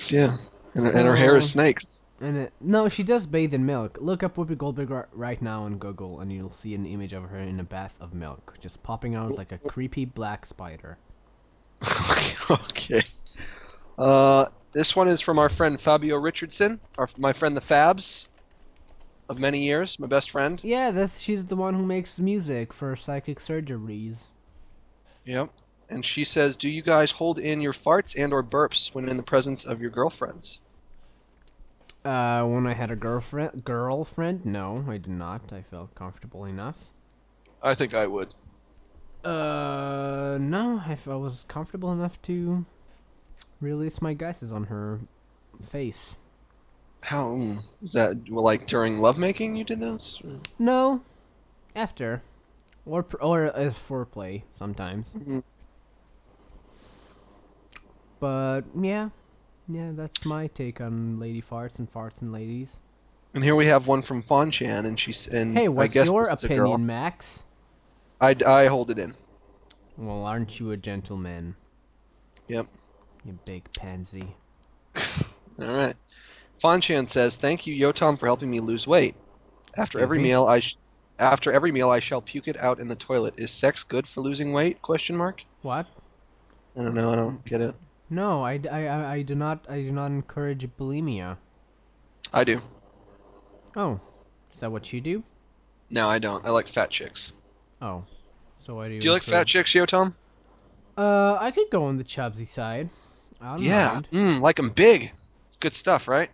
[SPEAKER 2] Yeah, and, and her hair is
[SPEAKER 1] So-
[SPEAKER 2] snakes.
[SPEAKER 1] and it, no, she does bathe in milk. Look up Whoopi Goldberg ri- right now on Google, and you'll see an image of her in a bath of milk, just popping out like a creepy black spider.
[SPEAKER 2] okay. Uh, this one is from our friend Fabio Richardson, our, my friend the Fabs, of many years, my best friend.
[SPEAKER 1] Yeah, that's she's the one who makes music for psychic surgeries.
[SPEAKER 2] Yep. And she says, "Do you guys hold in your farts and or burps when in the presence of your girlfriends?"
[SPEAKER 1] Uh, when I had a girlfriend, girlfriend, no, I did not. I felt comfortable enough.
[SPEAKER 2] I think I would.
[SPEAKER 1] Uh, no, I, f- I was comfortable enough to release my guesses on her face.
[SPEAKER 2] How mm, is that? Well, like during lovemaking, you did those? Or-
[SPEAKER 1] No, after, or pr- or as foreplay sometimes.
[SPEAKER 2] Mhm.
[SPEAKER 1] But yeah, yeah, that's my take on lady farts and farts and ladies.
[SPEAKER 2] And here we have one from Fonchan, and she's and
[SPEAKER 1] Hey,
[SPEAKER 2] Mm, I
[SPEAKER 1] what's
[SPEAKER 2] guess
[SPEAKER 1] your
[SPEAKER 2] this is a girl.
[SPEAKER 1] opinion, Max?
[SPEAKER 2] I, I hold it in.
[SPEAKER 1] Well, aren't you a gentleman?
[SPEAKER 2] Yep.
[SPEAKER 1] You big pansy.
[SPEAKER 2] All right. Fonchan says, "Thank you, Yotam, for helping me lose weight. After
[SPEAKER 1] Excuse
[SPEAKER 2] every
[SPEAKER 1] me?
[SPEAKER 2] meal, I sh- after every meal, I shall puke it out in the toilet. Is sex good for losing weight? Question mark.
[SPEAKER 1] What?
[SPEAKER 2] I don't know. I don't get it.
[SPEAKER 1] No, I, d- I- I- I do not I do not encourage bulimia.
[SPEAKER 2] I do.
[SPEAKER 1] Oh, is that what you do?
[SPEAKER 2] No, I don't. I like fat chicks.
[SPEAKER 1] Oh, so I do.
[SPEAKER 2] Do you like fat
[SPEAKER 1] encourage-
[SPEAKER 2] chicks, Yotam?
[SPEAKER 1] Uh, I could go on the chubsy side. I don't
[SPEAKER 2] Yeah.
[SPEAKER 1] mind.
[SPEAKER 2] Mm, like 'em big. It's good stuff, right?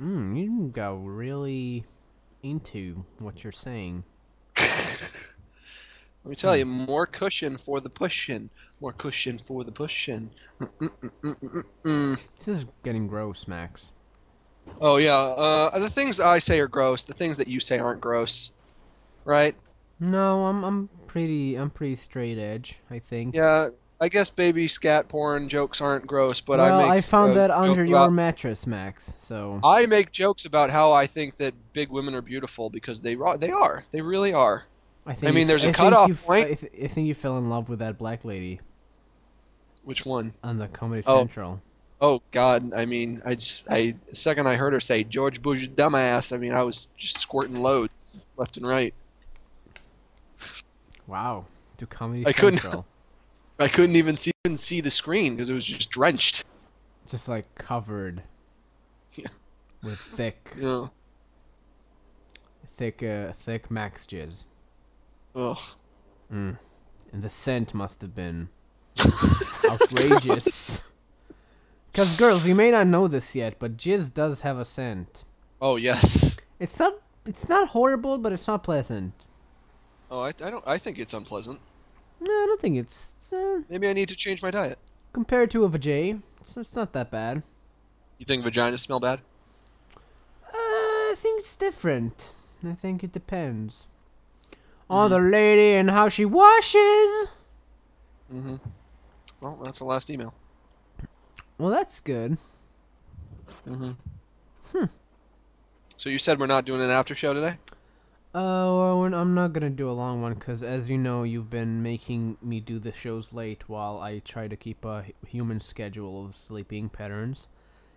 [SPEAKER 1] Mm, you go really into what you're saying.
[SPEAKER 2] Let me tell you, more cushion for the pushing. More cushion for the pushing. Mm-mm-mm-mm-mm-mm.
[SPEAKER 1] This is getting gross, Max.
[SPEAKER 2] Oh yeah. Uh, the things I say are gross. The things that you say aren't gross, right?
[SPEAKER 1] No, I'm I'm pretty I'm pretty straight edge. I think.
[SPEAKER 2] Yeah. I guess baby scat porn jokes aren't gross, but
[SPEAKER 1] well,
[SPEAKER 2] I make.
[SPEAKER 1] found
[SPEAKER 2] uh,
[SPEAKER 1] that
[SPEAKER 2] joke
[SPEAKER 1] under your
[SPEAKER 2] about-
[SPEAKER 1] mattress, Max. So
[SPEAKER 2] I make jokes about how I think that big women are beautiful because they ro- they are. They really are.
[SPEAKER 1] I think.
[SPEAKER 2] I mean,
[SPEAKER 1] you-
[SPEAKER 2] there's a
[SPEAKER 1] think
[SPEAKER 2] cutoff
[SPEAKER 1] you f-
[SPEAKER 2] point.
[SPEAKER 1] I, th- I think you fell in love with that black lady
[SPEAKER 2] Which one?
[SPEAKER 1] on the Comedy
[SPEAKER 2] Oh.
[SPEAKER 1] Central.
[SPEAKER 2] Oh God! I mean, I just I the second I heard her say George Bush dumbass. I mean, I was just squirting loads left and right.
[SPEAKER 1] Wow. To Comedy
[SPEAKER 2] I couldn't-
[SPEAKER 1] Central.
[SPEAKER 2] I couldn't even see even see the screen because it was just drenched.
[SPEAKER 1] Just like covered.
[SPEAKER 2] Yeah.
[SPEAKER 1] With thick,
[SPEAKER 2] You know.
[SPEAKER 1] thick, uh, thick Max jizz.
[SPEAKER 2] Ugh.
[SPEAKER 1] Mm. And the scent must have been outrageous. Because, girls, you may not know this yet, but jizz does have a scent.
[SPEAKER 2] Oh yes.
[SPEAKER 1] It's not, it's not horrible, but it's not pleasant.
[SPEAKER 2] Oh, I, I don't. I think it's unpleasant.
[SPEAKER 1] No, I don't think it's, it's, uh,
[SPEAKER 2] Maybe I need to change my diet.
[SPEAKER 1] compared to a vajay, it's, it's not that bad.
[SPEAKER 2] You think vaginas smell bad?
[SPEAKER 1] Uh, I think it's different. I think it depends on the lady and how she washes.
[SPEAKER 2] Mm-hmm. Well, that's the last email.
[SPEAKER 1] Well, that's good.
[SPEAKER 2] Mm-hmm. Hmm. So you said we're not doing an after show today?
[SPEAKER 1] Oh, well, we're- I'm not gonna do a long one because, as you know, you've been making me do the shows late while I try to keep a hu- human schedule of sleeping patterns,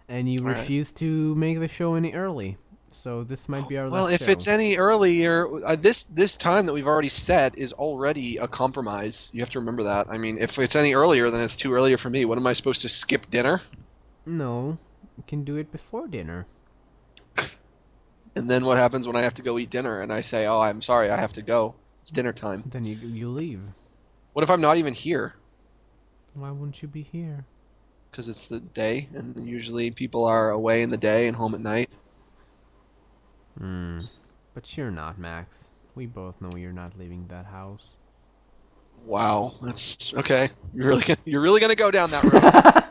[SPEAKER 1] and you
[SPEAKER 2] Alright.
[SPEAKER 1] refuse to make the show any early. So this might be our
[SPEAKER 2] Well,
[SPEAKER 1] last
[SPEAKER 2] if
[SPEAKER 1] show.
[SPEAKER 2] it's any earlier, uh, this this time that we've already set is already a compromise. You have to remember that. I mean, if it's any earlier, then it's too early for me. What am I supposed to skip dinner
[SPEAKER 1] no, you can do it before dinner.
[SPEAKER 2] and then what happens when I have to go eat dinner and I say, "Oh, I'm sorry, I have to go. It's dinner time."
[SPEAKER 1] Then you you leave.
[SPEAKER 2] What if I'm not even here
[SPEAKER 1] Why wouldn't you be here?
[SPEAKER 2] because it's the day and usually people are away in the day and home at night?
[SPEAKER 1] Hmm. But you're not, Max. We both know you're not leaving that house.
[SPEAKER 2] Wow, that's okay. You're really gonna, you're really gonna go down that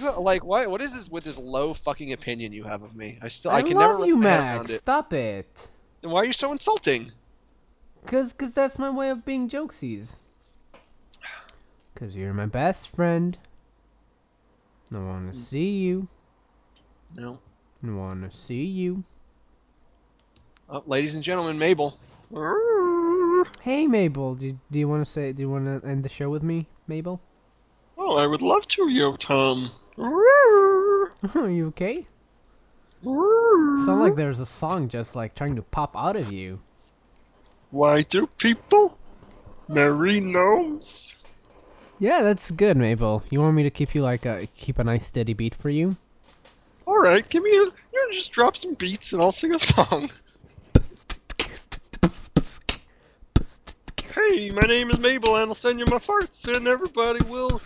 [SPEAKER 2] road. like what? What is this with this low fucking opinion you have of me? I still I, can
[SPEAKER 1] love
[SPEAKER 2] never
[SPEAKER 1] you,
[SPEAKER 2] wrap my head around
[SPEAKER 1] Max.
[SPEAKER 2] it.
[SPEAKER 1] Stop it.
[SPEAKER 2] Then why are you so insulting?
[SPEAKER 1] Cause, cause that's my way of being jokesies. Because you're my best friend. I
[SPEAKER 2] Hmm.
[SPEAKER 1] want to see you.
[SPEAKER 2] No.
[SPEAKER 1] I want to see you.
[SPEAKER 2] Oh, ladies and gentlemen, Mabel. Oh,
[SPEAKER 1] Hey, Mabel. Do, do you want to say? Do you want to end the show with me, Mabel?
[SPEAKER 2] Oh, I would love to, yo, Tom.
[SPEAKER 1] Are you okay? Sound
[SPEAKER 2] Mm-hmm.
[SPEAKER 1] like there's a song just like trying to pop out of you.
[SPEAKER 2] Why do people marry gnomes?
[SPEAKER 1] Yeah, that's good, Mabel. You want me to keep you like a keep a nice steady beat for you?
[SPEAKER 2] All right, give me a. You know, just drop some beats, and I'll sing a song. Hey, my name is Mabel, and I'll send you my farts, and everybody will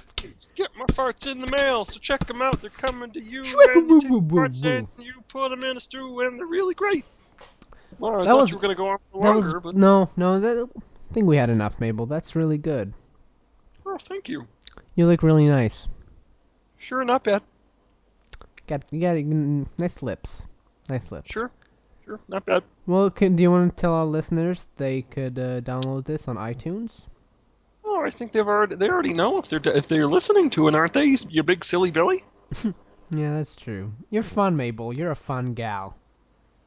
[SPEAKER 2] get my farts in the mail. So check them out; they're coming to you. And you, take farts and you put them in a stew, and they're really great. Well, I
[SPEAKER 1] That
[SPEAKER 2] thought
[SPEAKER 1] was-
[SPEAKER 2] you were gonna go on for
[SPEAKER 1] That was
[SPEAKER 2] longer, but
[SPEAKER 1] no, no. That, I think we had enough, Mabel. That's really good.
[SPEAKER 2] oh, thank you.
[SPEAKER 1] You look really nice.
[SPEAKER 2] Sure, not bad.
[SPEAKER 1] Got you got mm, nice lips. Nice lips.
[SPEAKER 2] Sure, sure, not bad.
[SPEAKER 1] Well, can, do you want to tell our listeners they could uh, download this on iTunes?
[SPEAKER 2] Oh, I think they've already they already know if they're if they're listening to it, aren't they? You big silly Billy.
[SPEAKER 1] Yeah, that's true. You're fun, Mabel. You're a fun gal.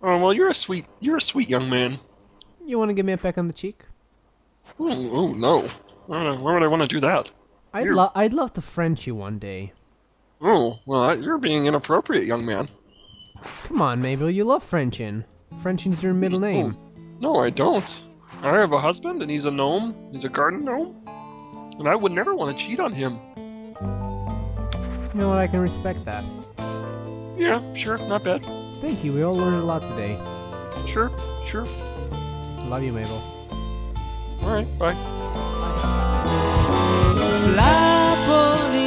[SPEAKER 2] Oh well, you're a sweet you're a sweet young man.
[SPEAKER 1] You want to give me a peck on the cheek?
[SPEAKER 2] Oh, oh no, I don't know. Why would I want to do that?
[SPEAKER 1] I'd
[SPEAKER 2] You're-
[SPEAKER 1] love I'd love to French you one day.
[SPEAKER 2] Oh well, that- you're being inappropriate, young man.
[SPEAKER 1] Come on, Mabel. You love Frenchin. Frenchin's your middle name.
[SPEAKER 2] Oh. No, I don't. I have a husband, and he's a gnome. He's a garden gnome, and I would never want to cheat on him.
[SPEAKER 1] You know what? I can respect that.
[SPEAKER 2] Yeah, sure, not bad.
[SPEAKER 1] Thank you. We all learned a lot today.
[SPEAKER 2] Sure, sure.
[SPEAKER 1] Love you, Mabel.
[SPEAKER 2] All right, bye.
[SPEAKER 4] Fly, pony,